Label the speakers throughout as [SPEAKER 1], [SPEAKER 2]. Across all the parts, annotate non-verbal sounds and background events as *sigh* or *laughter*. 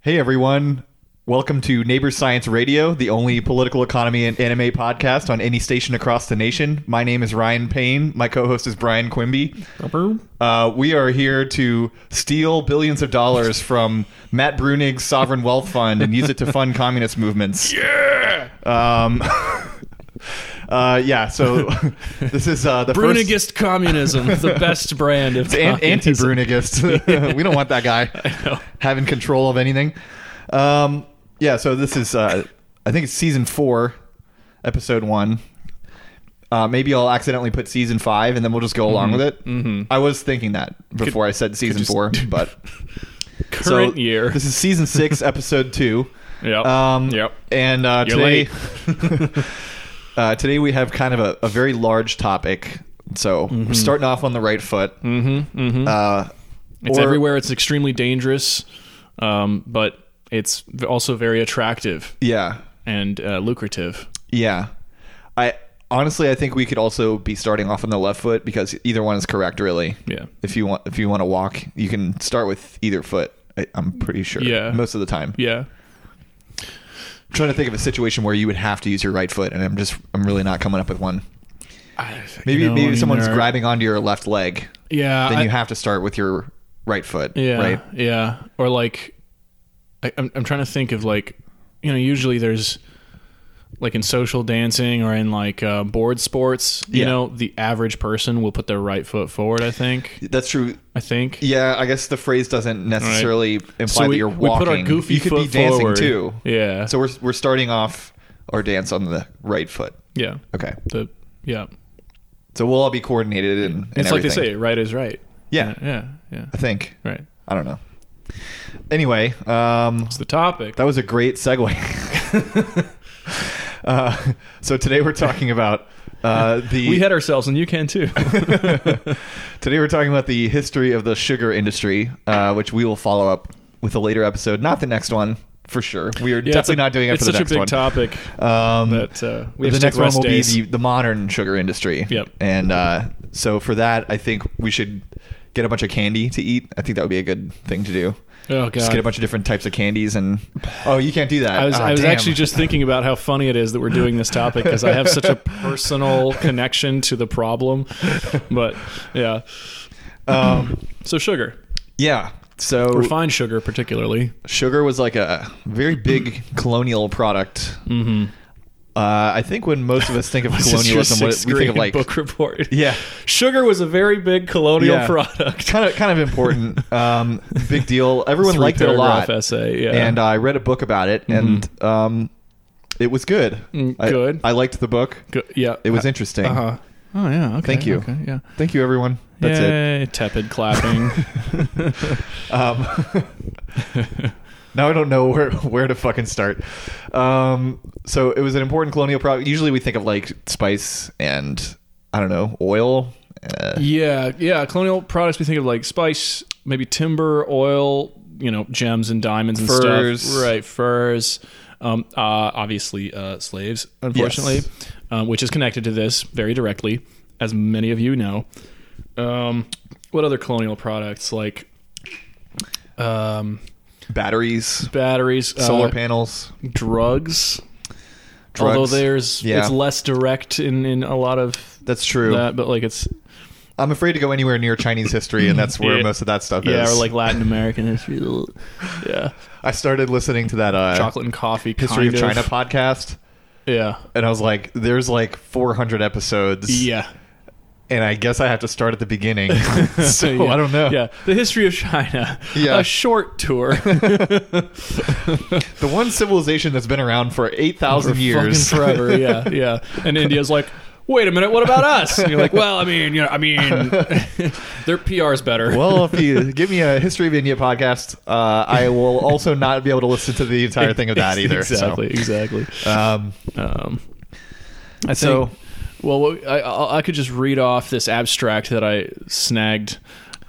[SPEAKER 1] Hey everyone, welcome to Neighbor Science Radio, the only political economy and anime podcast on any station across the nation. My name is Ryan Payne. My co-host is Brian Quimby. Uh, we are here to steal billions of dollars from Matt Brunig's sovereign wealth fund and use it to fund communist movements. Yeah. Um, *laughs* uh, yeah. So *laughs* this is uh, the first
[SPEAKER 2] Brunigist
[SPEAKER 1] *laughs*
[SPEAKER 2] communism, the best brand of
[SPEAKER 1] an-
[SPEAKER 2] communism.
[SPEAKER 1] anti-Brunigist. *laughs* we don't want that
[SPEAKER 2] *laughs*
[SPEAKER 1] guy having control of anything. Um, yeah, so this is uh, I think it's season four, episode one. Uh, maybe I'll accidentally put season five, and then we'll just go along with it. Mm-hmm. I was thinking that before I said season
[SPEAKER 2] just- *laughs*
[SPEAKER 1] four, but
[SPEAKER 2] current year.
[SPEAKER 1] This is season six,
[SPEAKER 2] *laughs*
[SPEAKER 1] episode two.
[SPEAKER 2] Yep.
[SPEAKER 1] Um,
[SPEAKER 2] Yep.
[SPEAKER 1] And uh,
[SPEAKER 2] You're
[SPEAKER 1] today, *laughs* uh, today we have kind of a, a very large topic. So
[SPEAKER 2] Mm-hmm.
[SPEAKER 1] we're starting off on the right foot. Mm-hmm. mm-hmm. Uh,
[SPEAKER 2] it's
[SPEAKER 1] or-
[SPEAKER 2] everywhere. It's extremely dangerous, um, but it's also very attractive
[SPEAKER 1] Yeah.
[SPEAKER 2] and uh, lucrative.
[SPEAKER 1] Yeah. I honestly I think we could also be starting off on the left foot because either one is correct really.
[SPEAKER 2] Yeah.
[SPEAKER 1] If you want if you want to walk, you can start with either foot. I, I'm pretty sure.
[SPEAKER 2] Yeah.
[SPEAKER 1] Most of the time.
[SPEAKER 2] Yeah.
[SPEAKER 1] I'm trying to think of a situation where you would have to use your right foot and I'm just I'm really not coming up with one.
[SPEAKER 2] I-
[SPEAKER 1] Maybe
[SPEAKER 2] you know, I
[SPEAKER 1] maybe
[SPEAKER 2] mean,
[SPEAKER 1] someone's
[SPEAKER 2] there are-
[SPEAKER 1] grabbing onto your left leg.
[SPEAKER 2] Yeah.
[SPEAKER 1] Then
[SPEAKER 2] I-
[SPEAKER 1] you have to start with your right foot.
[SPEAKER 2] Yeah.
[SPEAKER 1] Right.
[SPEAKER 2] Yeah. Or like, I, I'm I'm trying to think of like, you know, usually there's like in social dancing or in like uh, board sports, you
[SPEAKER 1] Yeah.
[SPEAKER 2] know, the average person will put their right foot forward. I think.
[SPEAKER 1] That's true.
[SPEAKER 2] I think.
[SPEAKER 1] Yeah, I guess the phrase doesn't necessarily imply
[SPEAKER 2] So
[SPEAKER 1] that
[SPEAKER 2] we,
[SPEAKER 1] you're
[SPEAKER 2] we
[SPEAKER 1] walking.
[SPEAKER 2] put our goofy
[SPEAKER 1] you could
[SPEAKER 2] foot
[SPEAKER 1] be dancing
[SPEAKER 2] forward.
[SPEAKER 1] too.
[SPEAKER 2] Yeah.
[SPEAKER 1] So we're we're starting off our dance on the right foot.
[SPEAKER 2] yeah.
[SPEAKER 1] Okay.
[SPEAKER 2] The yeah.
[SPEAKER 1] So we'll all be coordinated and, and
[SPEAKER 2] It's like they
[SPEAKER 1] everything.
[SPEAKER 2] say, right is right.
[SPEAKER 1] Yeah,
[SPEAKER 2] Yeah. Yeah.
[SPEAKER 1] I think.
[SPEAKER 2] Right.
[SPEAKER 1] I don't know. Anyway, um,
[SPEAKER 2] It's the topic.
[SPEAKER 1] that was a great
[SPEAKER 2] *laughs*
[SPEAKER 1] segue. *laughs* uh, so today we're talking about uh, the
[SPEAKER 2] *laughs* we had ourselves, and you
[SPEAKER 1] *laughs*
[SPEAKER 2] can too.
[SPEAKER 1] today we're talking about the history of the sugar industry, uh, which we will follow up with a later episode, not the next one for sure. We are
[SPEAKER 2] Yeah, it's
[SPEAKER 1] definitely
[SPEAKER 2] a-
[SPEAKER 1] not doing it
[SPEAKER 2] It's
[SPEAKER 1] for the
[SPEAKER 2] such
[SPEAKER 1] next
[SPEAKER 2] a big
[SPEAKER 1] one.
[SPEAKER 2] topic
[SPEAKER 1] Um,
[SPEAKER 2] that uh, we have
[SPEAKER 1] the
[SPEAKER 2] to
[SPEAKER 1] next
[SPEAKER 2] take
[SPEAKER 1] one
[SPEAKER 2] rest
[SPEAKER 1] will
[SPEAKER 2] days.
[SPEAKER 1] be the, the modern sugar industry.
[SPEAKER 2] Yep.
[SPEAKER 1] And uh, so for that, I think we should get a bunch of candy to eat. I think that would be a good thing to do.
[SPEAKER 2] oh god.
[SPEAKER 1] Just get a bunch of different types of candies and oh, you can't do that.
[SPEAKER 2] I was,
[SPEAKER 1] Ah,
[SPEAKER 2] I was
[SPEAKER 1] damn.
[SPEAKER 2] actually just thinking about how funny it is that we're doing this topic because I have
[SPEAKER 1] *laughs*
[SPEAKER 2] such a personal connection to the problem. But yeah,
[SPEAKER 1] um,
[SPEAKER 2] so sugar,
[SPEAKER 1] yeah. So
[SPEAKER 2] refined sugar particularly.
[SPEAKER 1] sugar was like a very
[SPEAKER 2] *clears throat*
[SPEAKER 1] big colonial product.
[SPEAKER 2] Mm-hmm.
[SPEAKER 1] Uh, I think when most of us
[SPEAKER 2] *laughs*
[SPEAKER 1] think of colonialism, what, we think of like
[SPEAKER 2] book report.
[SPEAKER 1] yeah,
[SPEAKER 2] Sugar was a very big colonial
[SPEAKER 1] Yeah.
[SPEAKER 2] product.
[SPEAKER 1] kind of kind of
[SPEAKER 2] *laughs*
[SPEAKER 1] important, um, big deal. Everyone
[SPEAKER 2] Three
[SPEAKER 1] liked it a lot.
[SPEAKER 2] paragraph Essay, yeah. Mm-hmm.
[SPEAKER 1] and uh, I read a book about it, and um, it was good.
[SPEAKER 2] Mm,
[SPEAKER 1] I-
[SPEAKER 2] good.
[SPEAKER 1] I, liked the book.
[SPEAKER 2] Go- yeah,
[SPEAKER 1] It was interesting.
[SPEAKER 2] Uh huh. Oh yeah. Okay.
[SPEAKER 1] Thank you.
[SPEAKER 2] Okay, yeah.
[SPEAKER 1] Thank you, everyone. That's it.
[SPEAKER 2] Yay, Tepid clapping.
[SPEAKER 1] *laughs* Um, *laughs* now I don't know where *laughs* where to fucking start. Um, so it was an important colonial product. Usually we think of like spice and I don't know oil. Uh,
[SPEAKER 2] yeah, yeah. Colonial products we think of like spice, maybe timber, oil, you know, gems and diamonds and
[SPEAKER 1] Furs.
[SPEAKER 2] stuff. Right, furs. Um, uh, obviously, uh, slaves, unfortunately, um, which is connected to this very directly, as many of you know. Um, what other colonial products like um,
[SPEAKER 1] batteries,
[SPEAKER 2] batteries,
[SPEAKER 1] solar
[SPEAKER 2] uh,
[SPEAKER 1] panels.
[SPEAKER 2] drugs?
[SPEAKER 1] Drugs.
[SPEAKER 2] Although there's,
[SPEAKER 1] Yeah.
[SPEAKER 2] it's less direct in in a lot of
[SPEAKER 1] That's true.
[SPEAKER 2] that, but like it's
[SPEAKER 1] I'm afraid to go anywhere near Chinese history, and that's where
[SPEAKER 2] Yeah.
[SPEAKER 1] most of that stuff
[SPEAKER 2] yeah,
[SPEAKER 1] is.
[SPEAKER 2] or like Latin American
[SPEAKER 1] *laughs*
[SPEAKER 2] history. yeah,
[SPEAKER 1] I started listening to that uh,
[SPEAKER 2] chocolate and coffee.
[SPEAKER 1] history
[SPEAKER 2] kind
[SPEAKER 1] of China podcast.
[SPEAKER 2] Yeah,
[SPEAKER 1] and I was like, "There's like 400 episodes,
[SPEAKER 2] *laughs* yeah.
[SPEAKER 1] and I guess I have to start at the
[SPEAKER 2] *laughs*
[SPEAKER 1] beginning." *laughs* so
[SPEAKER 2] Yeah.
[SPEAKER 1] Oh, I don't know.
[SPEAKER 2] Yeah, the history of China.
[SPEAKER 1] Yeah.
[SPEAKER 2] a
[SPEAKER 1] *laughs*
[SPEAKER 2] short tour. *laughs*
[SPEAKER 1] The one civilization that's been around for 8,000 years, *laughs*
[SPEAKER 2] Fucking forever. Yeah, yeah. And India's like. Wait a minute. What about us? And you're like, well, I mean, you know, I
[SPEAKER 1] *laughs*
[SPEAKER 2] mean, their PR is better.
[SPEAKER 1] well, if you give
[SPEAKER 2] *laughs*
[SPEAKER 1] me a history of India podcast, uh, I will also not be able to listen to the entire thing of
[SPEAKER 2] *laughs*
[SPEAKER 1] that either.
[SPEAKER 2] exactly, exactly.
[SPEAKER 1] So, um,
[SPEAKER 2] Um, I think.
[SPEAKER 1] So-
[SPEAKER 2] well, what- I, I I could just read off this abstract that I snagged.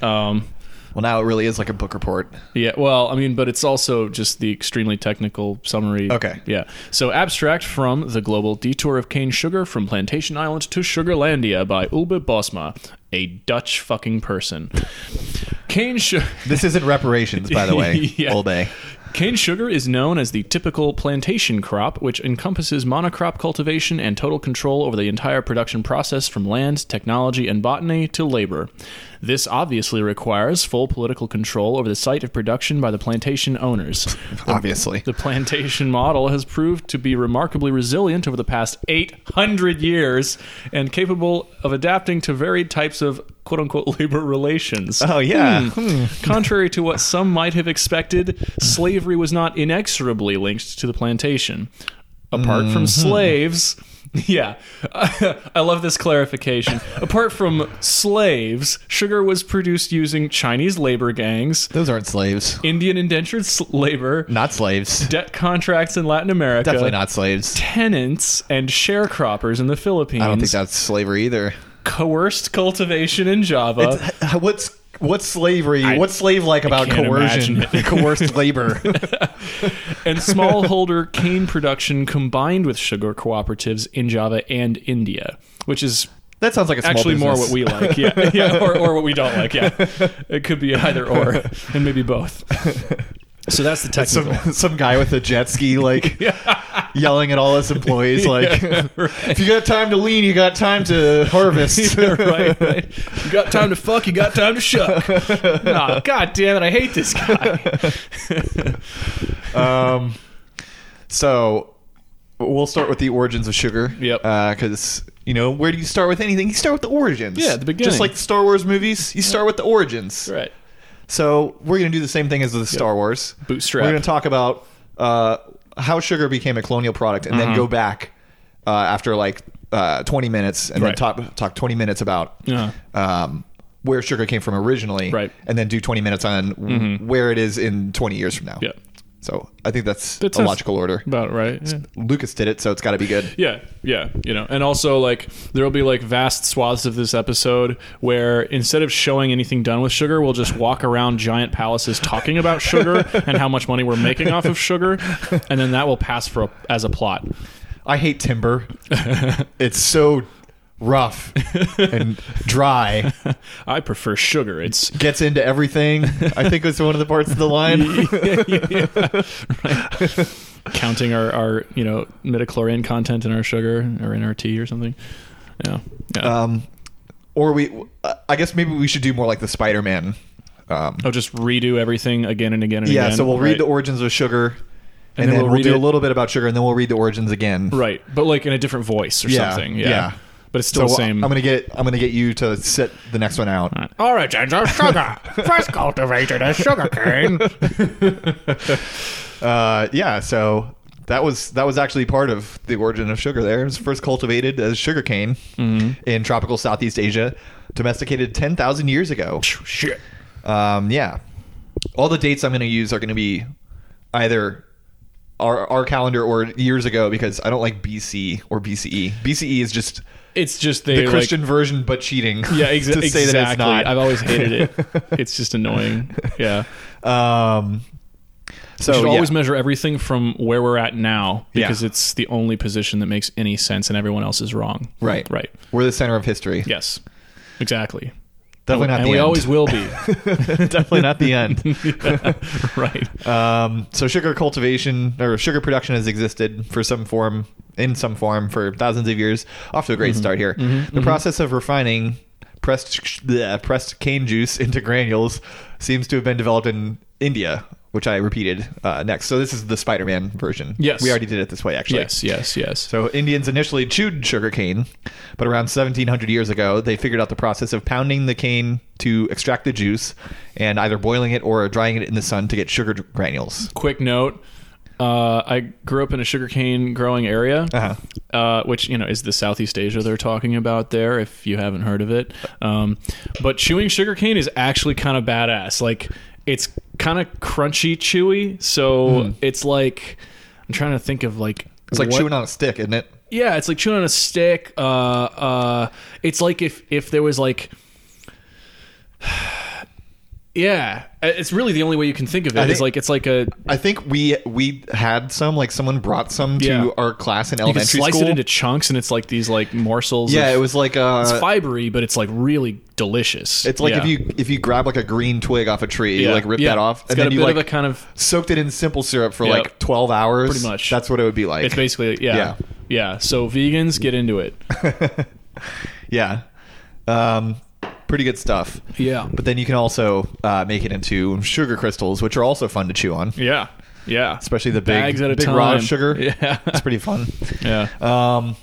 [SPEAKER 2] Um,
[SPEAKER 1] well, now it really is like a book report.
[SPEAKER 2] Yeah, well, I mean, but it's also just the extremely technical summary.
[SPEAKER 1] Okay.
[SPEAKER 2] Yeah. So, abstract from the global detour of cane sugar from Plantation Island to Sugarlandia by Ulbe Bosma, a Dutch fucking person. Cane sugar.
[SPEAKER 1] This isn't reparations, by the way,
[SPEAKER 2] *laughs* Yeah.
[SPEAKER 1] all day.
[SPEAKER 2] Cane sugar is known as the typical plantation crop, which encompasses monocrop cultivation and total control over the entire production process from land, technology, and botany to labor. This obviously requires full political control over the site of production by the plantation owners.
[SPEAKER 1] *laughs* Obviously.
[SPEAKER 2] The plantation model has proved to be remarkably resilient over the past 800 years and capable of adapting to varied types of quote unquote *laughs* labor relations.
[SPEAKER 1] Oh, yeah.
[SPEAKER 2] Hmm. Contrary to what some might have expected, slavery was not inexorably linked to the plantation. Apart from
[SPEAKER 1] Mm-hmm.
[SPEAKER 2] slaves, *laughs* yeah, I love this clarification. Apart from slaves, sugar was produced using Chinese labor gangs,
[SPEAKER 1] Those aren't slaves.
[SPEAKER 2] Indian indentured s- labor,
[SPEAKER 1] Not
[SPEAKER 2] *laughs*
[SPEAKER 1] slaves.
[SPEAKER 2] debt contracts in Latin America,
[SPEAKER 1] Definitely not slaves.
[SPEAKER 2] tenants and sharecroppers in the Philippines,
[SPEAKER 1] I don't think that's slavery either.
[SPEAKER 2] coerced cultivation in Java.
[SPEAKER 1] *laughs* What's what's slavery? what's slave like about
[SPEAKER 2] can't
[SPEAKER 1] coercion, *laughs* coerced
[SPEAKER 2] *laughs*
[SPEAKER 1] labor?
[SPEAKER 2] and smallholder cane production combined with sugar cooperatives in Java and India, which is
[SPEAKER 1] that sounds like a small
[SPEAKER 2] actually more
[SPEAKER 1] business.
[SPEAKER 2] what we like, yeah, yeah, or, or what we don't like, yeah. It could be either or, and maybe both. So that's the technical.
[SPEAKER 1] *laughs* some some guy with a jet ski like yelling at all his
[SPEAKER 2] *laughs*
[SPEAKER 1] employees like if you got time to lean you got time to
[SPEAKER 2] *laughs*
[SPEAKER 1] harvest
[SPEAKER 2] *laughs* right, right. You got time to fuck, you got time
[SPEAKER 1] *laughs*
[SPEAKER 2] to shuck. Nah, God damn it, I hate this guy.
[SPEAKER 1] *laughs* um so we'll start with the origins of sugar
[SPEAKER 2] Yep.
[SPEAKER 1] because you know where do you start with anything you start with the origins
[SPEAKER 2] Yeah, at the beginning.
[SPEAKER 1] just like the star wars movies you start with the origins
[SPEAKER 2] Right.
[SPEAKER 1] so we're gonna do the same thing as the star wars
[SPEAKER 2] Bootstrap.
[SPEAKER 1] we're gonna talk about uh how sugar became a colonial product and
[SPEAKER 2] Uh-huh.
[SPEAKER 1] then go back uh after like uh 20 minutes and
[SPEAKER 2] Right.
[SPEAKER 1] then talk talk 20 minutes about
[SPEAKER 2] Uh-huh.
[SPEAKER 1] um, where sugar came from originally,
[SPEAKER 2] Right. Mm-hmm.
[SPEAKER 1] And then do 20 minutes on where it is in 20 years from now.
[SPEAKER 2] Yeah.
[SPEAKER 1] So I think that's
[SPEAKER 2] That
[SPEAKER 1] a
[SPEAKER 2] sounds-
[SPEAKER 1] logical order.
[SPEAKER 2] About right. yeah.
[SPEAKER 1] Lucas did it, so it's got to be good.
[SPEAKER 2] Yeah, yeah, you know, and also like there will be like vast swaths of this episode where instead of showing anything done with sugar, we'll just walk around giant palaces talking about sugar and how much money we're making off of sugar, and then that will pass for a, as a plot. *laughs*
[SPEAKER 1] I hate timber. it's so rough and
[SPEAKER 2] *laughs*
[SPEAKER 1] dry.
[SPEAKER 2] I prefer sugar. It's
[SPEAKER 1] Gets into everything. I think it's one of the parts of the
[SPEAKER 2] *laughs*
[SPEAKER 1] line.
[SPEAKER 2] counting our, our you know midichlorian content in our sugar or in our tea or something. Yeah, yeah.
[SPEAKER 1] um, or we, I guess maybe we should do more like the Spider-Man. Um,
[SPEAKER 2] I'll just redo everything again and again and
[SPEAKER 1] yeah.
[SPEAKER 2] Oh, again.
[SPEAKER 1] So we'll
[SPEAKER 2] Right.
[SPEAKER 1] read the origins of sugar, and,
[SPEAKER 2] then
[SPEAKER 1] then,
[SPEAKER 2] we'll
[SPEAKER 1] we'll,
[SPEAKER 2] read
[SPEAKER 1] do
[SPEAKER 2] it-
[SPEAKER 1] a little bit about sugar, and then we'll read the origins again.
[SPEAKER 2] right, but like in a different voice or
[SPEAKER 1] Yeah,
[SPEAKER 2] something. Yeah.
[SPEAKER 1] yeah.
[SPEAKER 2] but it's still the
[SPEAKER 1] So uh,
[SPEAKER 2] same.
[SPEAKER 1] I'm gonna get I'm gonna get you to sit the next one out.
[SPEAKER 3] Origins of
[SPEAKER 1] *laughs*
[SPEAKER 3] sugar. First cultivated as sugarcane.
[SPEAKER 1] Uh, yeah, so that was that was actually part of the origin of sugar. There, it was first cultivated as sugarcane
[SPEAKER 2] Mm-hmm.
[SPEAKER 1] in tropical Southeast Asia, domesticated ten thousand years ago.
[SPEAKER 3] Shit.
[SPEAKER 1] Um, yeah, all the dates I'm gonna use are gonna be either. Our, our calendar or years ago because I don't like BC or E. BCE. BCE is just
[SPEAKER 2] it's just they
[SPEAKER 1] the
[SPEAKER 2] like-
[SPEAKER 1] Christian version but cheating. *laughs*
[SPEAKER 2] Yeah, exa-
[SPEAKER 1] to say
[SPEAKER 2] exactly.
[SPEAKER 1] that it's not.
[SPEAKER 2] I've always
[SPEAKER 1] *laughs*
[SPEAKER 2] hated it. it's just annoying. Yeah.
[SPEAKER 1] Um, so
[SPEAKER 2] So should
[SPEAKER 1] Oh, yeah.
[SPEAKER 2] always measure everything from where we're at now because
[SPEAKER 1] Yeah.
[SPEAKER 2] it's the only position that makes any sense and everyone else is wrong.
[SPEAKER 1] Right.
[SPEAKER 2] Right.
[SPEAKER 1] We're the center of history.
[SPEAKER 2] Yes. Exactly.
[SPEAKER 1] Definitely not
[SPEAKER 2] and
[SPEAKER 1] the
[SPEAKER 2] we
[SPEAKER 1] end.
[SPEAKER 2] always will be.
[SPEAKER 1] *laughs* Definitely not the end.
[SPEAKER 2] *laughs* right.
[SPEAKER 1] Um, so sugar cultivation or sugar production has existed for some form in some form for thousands of years. Off to a great
[SPEAKER 2] Mm-hmm.
[SPEAKER 1] start here. the process of refining pressed bleh, pressed cane juice into granules seems to have been developed in India, which I repeated uh, next. So this is the Spider-Man version.
[SPEAKER 2] Yes.
[SPEAKER 1] we already did it this way actually.
[SPEAKER 2] Yes, yes, yes.
[SPEAKER 1] So Indians initially chewed sugarcane, but around 1700 years ago, they figured out the process of pounding the cane to extract the juice and either boiling it or drying it in the sun to get sugar granules.
[SPEAKER 2] Quick note. Uh, I grew up in a sugarcane growing area,
[SPEAKER 1] Uh-huh.
[SPEAKER 2] uh, which you know is the Southeast Asia they're talking about there. If you haven't heard of it, um, but chewing sugarcane is actually kind of badass. Like it's kind of crunchy, chewy. So it's like I'm trying to think of like
[SPEAKER 1] Hmm. It's like
[SPEAKER 2] what-
[SPEAKER 1] chewing on a stick, isn't it?
[SPEAKER 2] yeah, it's like chewing on a stick. Uh, uh, it's like if if there was like *sighs* yeah, it's really the only way you can think of it.
[SPEAKER 1] I
[SPEAKER 2] it's
[SPEAKER 1] think-
[SPEAKER 2] like it's like a
[SPEAKER 1] I think we we had some like someone brought some to
[SPEAKER 2] Yeah.
[SPEAKER 1] our class in
[SPEAKER 2] you can
[SPEAKER 1] elementary
[SPEAKER 2] slice
[SPEAKER 1] school.
[SPEAKER 2] it into chunks, and it's like these like morsels.
[SPEAKER 1] yeah,
[SPEAKER 2] of-
[SPEAKER 1] it was like uh,
[SPEAKER 2] it's fibery, but it's like really delicious.
[SPEAKER 1] It's like
[SPEAKER 2] Yeah.
[SPEAKER 1] if you if you grab like a green twig off a tree, you
[SPEAKER 2] Yeah.
[SPEAKER 1] like rip
[SPEAKER 2] Yeah.
[SPEAKER 1] that off,
[SPEAKER 2] It's
[SPEAKER 1] and
[SPEAKER 2] got
[SPEAKER 1] then
[SPEAKER 2] a
[SPEAKER 1] you
[SPEAKER 2] bit
[SPEAKER 1] like
[SPEAKER 2] of a kind of
[SPEAKER 1] soaked it in simple syrup for
[SPEAKER 2] Yeah.
[SPEAKER 1] like twelve hours.
[SPEAKER 2] Pretty much.
[SPEAKER 1] That's what it would be like.
[SPEAKER 2] It's basically yeah,
[SPEAKER 1] Yeah.
[SPEAKER 2] yeah. So vegans get into it.
[SPEAKER 1] *laughs* yeah, um, pretty good stuff.
[SPEAKER 2] Yeah.
[SPEAKER 1] But then you can also uh, make it into sugar crystals, which are also fun to chew on,
[SPEAKER 2] yeah. Yeah.
[SPEAKER 1] especially the big
[SPEAKER 2] Bags at a
[SPEAKER 1] big raw
[SPEAKER 2] time.
[SPEAKER 1] sugar.
[SPEAKER 2] *laughs* Yeah.
[SPEAKER 1] it's pretty fun.
[SPEAKER 2] Yeah.
[SPEAKER 1] Um,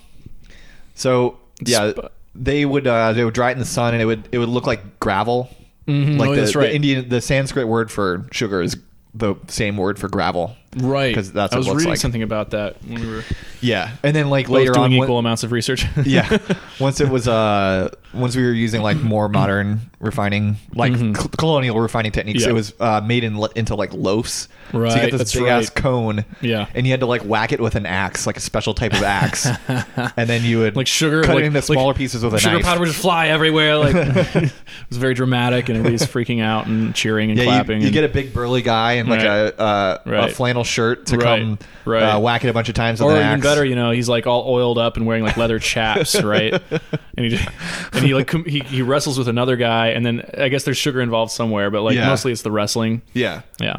[SPEAKER 1] so yeah,
[SPEAKER 2] Sp-
[SPEAKER 1] they would uh, they would dry it in the sun, and it would it would look like gravel. Like
[SPEAKER 2] Oh,
[SPEAKER 1] the,
[SPEAKER 2] that's
[SPEAKER 1] the
[SPEAKER 2] right.
[SPEAKER 1] Indian the Sanskrit word for sugar is the same word for gravel.
[SPEAKER 2] right.
[SPEAKER 1] 'Cause that's
[SPEAKER 2] I
[SPEAKER 1] what
[SPEAKER 2] was
[SPEAKER 1] it looks
[SPEAKER 2] reading
[SPEAKER 1] like.
[SPEAKER 2] something about that when we were
[SPEAKER 1] Yeah, and then like
[SPEAKER 2] both
[SPEAKER 1] later
[SPEAKER 2] doing
[SPEAKER 1] on,
[SPEAKER 2] equal
[SPEAKER 1] when-
[SPEAKER 2] amounts of research.
[SPEAKER 1] *laughs*
[SPEAKER 2] *laughs*
[SPEAKER 1] yeah, once it was uh once we were using like more modern refining, like cl- colonial refining techniques,
[SPEAKER 2] Mm-hmm. Yeah.
[SPEAKER 1] it was uh, made in le- into like loaves. so you
[SPEAKER 2] Right,
[SPEAKER 1] get this
[SPEAKER 2] that's
[SPEAKER 1] big ass
[SPEAKER 2] right.
[SPEAKER 1] cone.
[SPEAKER 2] Yeah.
[SPEAKER 1] and you had to like whack it with an axe, like a special type of
[SPEAKER 2] *laughs*
[SPEAKER 1] axe, and then you would
[SPEAKER 2] like sugar,
[SPEAKER 1] cut
[SPEAKER 2] like,
[SPEAKER 1] it into
[SPEAKER 2] like
[SPEAKER 1] smaller pieces with a
[SPEAKER 2] sugar
[SPEAKER 1] knife.
[SPEAKER 2] powder would just fly everywhere. Like *laughs* it was very dramatic, and everybody's freaking out and cheering and
[SPEAKER 1] Yeah, you-
[SPEAKER 2] clapping.
[SPEAKER 1] You,
[SPEAKER 2] and,
[SPEAKER 1] get a big burly guy in like
[SPEAKER 2] Right.
[SPEAKER 1] a uh,
[SPEAKER 2] Right.
[SPEAKER 1] a flannel shirt to
[SPEAKER 2] Right.
[SPEAKER 1] come
[SPEAKER 2] Right.
[SPEAKER 1] Uh, whack it a bunch of times with
[SPEAKER 2] or
[SPEAKER 1] an
[SPEAKER 2] even
[SPEAKER 1] axe.
[SPEAKER 2] better, you know, he's like all oiled up and wearing like
[SPEAKER 1] *laughs*
[SPEAKER 2] leather chaps, right? and he just, and he like com- he, he wrestles with another guy, and then I guess there's sugar involved somewhere, but like
[SPEAKER 1] Yeah.
[SPEAKER 2] mostly it's the wrestling,
[SPEAKER 1] yeah,
[SPEAKER 2] yeah,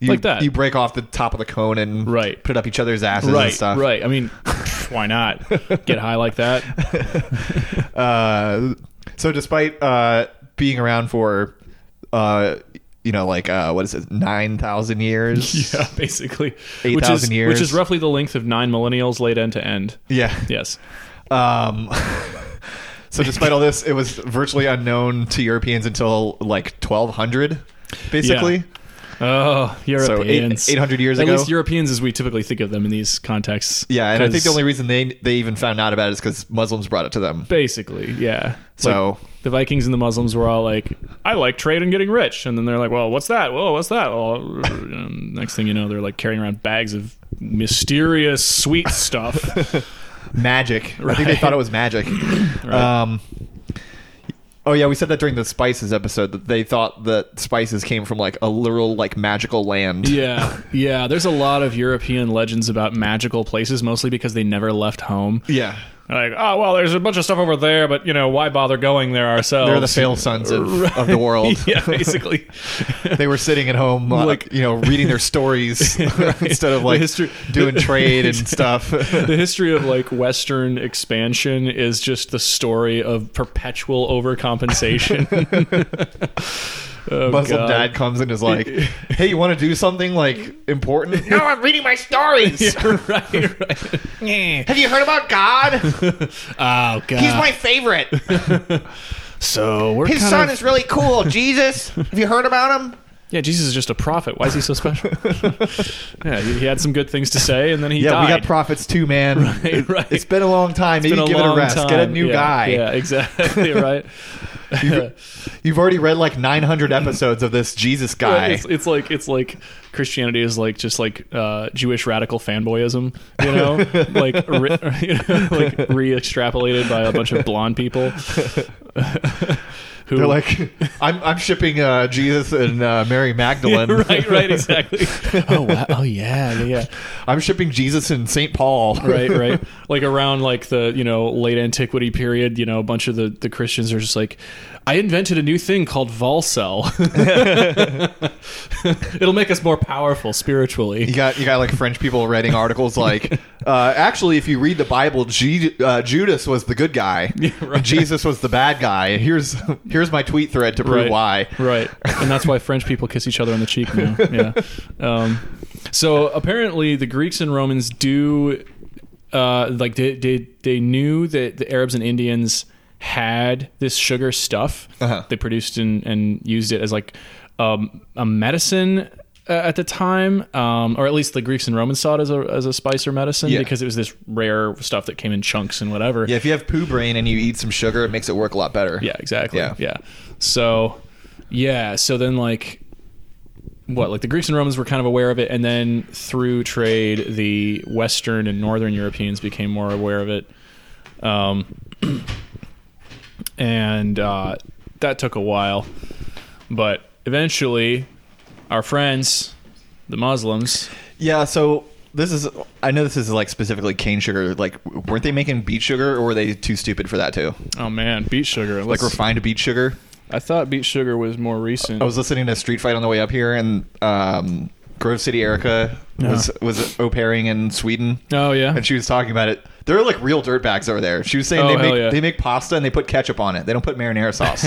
[SPEAKER 1] you,
[SPEAKER 2] like that,
[SPEAKER 1] You break off the top of the cone and
[SPEAKER 2] Right.
[SPEAKER 1] put it up each other's asses and
[SPEAKER 2] right?
[SPEAKER 1] stuff.
[SPEAKER 2] Right. I mean, why not get high
[SPEAKER 1] *laughs*
[SPEAKER 2] like that?
[SPEAKER 1] Uh, so despite uh, being around for, uh, you know, like uh, what is it, nine thousand years?
[SPEAKER 2] *laughs* Yeah, basically,
[SPEAKER 1] Eight
[SPEAKER 2] which is
[SPEAKER 1] thousand years.
[SPEAKER 2] which is roughly the length of nine millennials laid end to end.
[SPEAKER 1] Yeah.
[SPEAKER 2] Yes.
[SPEAKER 1] Um, *laughs* so despite all this, it was virtually unknown to Europeans until like 1200, basically.
[SPEAKER 2] Oh, Europeans.
[SPEAKER 1] 800 years
[SPEAKER 2] At
[SPEAKER 1] ago?
[SPEAKER 2] least Europeans as we typically think of them in these contexts.
[SPEAKER 1] Yeah, and I think the
[SPEAKER 2] 'cause
[SPEAKER 1] only reason they they even found out about it is because Muslims brought it to them.
[SPEAKER 2] Basically, yeah.
[SPEAKER 1] So-
[SPEAKER 2] Like, the Vikings and the Muslims were all like, "I like trade and getting rich," and then they're like, "Well, what's that? Well, what's that?" Well, um, next thing you know, they're like carrying around bags of mysterious sweet stuff.
[SPEAKER 1] *laughs* Magic. I think they
[SPEAKER 2] Right.
[SPEAKER 1] thought it was
[SPEAKER 2] *coughs*
[SPEAKER 1] magic. Um, oh yeah, we said that during the spices episode that they thought that spices came from like a literal like magical land.
[SPEAKER 2] yeah, yeah. There's a lot of European legends about magical places, mostly because they never left home.
[SPEAKER 1] Yeah.
[SPEAKER 2] Like, oh well, there's a bunch of stuff over there, but you know, why bother going there ourselves?
[SPEAKER 1] They're the fail sons of,
[SPEAKER 2] *laughs*
[SPEAKER 1] of the world.
[SPEAKER 2] Oh, yeah, basically.
[SPEAKER 1] *laughs* They were sitting at home, uh,
[SPEAKER 2] Like-
[SPEAKER 1] you know, reading their
[SPEAKER 2] *laughs*
[SPEAKER 1] stories *laughs* instead of
[SPEAKER 2] The
[SPEAKER 1] like
[SPEAKER 2] history- Oh,
[SPEAKER 1] doing trade
[SPEAKER 2] *laughs*
[SPEAKER 1] and stuff.
[SPEAKER 2] the history of like Western expansion is just the story of perpetual
[SPEAKER 1] *laughs*
[SPEAKER 2] overcompensation. oh,
[SPEAKER 1] *laughs* Muslim
[SPEAKER 2] God.
[SPEAKER 1] dad comes and is like, "Hey, you want to do something like important?
[SPEAKER 3] *laughs* No, I'm reading
[SPEAKER 1] *laughs*
[SPEAKER 3] my stories.
[SPEAKER 2] *laughs* right, right.
[SPEAKER 3] Eh.
[SPEAKER 1] Have you heard about God?
[SPEAKER 2] *laughs* Oh God.
[SPEAKER 3] He's
[SPEAKER 2] *laughs*
[SPEAKER 3] my favorite.
[SPEAKER 2] so we're
[SPEAKER 3] His
[SPEAKER 2] kind
[SPEAKER 3] son
[SPEAKER 2] of-
[SPEAKER 3] is
[SPEAKER 2] *laughs*
[SPEAKER 3] really cool. Jesus, have you heard about him?
[SPEAKER 2] yeah. Jesus is just a prophet. Why is he
[SPEAKER 1] *laughs*
[SPEAKER 2] so special? yeah, he, he had some good things to say, and then he
[SPEAKER 1] Yeah, we
[SPEAKER 2] died.
[SPEAKER 1] got prophets too, man.
[SPEAKER 2] *laughs* Right, right.
[SPEAKER 1] It's been a long time. Maybe
[SPEAKER 2] Been
[SPEAKER 1] give it a
[SPEAKER 2] long
[SPEAKER 1] rest. Get a
[SPEAKER 2] time.
[SPEAKER 1] new
[SPEAKER 2] Yeah,
[SPEAKER 1] guy.
[SPEAKER 2] Yeah, exactly. *laughs* Right.
[SPEAKER 1] *laughs*
[SPEAKER 2] *laughs*
[SPEAKER 1] You've already read like 900 episodes of this Jesus
[SPEAKER 2] Right,
[SPEAKER 1] guy.
[SPEAKER 2] It's, it's like it's like Christianity is like just like uh, Jewish radical fanboyism, you *laughs* know, like re, *laughs* you know, like re-extrapolated by a bunch of blonde people. *laughs* who
[SPEAKER 1] They're like, *laughs* I'm, I'm shipping uh, Jesus and uh, Mary
[SPEAKER 2] *laughs*
[SPEAKER 1] Magdalene.
[SPEAKER 2] *laughs* right, right, exactly. oh wow, oh yeah, yeah, yeah.
[SPEAKER 1] I'm shipping Jesus and St. Paul.
[SPEAKER 2] *laughs* right, right. Like around like the you know late antiquity period, you know, a bunch of the the Christians are just like, I invented a new thing called Volcel. *laughs* It'll make us more powerful spiritually.
[SPEAKER 1] You got you got like French people writing articles like, uh, actually, if you read the Bible, G- uh, Judas was the good
[SPEAKER 2] *laughs*
[SPEAKER 1] guy,
[SPEAKER 2] right.
[SPEAKER 1] Jesus was the bad guy. Here's here's my tweet thread to prove
[SPEAKER 2] right.
[SPEAKER 1] why.
[SPEAKER 2] Right. And that's why French people kiss each other on the
[SPEAKER 1] *laughs*
[SPEAKER 2] cheek now. Yeah. Um, so apparently the Greeks and Romans do uh, like they, they they knew that the Arabs and Indians had this sugar stuff.
[SPEAKER 1] Uh-huh.
[SPEAKER 2] They produced and, and used it as like um, a medicine uh, at the time, um, or at least the Greeks and Romans saw it as a as a spice or medicine
[SPEAKER 1] Yeah.
[SPEAKER 2] because it was this rare stuff that came in chunks and whatever.
[SPEAKER 1] *laughs* Yeah, if you have poo brain and you eat some sugar, it makes it work a lot better.
[SPEAKER 2] Yeah, exactly.
[SPEAKER 1] Yeah.
[SPEAKER 2] Yeah. So, yeah. So then, like, what? Like the Greeks and Romans were kind of aware of it, and then through trade, the Western and Northern Europeans became more aware of it, um, *clears throat* and uh, that took a while, but eventually, our friends, the Muslims,
[SPEAKER 1] Yeah, so this is I know this is like specifically cane sugar. Like, weren't they making beet sugar, or were they too stupid for that too?
[SPEAKER 2] oh man, beet sugar.
[SPEAKER 1] Like
[SPEAKER 2] Let's,
[SPEAKER 1] refined beet sugar.
[SPEAKER 2] I thought beet sugar was more recent.
[SPEAKER 1] I was listening to Street Fight on the way up here, and um, Grove City Erica was was au pairing in Sweden, *laughs*
[SPEAKER 2] oh yeah,
[SPEAKER 1] and she was talking about it. They're like real dirtbags over there. She was saying
[SPEAKER 2] Oh,
[SPEAKER 1] they
[SPEAKER 2] hell
[SPEAKER 1] make
[SPEAKER 2] yeah.
[SPEAKER 1] they make pasta and they put ketchup on it. They don't put marinara
[SPEAKER 2] *laughs*
[SPEAKER 1] sauce.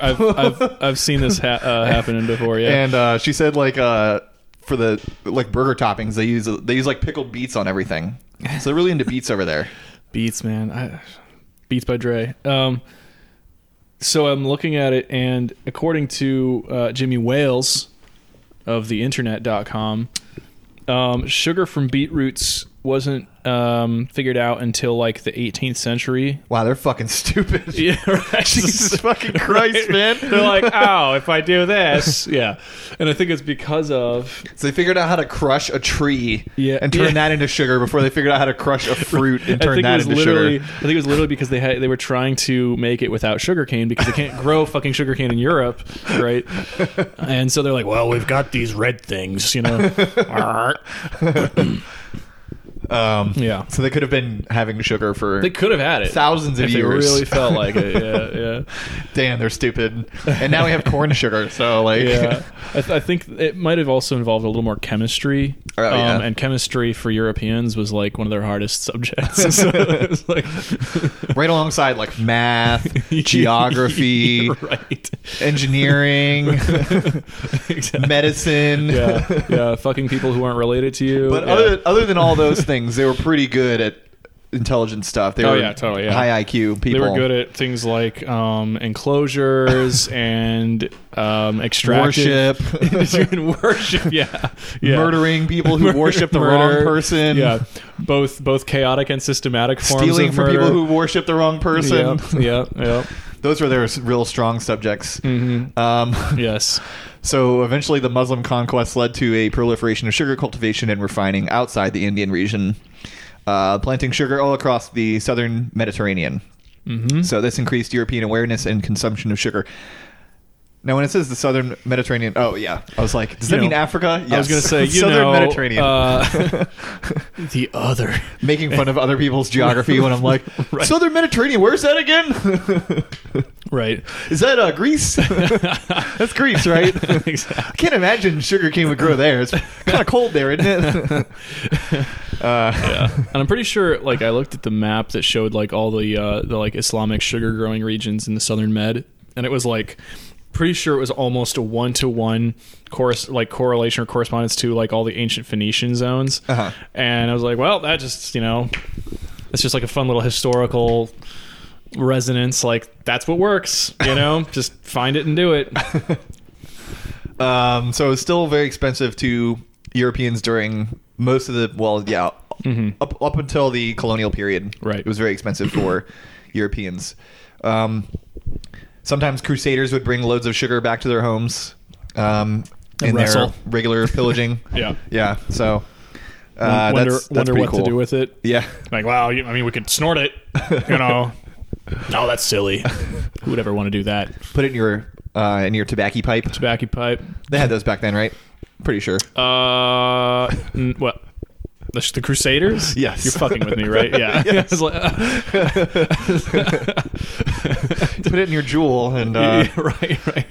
[SPEAKER 2] I've, I've, I've seen this ha- uh, happening before. Yeah,
[SPEAKER 1] and uh, she said like uh, for the like burger toppings they use they use like pickled beets on everything. So they're really into beets over there.
[SPEAKER 2] Beats, man. I, Beats by Dre. Um, so I'm looking at it, and according to uh, Jimmy Wales of the internet.com, um, sugar from beet roots wasn't um, figured out until like the
[SPEAKER 1] *laughs*
[SPEAKER 2] 18th century.
[SPEAKER 1] Wow, they're fucking stupid.
[SPEAKER 2] *laughs* Yeah,
[SPEAKER 1] *laughs*
[SPEAKER 2] right.
[SPEAKER 1] Jesus fucking Christ, man.
[SPEAKER 2] They're like, oh, if I do
[SPEAKER 1] *laughs*
[SPEAKER 2] this, yeah. And I think it's because of
[SPEAKER 1] So they figured out how to crush a tree
[SPEAKER 2] Yeah.
[SPEAKER 1] and turn
[SPEAKER 2] Yeah.
[SPEAKER 1] that into sugar before they figured out how to crush
[SPEAKER 2] *laughs*
[SPEAKER 1] a fruit and
[SPEAKER 2] I
[SPEAKER 1] turn
[SPEAKER 2] think it
[SPEAKER 1] that
[SPEAKER 2] was
[SPEAKER 1] into
[SPEAKER 2] literally.
[SPEAKER 1] sugar.
[SPEAKER 2] I think it was literally because they had they were trying to make it without sugarcane because they can't grow fucking sugarcane in Europe,
[SPEAKER 1] *laughs*
[SPEAKER 2] right? And so they're like, *laughs* well, we've got these red things,
[SPEAKER 1] *laughs*
[SPEAKER 2] you know.
[SPEAKER 1] Um,
[SPEAKER 2] yeah,
[SPEAKER 1] So they could have been having sugar for.
[SPEAKER 2] they could have had it
[SPEAKER 1] Thousands of
[SPEAKER 2] if they
[SPEAKER 1] years.
[SPEAKER 2] really felt like it.
[SPEAKER 1] *laughs*
[SPEAKER 2] Yeah,
[SPEAKER 1] Damn, they're stupid. And now we have corn sugar. So like,
[SPEAKER 2] yeah, yeah. I, th- I think it might have also involved a little more chemistry. um,
[SPEAKER 1] Oh, yeah.
[SPEAKER 2] And chemistry for Europeans was like one of their hardest subjects. *laughs* so it was like
[SPEAKER 1] *laughs* right alongside like math, *laughs*
[SPEAKER 2] *laughs*
[SPEAKER 1] geography,
[SPEAKER 2] right? *laughs*
[SPEAKER 1] engineering,
[SPEAKER 2] exactly.
[SPEAKER 1] medicine.
[SPEAKER 2] yeah, yeah, fucking people who aren't related to you.
[SPEAKER 1] But
[SPEAKER 2] yeah.
[SPEAKER 1] other other than all those things, they were pretty good at intelligent stuff. They
[SPEAKER 2] Oh,
[SPEAKER 1] were
[SPEAKER 2] yeah, totally, yeah.
[SPEAKER 1] high IQ people.
[SPEAKER 2] they were good at things like um, enclosures *laughs* and um, extractive
[SPEAKER 1] Worship.
[SPEAKER 2] Doing
[SPEAKER 1] *laughs*
[SPEAKER 2] worship, *laughs* yeah, yeah.
[SPEAKER 1] murdering people who
[SPEAKER 2] Murder-
[SPEAKER 1] worship the wrong
[SPEAKER 2] murder.
[SPEAKER 1] person.
[SPEAKER 2] Yeah, both both chaotic and systematic forms
[SPEAKER 1] Stealing
[SPEAKER 2] of
[SPEAKER 1] from
[SPEAKER 2] murder.
[SPEAKER 1] people who worship the wrong person.
[SPEAKER 2] Yeah, yeah, yeah.
[SPEAKER 1] *laughs* Those were their s- real strong subjects.
[SPEAKER 2] Mhm. *laughs*
[SPEAKER 1] Um,
[SPEAKER 2] yes,
[SPEAKER 1] so eventually, the Muslim conquest led to a proliferation of sugar cultivation and refining outside the Indian region, uh, planting sugar all across the southern Mediterranean.
[SPEAKER 2] Mhm.
[SPEAKER 1] So this increased European awareness and consumption of sugar. Now, when it says the southern Mediterranean, oh yeah, I was like, does
[SPEAKER 2] You
[SPEAKER 1] that mean
[SPEAKER 2] know,
[SPEAKER 1] Africa?
[SPEAKER 2] I was
[SPEAKER 1] *laughs*
[SPEAKER 2] gonna say you
[SPEAKER 1] southern
[SPEAKER 2] know,
[SPEAKER 1] Mediterranean. *laughs*
[SPEAKER 2] uh, the other.
[SPEAKER 1] Making fun of other people's
[SPEAKER 2] *laughs*
[SPEAKER 1] geography when I'm like,
[SPEAKER 2] Right.
[SPEAKER 1] southern Mediterranean. Where's that again?
[SPEAKER 2] Right.
[SPEAKER 1] Is that uh,
[SPEAKER 2] *laughs*
[SPEAKER 1] Greece? That's Greece, right?
[SPEAKER 2] Exactly.
[SPEAKER 1] I can't imagine sugar cane would grow there. It's kind of cold there, isn't
[SPEAKER 2] *laughs*
[SPEAKER 1] it?
[SPEAKER 2] yeah and i'm pretty sure like i looked at the map that showed like all the uh the like islamic sugar growing regions in the southern med and it was like pretty sure it was almost a one-to-one course like correlation or correspondence to like all the ancient phoenician zones
[SPEAKER 1] Uh-huh.
[SPEAKER 2] and i was like well that just you know it's just like a fun little historical resonance like that's what works
[SPEAKER 1] *laughs*
[SPEAKER 2] you know just find it and do it
[SPEAKER 1] Uh, Um, so it was still very expensive to Europeans during most of the well, yeah, up up until the colonial period.
[SPEAKER 2] Mm-hmm. Right.
[SPEAKER 1] it was very expensive
[SPEAKER 2] *clears throat*
[SPEAKER 1] for Europeans. Um, sometimes crusaders would bring loads of sugar back to their homes um,
[SPEAKER 2] And
[SPEAKER 1] in
[SPEAKER 2] wrestle.
[SPEAKER 1] their regular pillaging.
[SPEAKER 2] *laughs* Yeah.
[SPEAKER 1] yeah. So uh,
[SPEAKER 2] wonder,
[SPEAKER 1] that's, that's
[SPEAKER 2] wonder
[SPEAKER 1] pretty
[SPEAKER 2] what
[SPEAKER 1] cool.
[SPEAKER 2] to do with it
[SPEAKER 1] Yeah.
[SPEAKER 2] Like, wow, you, I mean, we could snort it, you know. *laughs* no, that's silly. Who would ever want to do that?
[SPEAKER 1] Put it in your uh, in your tobacco pipe.
[SPEAKER 2] Tobacco pipe.
[SPEAKER 1] They had those back then, right? Pretty sure.
[SPEAKER 2] Uh, n- what? The, the Crusaders?
[SPEAKER 1] *laughs* Yes.
[SPEAKER 2] You're fucking with me, right? Yeah.
[SPEAKER 1] *laughs* Yes.
[SPEAKER 2] It's like, uh,
[SPEAKER 1] Put it in your jewel and uh,
[SPEAKER 2] yeah, *laughs* right, right.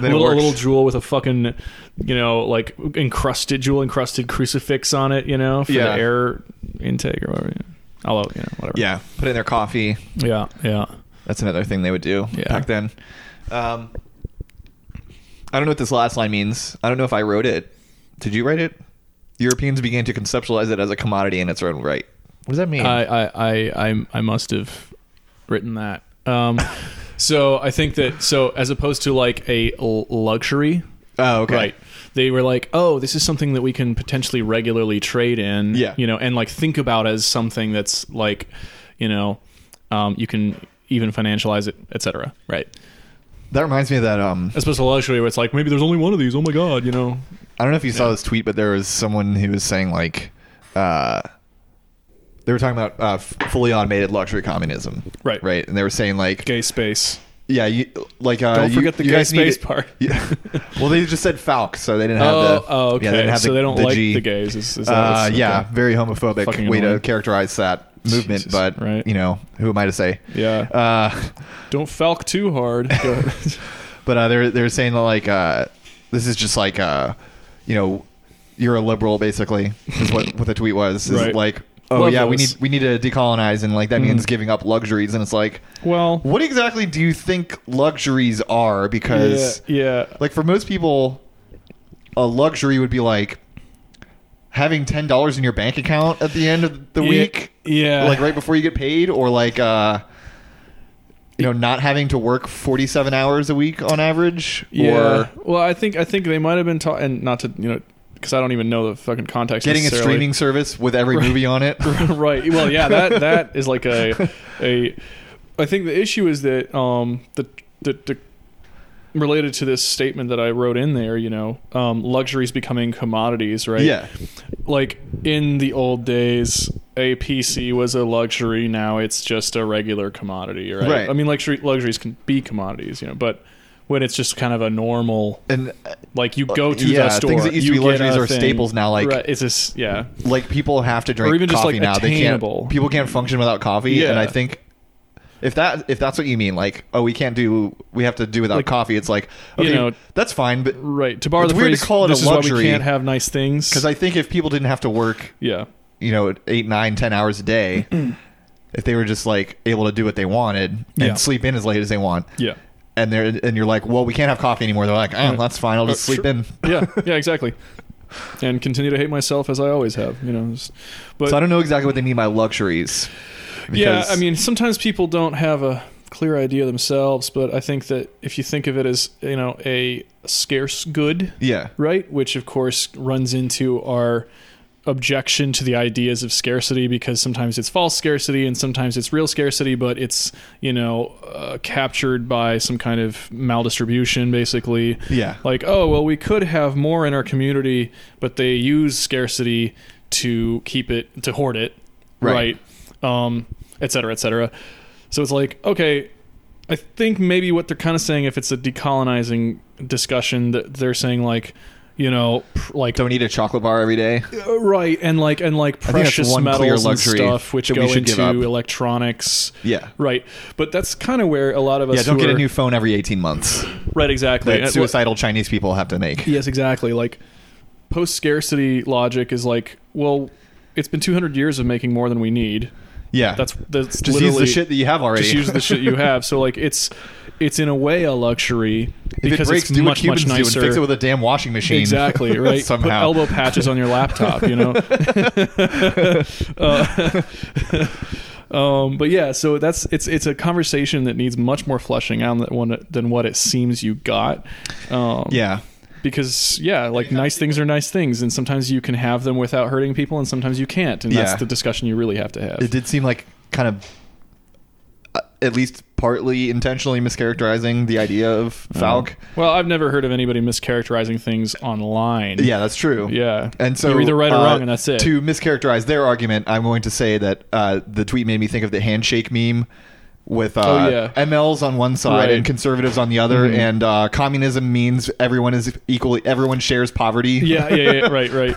[SPEAKER 1] then it
[SPEAKER 2] little, a
[SPEAKER 1] works.
[SPEAKER 2] little jewel with a fucking, you know, like encrusted, jewel encrusted crucifix on it, you know, for
[SPEAKER 1] Yeah.
[SPEAKER 2] the air intake or whatever. Yeah. Although, you know, whatever.
[SPEAKER 1] yeah, put it in their coffee.
[SPEAKER 2] Yeah. Yeah.
[SPEAKER 1] That's another thing they would do
[SPEAKER 2] Yeah.
[SPEAKER 1] back then. Um, I don't know what this last line means. I don't know if I wrote it. Did you write it? Europeans began to conceptualize it as a commodity in its own right. What does that mean?
[SPEAKER 2] I, I, I, I, I must have written that.
[SPEAKER 1] *laughs*
[SPEAKER 2] Um, so I think that so as opposed to like a l- luxury,
[SPEAKER 1] oh, okay.
[SPEAKER 2] right? They were like, oh, this is something that we can potentially regularly trade in,
[SPEAKER 1] Yeah.
[SPEAKER 2] you know, and like think about as something that's like, you know, um, you can even financialize it, etc. Right?
[SPEAKER 1] That reminds me of that. Um,
[SPEAKER 2] As opposed to luxury, where it's like maybe there's only one of these. Oh my god, you know,
[SPEAKER 1] I don't know if you saw this tweet, but there was someone who was saying like, uh, they were talking about uh, f- fully automated luxury communism,
[SPEAKER 2] Right.
[SPEAKER 1] Right, and they were saying like,
[SPEAKER 2] gay space.
[SPEAKER 1] Yeah, you like uh,
[SPEAKER 2] Don't
[SPEAKER 1] you-
[SPEAKER 2] forget the
[SPEAKER 1] you
[SPEAKER 2] gay
[SPEAKER 1] guys need
[SPEAKER 2] space
[SPEAKER 1] to-
[SPEAKER 2] part.
[SPEAKER 1] *laughs* Yeah. Well, they just said Falk, so they didn't have
[SPEAKER 2] Oh,
[SPEAKER 1] the.
[SPEAKER 2] oh, okay.
[SPEAKER 1] yeah, they didn't have
[SPEAKER 2] so
[SPEAKER 1] the,
[SPEAKER 2] they don't
[SPEAKER 1] the
[SPEAKER 2] like
[SPEAKER 1] G.
[SPEAKER 2] the gays. Is, is that
[SPEAKER 1] Uh,
[SPEAKER 2] what's-
[SPEAKER 1] yeah,
[SPEAKER 2] okay.
[SPEAKER 1] very homophobic
[SPEAKER 2] Fucking
[SPEAKER 1] way
[SPEAKER 2] annoying.
[SPEAKER 1] to characterize that movement,
[SPEAKER 2] Jesus,
[SPEAKER 1] but
[SPEAKER 2] right.
[SPEAKER 1] you know, who am I to say?
[SPEAKER 2] Yeah.
[SPEAKER 1] Uh,
[SPEAKER 2] Don't falk
[SPEAKER 1] *laughs*
[SPEAKER 2] too hard. Go ahead.
[SPEAKER 1] but uh, they're they're saying that like uh, this is just like uh, you know, you're a liberal basically is what what the tweet was. Is
[SPEAKER 2] Right.
[SPEAKER 1] like oh
[SPEAKER 2] Love
[SPEAKER 1] yeah, we need
[SPEAKER 2] those. Mm-hmm.
[SPEAKER 1] we need to decolonize and like that means giving up luxuries and it's like
[SPEAKER 2] well,
[SPEAKER 1] what exactly do you think luxuries are
[SPEAKER 2] yeah,
[SPEAKER 1] because
[SPEAKER 2] yeah.
[SPEAKER 1] like for most people a luxury would be like having ten dollars in your bank account at the end of the
[SPEAKER 2] Yeah,
[SPEAKER 1] week
[SPEAKER 2] yeah.
[SPEAKER 1] like right before you get paid or like uh you know not having to work 47 hours a week on average
[SPEAKER 2] Yeah.
[SPEAKER 1] or
[SPEAKER 2] well, I think I think they might have been taught, and not to you know, because I don't even know the fucking context.
[SPEAKER 1] getting a
[SPEAKER 2] necessarily. *laughs*
[SPEAKER 1] streaming service with every movie on it
[SPEAKER 2] right. Well, yeah,
[SPEAKER 1] *laughs*
[SPEAKER 2] that that is like a a. I think the issue is that um the the, the related to this statement that I wrote in there, you know, um, luxuries becoming commodities, right?
[SPEAKER 1] yeah
[SPEAKER 2] Like in the old days, a PC was a luxury. Now it's just a regular commodity, right?
[SPEAKER 1] Right.
[SPEAKER 2] I mean, luxury luxuries can be commodities, you know, but when it's just kind of a normal,
[SPEAKER 1] and
[SPEAKER 2] like you go to
[SPEAKER 1] yeah,
[SPEAKER 2] the store,
[SPEAKER 1] things that used to
[SPEAKER 2] you
[SPEAKER 1] be
[SPEAKER 2] get
[SPEAKER 1] luxuries
[SPEAKER 2] a
[SPEAKER 1] are
[SPEAKER 2] thing.
[SPEAKER 1] staples now, like-
[SPEAKER 2] right, it's just yeah,
[SPEAKER 1] like people have to drink
[SPEAKER 2] even just,
[SPEAKER 1] coffee
[SPEAKER 2] like,
[SPEAKER 1] now. They
[SPEAKER 2] attainable.
[SPEAKER 1] can't. People can't function without coffee.
[SPEAKER 2] Yeah.
[SPEAKER 1] And I think if that if that's what you mean, like oh, we can't do we have to do without
[SPEAKER 2] Like,
[SPEAKER 1] coffee. It's like
[SPEAKER 2] you
[SPEAKER 1] okay,
[SPEAKER 2] know,
[SPEAKER 1] that's fine, but
[SPEAKER 2] Right. To borrow
[SPEAKER 1] It's
[SPEAKER 2] the
[SPEAKER 1] weird to
[SPEAKER 2] phrase,
[SPEAKER 1] call it
[SPEAKER 2] this
[SPEAKER 1] a
[SPEAKER 2] is why
[SPEAKER 1] luxury,
[SPEAKER 2] we can't have nice things.
[SPEAKER 1] because I think if people didn't have to work,
[SPEAKER 2] yeah,
[SPEAKER 1] you know, eight, nine, ten hours a
[SPEAKER 2] *clears throat*
[SPEAKER 1] day, if they were just like able to do what they wanted and
[SPEAKER 2] Yeah.
[SPEAKER 1] sleep in as late as they want,
[SPEAKER 2] yeah,
[SPEAKER 1] and they're and you're like, well, we can't have coffee anymore. They're like, oh, that's fine. I'll just
[SPEAKER 2] Uh,
[SPEAKER 1] sleep
[SPEAKER 2] sure.
[SPEAKER 1] in.
[SPEAKER 2] yeah, yeah, exactly. And continue to hate myself as I always have, you know. just- But
[SPEAKER 1] So I don't know exactly what they mean by luxuries.
[SPEAKER 2] yeah,
[SPEAKER 1] because-
[SPEAKER 2] I mean, sometimes people don't have a clear idea themselves, but I think that if you think of it as you know a scarce good,
[SPEAKER 1] yeah,
[SPEAKER 2] right, which of course runs into our objection to the ideas of scarcity because sometimes it's false scarcity and sometimes it's real scarcity but it's you know uh, captured by some kind of maldistribution basically
[SPEAKER 1] yeah,
[SPEAKER 2] like oh well we could have more in our community but they use scarcity to keep it to hoard it
[SPEAKER 1] Right.
[SPEAKER 2] right, um et cetera et cetera so it's like okay i think maybe what they're kind of saying if it's a decolonizing discussion that they're saying like you know pr- like
[SPEAKER 1] don't eat a chocolate bar every day.
[SPEAKER 2] uh, right and like and like
[SPEAKER 1] think that's
[SPEAKER 2] precious
[SPEAKER 1] one clear
[SPEAKER 2] metals and
[SPEAKER 1] luxury
[SPEAKER 2] stuff which
[SPEAKER 1] that we
[SPEAKER 2] go
[SPEAKER 1] should give
[SPEAKER 2] into
[SPEAKER 1] up.
[SPEAKER 2] electronics
[SPEAKER 1] Yeah.
[SPEAKER 2] right but that's kind of where a lot of us
[SPEAKER 1] Yeah, don't
[SPEAKER 2] who
[SPEAKER 1] get
[SPEAKER 2] are-
[SPEAKER 1] a new phone every 18
[SPEAKER 2] *laughs*
[SPEAKER 1] months
[SPEAKER 2] right exactly
[SPEAKER 1] that
[SPEAKER 2] And-
[SPEAKER 1] suicidal Chinese people have to make.
[SPEAKER 2] Yes, exactly. Like post scarcity logic is like, well, it's been 200 years of making more than we need.
[SPEAKER 1] Yeah.
[SPEAKER 2] That's that's
[SPEAKER 1] just use
[SPEAKER 2] literally
[SPEAKER 1] the shit that you have already. *laughs*
[SPEAKER 2] just use the shit you have. So like it's it's in a way a luxury
[SPEAKER 1] if it
[SPEAKER 2] because
[SPEAKER 1] breaks,
[SPEAKER 2] it's
[SPEAKER 1] do what
[SPEAKER 2] much
[SPEAKER 1] Cubans
[SPEAKER 2] much
[SPEAKER 1] do and
[SPEAKER 2] nicer.
[SPEAKER 1] fix it with a damn washing machine. *laughs*
[SPEAKER 2] Exactly right. Put
[SPEAKER 1] Somehow.
[SPEAKER 2] elbow patches on your laptop, you know. *laughs* Uh, *laughs* um, but yeah, so that's it's it's a conversation that needs much more fleshing out than one than what it seems you got. Um,
[SPEAKER 1] Yeah.
[SPEAKER 2] because yeah like nice things are nice things and sometimes you can have them without hurting people and sometimes you can't and
[SPEAKER 1] Yeah.
[SPEAKER 2] that's the discussion you really have to have
[SPEAKER 1] It did seem like kind of uh, at least partly intentionally mischaracterizing the idea of Falk.
[SPEAKER 2] well i've never heard of anybody mischaracterizing things online
[SPEAKER 1] Yeah, that's true.
[SPEAKER 2] yeah
[SPEAKER 1] And so
[SPEAKER 2] you're either right or
[SPEAKER 1] uh,
[SPEAKER 2] wrong and that's it
[SPEAKER 1] To mischaracterize their argument, I'm going to say that uh, the tweet made me think of the handshake meme with uh,
[SPEAKER 2] Oh, yeah.
[SPEAKER 1] MLs on one side
[SPEAKER 2] Right.
[SPEAKER 1] and conservatives on the other,
[SPEAKER 2] Mhm.
[SPEAKER 1] and uh, communism means everyone is equally everyone shares poverty.
[SPEAKER 2] yeah, yeah yeah
[SPEAKER 1] *laughs*
[SPEAKER 2] right right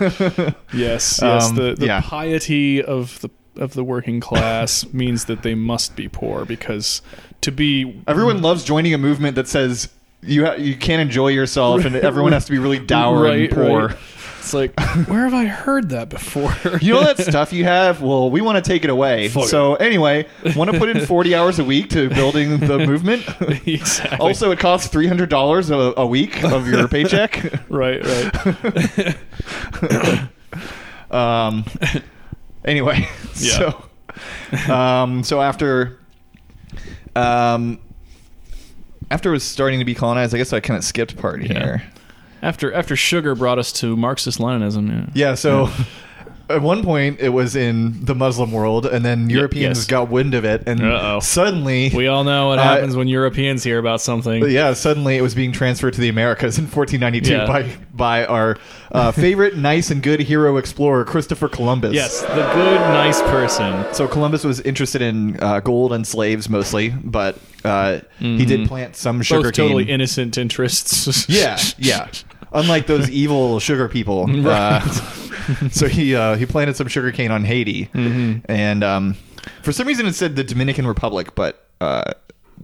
[SPEAKER 2] yes yes
[SPEAKER 1] Um,
[SPEAKER 2] the, the
[SPEAKER 1] yeah.
[SPEAKER 2] piety of the of the working
[SPEAKER 1] *laughs*
[SPEAKER 2] class means that they must be poor because to be
[SPEAKER 1] Everyone loves joining a movement that says you ha- you can't enjoy yourself, and everyone has to be
[SPEAKER 2] *laughs*
[SPEAKER 1] really dour
[SPEAKER 2] right,
[SPEAKER 1] and poor.
[SPEAKER 2] right. it's like where have i heard that before
[SPEAKER 1] *laughs* You know that stuff you have? Well, we want to take it away.
[SPEAKER 2] Fuck
[SPEAKER 1] so anyway, want to put in 40 hours a week to building
[SPEAKER 2] *laughs*
[SPEAKER 1] the movement?
[SPEAKER 2] *laughs* exactly
[SPEAKER 1] Also, it costs three hundred dollars a week of
[SPEAKER 2] *laughs*
[SPEAKER 1] your paycheck.
[SPEAKER 2] right right
[SPEAKER 1] *laughs* Um, anyway,
[SPEAKER 2] *laughs* Yeah.
[SPEAKER 1] so um, so after um, after it was starting to be colonized, I guess I kind of skipped part
[SPEAKER 2] Yeah.
[SPEAKER 1] here.
[SPEAKER 2] After after sugar brought us to Marxist Leninism, yeah.
[SPEAKER 1] Yeah, so *laughs* at one point it was in the Muslim world, and then Europeans
[SPEAKER 2] yes.
[SPEAKER 1] got wind of it, and
[SPEAKER 2] Uh-oh.
[SPEAKER 1] suddenly
[SPEAKER 2] We all know what
[SPEAKER 1] Uh,
[SPEAKER 2] happens when Europeans hear about something.
[SPEAKER 1] yeah, suddenly it was being transferred to the Americas in 1492
[SPEAKER 2] Yeah.
[SPEAKER 1] by by our uh, favorite nice and good hero explorer Christopher Columbus.
[SPEAKER 2] Yes, the good, nice person.
[SPEAKER 1] So Columbus was interested in uh, gold and slaves mostly, but uh, he did plant some sugar
[SPEAKER 2] Mm-hmm. Both totally innocent interests.
[SPEAKER 1] *laughs* Yeah, yeah. Unlike
[SPEAKER 2] *laughs*
[SPEAKER 1] those evil sugar people. Uh, so he uh, he planted some sugar cane on Haiti,
[SPEAKER 2] Mm-hmm.
[SPEAKER 1] and um, for some reason it said the Dominican Republic, but uh,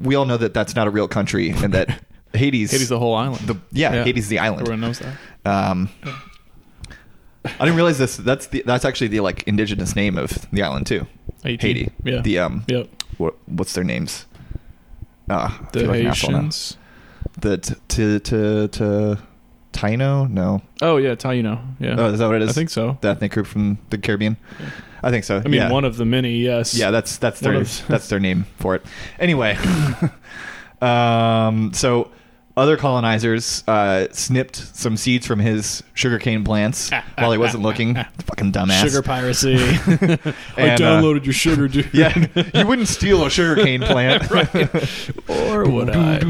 [SPEAKER 1] we all know that that's not a real country, and
[SPEAKER 2] *laughs*
[SPEAKER 1] that Haiti's
[SPEAKER 2] Haiti's the whole island.
[SPEAKER 1] the- yeah, Haiti's the island.
[SPEAKER 2] Everyone knows that.
[SPEAKER 1] Um, I didn't realize this. That's the that's actually the like indigenous name of the island too.
[SPEAKER 2] Haiti. Yeah.
[SPEAKER 1] The um.
[SPEAKER 2] Yep.
[SPEAKER 1] What, what's their names? Ah, I
[SPEAKER 2] The
[SPEAKER 1] feel like an asshole now.
[SPEAKER 2] Haitians.
[SPEAKER 1] The t t t t. Taino? No.
[SPEAKER 2] Oh yeah, it's how you know. Yeah.
[SPEAKER 1] Oh, is that what it is?
[SPEAKER 2] I think so.
[SPEAKER 1] The ethnic group from the Caribbean. I think so.
[SPEAKER 2] I mean,
[SPEAKER 1] yeah.
[SPEAKER 2] one of the many. Yes.
[SPEAKER 1] Yeah, that's that's
[SPEAKER 2] One
[SPEAKER 1] their
[SPEAKER 2] of-
[SPEAKER 1] that's their name for it. Anyway, *laughs* um, so other colonizers uh, snipped some seeds from his sugarcane plants
[SPEAKER 2] *laughs*
[SPEAKER 1] while he wasn't looking. Fucking dumbass.
[SPEAKER 2] Sugar
[SPEAKER 1] *laughs*
[SPEAKER 2] piracy. I
[SPEAKER 1] And, uh,
[SPEAKER 2] downloaded your sugar, dude.
[SPEAKER 1] yeah, *laughs* you wouldn't steal a sugarcane plant.
[SPEAKER 2] or would
[SPEAKER 1] *laughs*
[SPEAKER 2] I?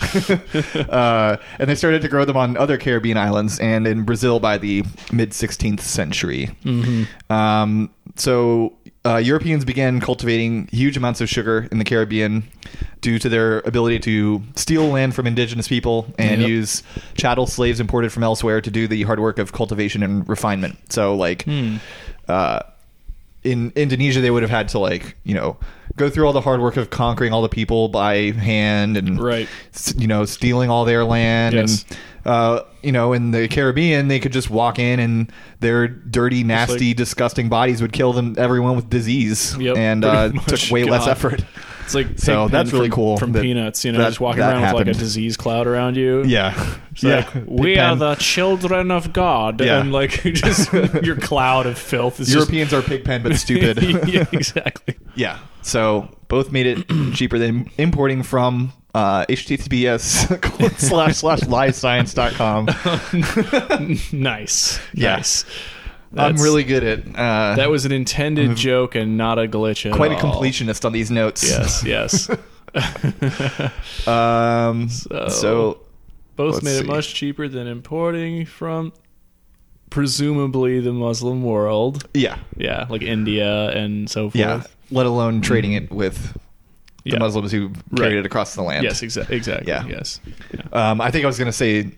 [SPEAKER 1] uh, and they started to grow them on other Caribbean islands and in Brazil by the mid 16th century. Um, so uh, Europeans began cultivating huge amounts of sugar in the Caribbean due to their ability to steal land from indigenous people and
[SPEAKER 2] Yep.
[SPEAKER 1] use chattel slaves imported from elsewhere to do the hard work of cultivation and refinement. So, like,
[SPEAKER 2] Hmm.
[SPEAKER 1] uh, in Indonesia, they would have had to like you know go through all the hard work of conquering all the people by hand and
[SPEAKER 2] Right.
[SPEAKER 1] s- you know stealing all their land
[SPEAKER 2] Yes.
[SPEAKER 1] and uh, you know in the Caribbean they could just walk in and their dirty, nasty,
[SPEAKER 2] like-
[SPEAKER 1] disgusting bodies would kill them everyone with disease
[SPEAKER 2] Yep,
[SPEAKER 1] and
[SPEAKER 2] pretty
[SPEAKER 1] uh,
[SPEAKER 2] *laughs* much.
[SPEAKER 1] took way less
[SPEAKER 2] God. *laughs*
[SPEAKER 1] effort.
[SPEAKER 2] It's like
[SPEAKER 1] So
[SPEAKER 2] Pigpen
[SPEAKER 1] that's really
[SPEAKER 2] from-
[SPEAKER 1] cool
[SPEAKER 2] from
[SPEAKER 1] that-
[SPEAKER 2] Peanuts. You know,
[SPEAKER 1] that-
[SPEAKER 2] just walking
[SPEAKER 1] that
[SPEAKER 2] around with like a
[SPEAKER 1] happened.
[SPEAKER 2] disease cloud around you.
[SPEAKER 1] Yeah,
[SPEAKER 2] It's like, we are the children of God,
[SPEAKER 1] Yeah.
[SPEAKER 2] and like *laughs*
[SPEAKER 1] *laughs*
[SPEAKER 2] you just your cloud of filth is just-
[SPEAKER 1] Europeans are pigpen but stupid.
[SPEAKER 2] *laughs* yeah, exactly.
[SPEAKER 1] *laughs* Yeah. So both made it *clears throat* cheaper than importing from uh, https *laughs* colon slash slash
[SPEAKER 2] *laughs*
[SPEAKER 1] livescience.com.
[SPEAKER 2] Nice.
[SPEAKER 1] Yeah.
[SPEAKER 2] Nice.
[SPEAKER 1] I'm
[SPEAKER 2] That's-
[SPEAKER 1] really good at uh,
[SPEAKER 2] That was an intended joke and not a glitch at
[SPEAKER 1] quite a
[SPEAKER 2] all. *laughs*
[SPEAKER 1] completionist on these notes.
[SPEAKER 2] Yes,
[SPEAKER 1] *laughs*
[SPEAKER 2] yes.
[SPEAKER 1] Um,
[SPEAKER 2] So-
[SPEAKER 1] so,
[SPEAKER 2] Both
[SPEAKER 1] Let's
[SPEAKER 2] made it
[SPEAKER 1] see.
[SPEAKER 2] much cheaper than importing from presumably the Muslim world.
[SPEAKER 1] yeah,
[SPEAKER 2] Yeah, like India and so forth.
[SPEAKER 1] yeah. Let alone trading it with the
[SPEAKER 2] Mm-hmm. Yeah.
[SPEAKER 1] Muslims who carried
[SPEAKER 2] Right.
[SPEAKER 1] it across the land.
[SPEAKER 2] Yes, exa- exactly.
[SPEAKER 1] Yeah.
[SPEAKER 2] Yes. Yeah.
[SPEAKER 1] Um, I think I was going to say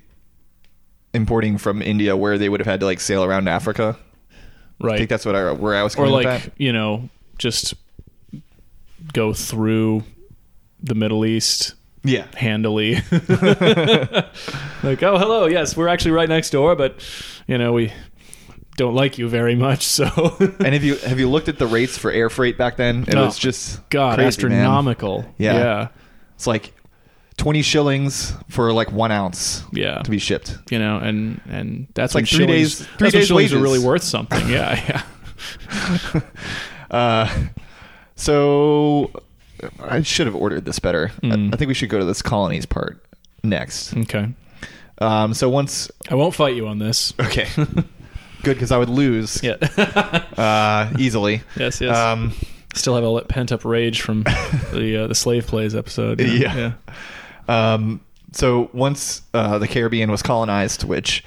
[SPEAKER 1] importing from India, where they would have had to like sail around Africa.
[SPEAKER 2] Right.
[SPEAKER 1] I think that's what I where I was
[SPEAKER 2] or
[SPEAKER 1] going with
[SPEAKER 2] like
[SPEAKER 1] that.
[SPEAKER 2] you know just go through the middle east
[SPEAKER 1] Yeah, *laughs*
[SPEAKER 2] handily like oh hello yes we're actually right next door but you know we don't like you very much so
[SPEAKER 1] *laughs* And have you have you looked at the rates for air freight back then? It
[SPEAKER 2] Oh,
[SPEAKER 1] was just
[SPEAKER 2] god
[SPEAKER 1] crazy, man.
[SPEAKER 2] astronomical
[SPEAKER 1] Yeah.
[SPEAKER 2] yeah
[SPEAKER 1] It's like twenty shillings for like one ounce
[SPEAKER 2] Yeah.
[SPEAKER 1] to be shipped.
[SPEAKER 2] you know and and that's
[SPEAKER 1] like
[SPEAKER 2] when
[SPEAKER 1] three days-
[SPEAKER 2] shillings- that's
[SPEAKER 1] three
[SPEAKER 2] when
[SPEAKER 1] days'
[SPEAKER 2] shillings are
[SPEAKER 1] wages.
[SPEAKER 2] really worth something yeah
[SPEAKER 1] *laughs*
[SPEAKER 2] yeah
[SPEAKER 1] Uh, so I should have ordered this better.
[SPEAKER 2] Mm.
[SPEAKER 1] I, I think we should go to this colonies part next.
[SPEAKER 2] okay
[SPEAKER 1] Um, so once
[SPEAKER 2] i won't fight you on this
[SPEAKER 1] okay, *laughs* good because I would lose
[SPEAKER 2] yeah *laughs*
[SPEAKER 1] uh, easily.
[SPEAKER 2] yes yes
[SPEAKER 1] Um,
[SPEAKER 2] still have all that pent up rage
[SPEAKER 1] *laughs*
[SPEAKER 2] from the uh, the slave plays episode you know?
[SPEAKER 1] Yeah. Um, so once uh, the Caribbean was colonized, which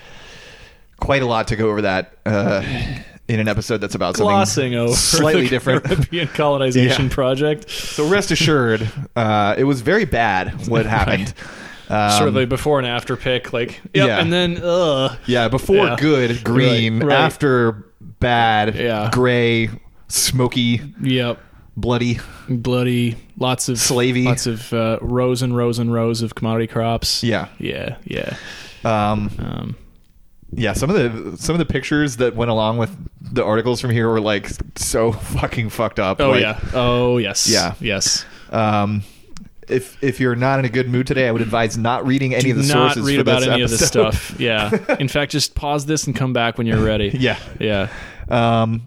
[SPEAKER 1] quite a lot to go over that uh, in an episode that's about
[SPEAKER 2] glossing
[SPEAKER 1] something
[SPEAKER 2] over
[SPEAKER 1] slightly
[SPEAKER 2] the
[SPEAKER 1] different.
[SPEAKER 2] European colonization
[SPEAKER 1] Yeah.
[SPEAKER 2] project.
[SPEAKER 1] So rest assured, uh, it was very bad
[SPEAKER 2] *laughs*
[SPEAKER 1] what happened. Um,
[SPEAKER 2] sort of a before and after pick, like yep,
[SPEAKER 1] yeah.
[SPEAKER 2] and then ugh,
[SPEAKER 1] yeah, before
[SPEAKER 2] Yeah.
[SPEAKER 1] good green,
[SPEAKER 2] Right, right.
[SPEAKER 1] after bad
[SPEAKER 2] Yeah.
[SPEAKER 1] gray, smoky,
[SPEAKER 2] yep,
[SPEAKER 1] bloody.
[SPEAKER 2] bloody, lots of
[SPEAKER 1] Slavey.
[SPEAKER 2] lots of uh, rows and rows and rows of commodity crops.
[SPEAKER 1] Yeah,
[SPEAKER 2] yeah, yeah.
[SPEAKER 1] um,
[SPEAKER 2] Um,
[SPEAKER 1] yeah. Some of the some of the pictures that went along with the articles from here were like so fucking fucked up.
[SPEAKER 2] oh
[SPEAKER 1] Like,
[SPEAKER 2] yeah, oh yes,
[SPEAKER 1] Yeah.
[SPEAKER 2] yes.
[SPEAKER 1] Um, if if you're not in a good mood today, I would advise not reading any of the
[SPEAKER 2] Not
[SPEAKER 1] sources.
[SPEAKER 2] read
[SPEAKER 1] for
[SPEAKER 2] about
[SPEAKER 1] this
[SPEAKER 2] any of this
[SPEAKER 1] episode. *laughs*
[SPEAKER 2] stuff. Yeah. In fact, just pause this and come back when you're ready.
[SPEAKER 1] Yeah.
[SPEAKER 2] yeah.
[SPEAKER 1] Um,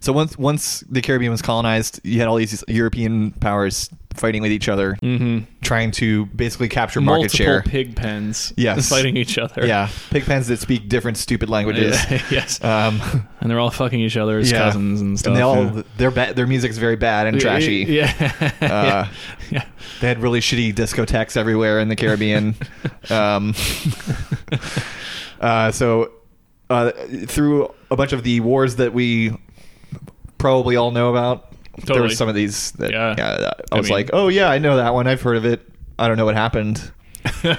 [SPEAKER 1] so once once the Caribbean was colonized, you had all these European powers fighting with each other,
[SPEAKER 2] Mm-hmm.
[SPEAKER 1] trying to basically capture market
[SPEAKER 2] Mm. Multiple
[SPEAKER 1] share.
[SPEAKER 2] pig pens
[SPEAKER 1] Yes.
[SPEAKER 2] fighting each other.
[SPEAKER 1] yeah, pig pens that speak different stupid languages.
[SPEAKER 2] *laughs* yes.
[SPEAKER 1] Um,
[SPEAKER 2] and they're all fucking each other's
[SPEAKER 1] yeah.
[SPEAKER 2] cousins and stuff.
[SPEAKER 1] they all
[SPEAKER 2] yeah.
[SPEAKER 1] their ba- their music's very bad and trashy.
[SPEAKER 2] *laughs* Yeah.
[SPEAKER 1] Uh,
[SPEAKER 2] *laughs* yeah.
[SPEAKER 1] They had really shitty discotheques everywhere in the
[SPEAKER 2] *laughs*
[SPEAKER 1] Caribbean. um, uh, so, uh, through a bunch of the wars that we probably all know about, there were
[SPEAKER 2] Totally.
[SPEAKER 1] some of these that
[SPEAKER 2] Yeah.
[SPEAKER 1] I
[SPEAKER 2] I
[SPEAKER 1] was
[SPEAKER 2] mean-
[SPEAKER 1] like, oh, yeah, I know that one. I've heard of it. I don't know what
[SPEAKER 2] *laughs*
[SPEAKER 1] happened.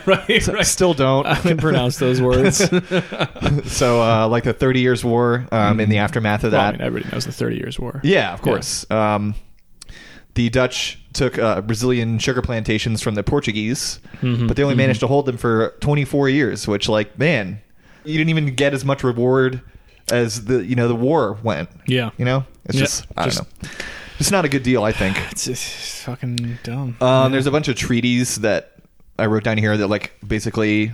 [SPEAKER 2] right,
[SPEAKER 1] I
[SPEAKER 2] right.
[SPEAKER 1] still don't.
[SPEAKER 2] I can pronounce those words.
[SPEAKER 1] *laughs* so, uh, like the 30 Years' War, um, in the aftermath of
[SPEAKER 2] Mm. Well, I
[SPEAKER 1] that.
[SPEAKER 2] mean, everybody knows the Thirty Years' War.
[SPEAKER 1] Yeah, of
[SPEAKER 2] Yeah.
[SPEAKER 1] course. Um, the Dutch took uh, Brazilian sugar plantations from the Portuguese,
[SPEAKER 2] Mm-hmm.
[SPEAKER 1] but they only managed to hold them for 24 years. Which, like, man, you didn't even get as much reward as the you know the war went.
[SPEAKER 2] Yeah.
[SPEAKER 1] You know, it's
[SPEAKER 2] Yeah,
[SPEAKER 1] just I
[SPEAKER 2] just-
[SPEAKER 1] don't know. It's not a good deal, I think.
[SPEAKER 2] It's, it's fucking dumb.
[SPEAKER 1] Um, there's a bunch of treaties that I wrote down here that like basically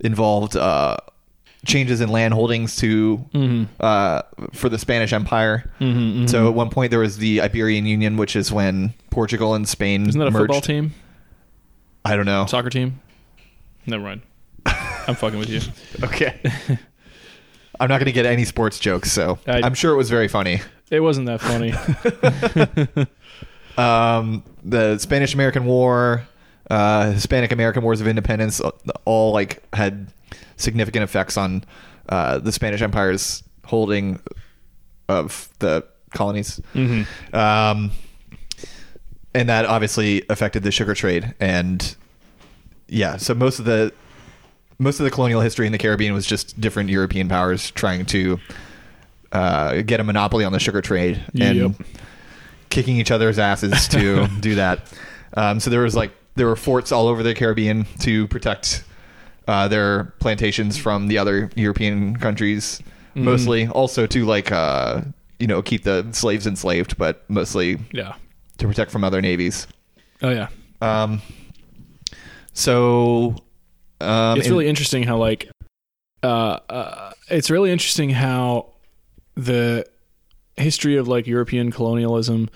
[SPEAKER 1] involved uh, changes in land holdings to
[SPEAKER 2] Mm-hmm.
[SPEAKER 1] uh, for the Spanish Empire. So at one point there was the Iberian Union, which is when Portugal and Spain
[SPEAKER 2] Isn't that a
[SPEAKER 1] merged.
[SPEAKER 2] football team?
[SPEAKER 1] I don't know.
[SPEAKER 2] Soccer team? Never mind. I'm fucking with you.
[SPEAKER 1] *laughs*
[SPEAKER 2] *laughs*
[SPEAKER 1] Okay. I'm not going to get any sports jokes, so
[SPEAKER 2] I-
[SPEAKER 1] I'm sure it was very funny.
[SPEAKER 2] It wasn't that
[SPEAKER 1] *laughs*
[SPEAKER 2] funny.
[SPEAKER 1] um, the Spanish American War, uh, Hispanic American Wars of Independence, uh, all like had significant effects on uh, the Spanish Empire's holding of the colonies, um, and that obviously affected the sugar trade. And yeah, so most of the most of the colonial history in the Caribbean was just different European powers trying to uh, get a monopoly on the sugar trade and
[SPEAKER 2] Yep.
[SPEAKER 1] kicking each other's asses to do that. Um, so there was like there were forts all over the Caribbean to protect uh, their plantations from the other European countries, mostly also to like uh, you know keep the slaves enslaved, but mostly
[SPEAKER 2] Yeah.
[SPEAKER 1] to protect from other navies.
[SPEAKER 2] Oh yeah.
[SPEAKER 1] Um, so um,
[SPEAKER 2] It's
[SPEAKER 1] in-
[SPEAKER 2] really interesting how like uh, uh it's really interesting how the history of like European colonialism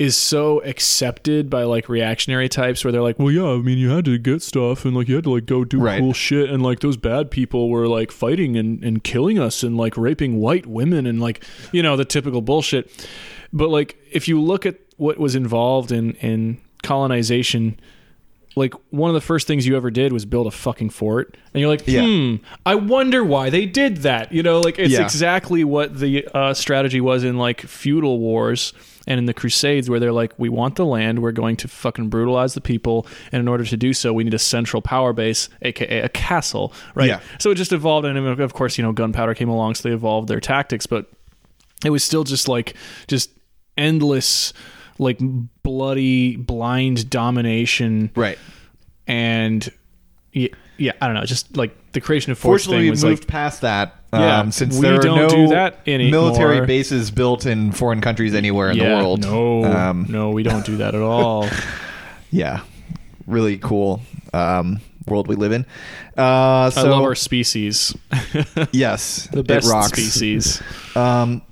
[SPEAKER 2] is so accepted by like reactionary types where they're like, well, yeah, I mean, you had to get stuff and like you had to like go do
[SPEAKER 1] Right.
[SPEAKER 2] cool shit. And like those bad people were like fighting and, and killing us and like raping white women and like, you know, the typical bullshit. But like, if you look at what was involved in, in colonization, like one of the first things you ever did was build a fucking fort. And you're like, hmm,
[SPEAKER 1] Yeah.
[SPEAKER 2] I wonder why they did that. You know, like it's
[SPEAKER 1] Yeah.
[SPEAKER 2] exactly what the uh, strategy was in like feudal wars and in the Crusades, where they're like, we want the land, we're going to fucking brutalize the people, and in order to do so, we need a central power base, aka a castle, right?
[SPEAKER 1] Yeah.
[SPEAKER 2] So it just evolved, and of course, you know, gunpowder came along, so they evolved their tactics, but it was still just like just endless, like bloody, blind domination,
[SPEAKER 1] right.
[SPEAKER 2] and yeah, yeah I don't know, just like the creation of forts
[SPEAKER 1] Fortunately,
[SPEAKER 2] thing
[SPEAKER 1] we
[SPEAKER 2] was
[SPEAKER 1] moved
[SPEAKER 2] like.
[SPEAKER 1] past that.
[SPEAKER 2] Yeah,
[SPEAKER 1] um, since
[SPEAKER 2] we
[SPEAKER 1] there are
[SPEAKER 2] don't
[SPEAKER 1] no
[SPEAKER 2] do that anymore.
[SPEAKER 1] military bases built in foreign countries anywhere in the
[SPEAKER 2] Yeah,
[SPEAKER 1] world.
[SPEAKER 2] No,
[SPEAKER 1] Um,
[SPEAKER 2] no, we don't do that
[SPEAKER 1] *laughs*
[SPEAKER 2] at all.
[SPEAKER 1] Yeah, really cool um, world we live in. Uh, so
[SPEAKER 2] I love our species,
[SPEAKER 1] yes,
[SPEAKER 2] the
[SPEAKER 1] *laughs*
[SPEAKER 2] best
[SPEAKER 1] it rocks.
[SPEAKER 2] species.
[SPEAKER 1] Um,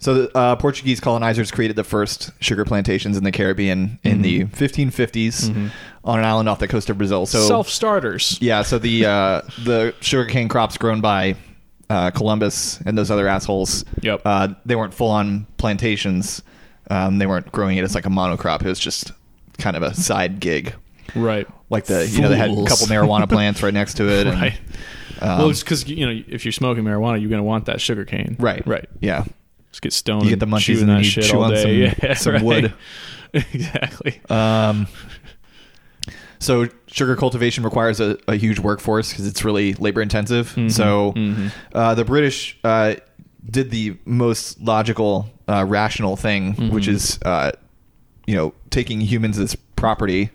[SPEAKER 1] so the uh, Portuguese colonizers created the first sugar plantations in the Caribbean
[SPEAKER 2] Mm-hmm.
[SPEAKER 1] in the 1550s on an island off the coast of Brazil. *laughs* So
[SPEAKER 2] Self starters.
[SPEAKER 1] yeah, so the uh, the sugarcane crops grown by uh, Columbus and those other assholes.
[SPEAKER 2] Yep.
[SPEAKER 1] Uh, they weren't full on plantations. Um, they weren't growing it as like a monocrop. It was just kind of a side gig.
[SPEAKER 2] Right.
[SPEAKER 1] Like the you know they had a
[SPEAKER 2] Fools.
[SPEAKER 1] couple
[SPEAKER 2] *laughs*
[SPEAKER 1] marijuana plants right next to it. and- um,
[SPEAKER 2] Right. well, it's because you know if you're smoking marijuana, you're going to want that sugar cane.
[SPEAKER 1] right,
[SPEAKER 2] Right.
[SPEAKER 1] yeah.
[SPEAKER 2] Just get stoned.
[SPEAKER 1] You get the
[SPEAKER 2] and
[SPEAKER 1] munchies
[SPEAKER 2] chewing
[SPEAKER 1] and then
[SPEAKER 2] that
[SPEAKER 1] you
[SPEAKER 2] shit
[SPEAKER 1] chew
[SPEAKER 2] all
[SPEAKER 1] on some,
[SPEAKER 2] day. *laughs*
[SPEAKER 1] *laughs*
[SPEAKER 2] Yeah,
[SPEAKER 1] some
[SPEAKER 2] right.
[SPEAKER 1] wood.
[SPEAKER 2] exactly.
[SPEAKER 1] Um, so sugar cultivation requires a, a huge workforce because it's really labor intensive.
[SPEAKER 2] Mm-hmm.
[SPEAKER 1] So Uh, the British uh, did the most logical, uh, rational thing,
[SPEAKER 2] Mm-hmm.
[SPEAKER 1] which is, uh, you know, taking humans as property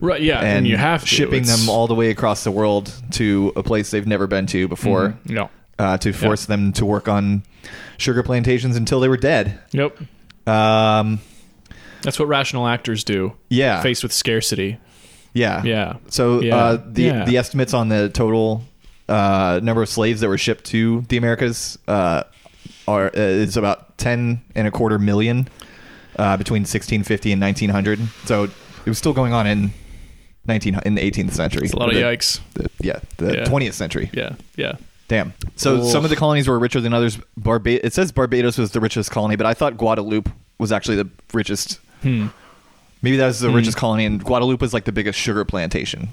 [SPEAKER 2] Right. Yeah. And,
[SPEAKER 1] and,
[SPEAKER 2] you have to.
[SPEAKER 1] shipping
[SPEAKER 2] It's-
[SPEAKER 1] them all the way across the world to a place they've never been to before.
[SPEAKER 2] No.
[SPEAKER 1] Uh, to force them to work on sugar plantations until they were dead.
[SPEAKER 2] Yep.
[SPEAKER 1] Um,
[SPEAKER 2] That's what rational actors do.
[SPEAKER 1] yeah.
[SPEAKER 2] Faced with scarcity.
[SPEAKER 1] Yeah.
[SPEAKER 2] Yeah.
[SPEAKER 1] So
[SPEAKER 2] Yeah.
[SPEAKER 1] Uh, the
[SPEAKER 2] Yeah.
[SPEAKER 1] the estimates on the total uh, number of slaves that were shipped to the Americas uh, are uh, is about ten and a quarter million. uh, between 1650 and 1900. So it was still going on in 19 in the 18th century.
[SPEAKER 2] It's a lot of
[SPEAKER 1] The-
[SPEAKER 2] yikes.
[SPEAKER 1] the- yeah, the
[SPEAKER 2] Yeah.
[SPEAKER 1] 20th century.
[SPEAKER 2] Yeah, yeah.
[SPEAKER 1] Damn. So
[SPEAKER 2] Oof.
[SPEAKER 1] some of the colonies were richer than others. Barba- it says Barbados was the richest colony, but I thought Guadeloupe was actually the richest.
[SPEAKER 2] Hmm.
[SPEAKER 1] Maybe that was the richest colony, and Guadeloupe was like the biggest sugar plantation.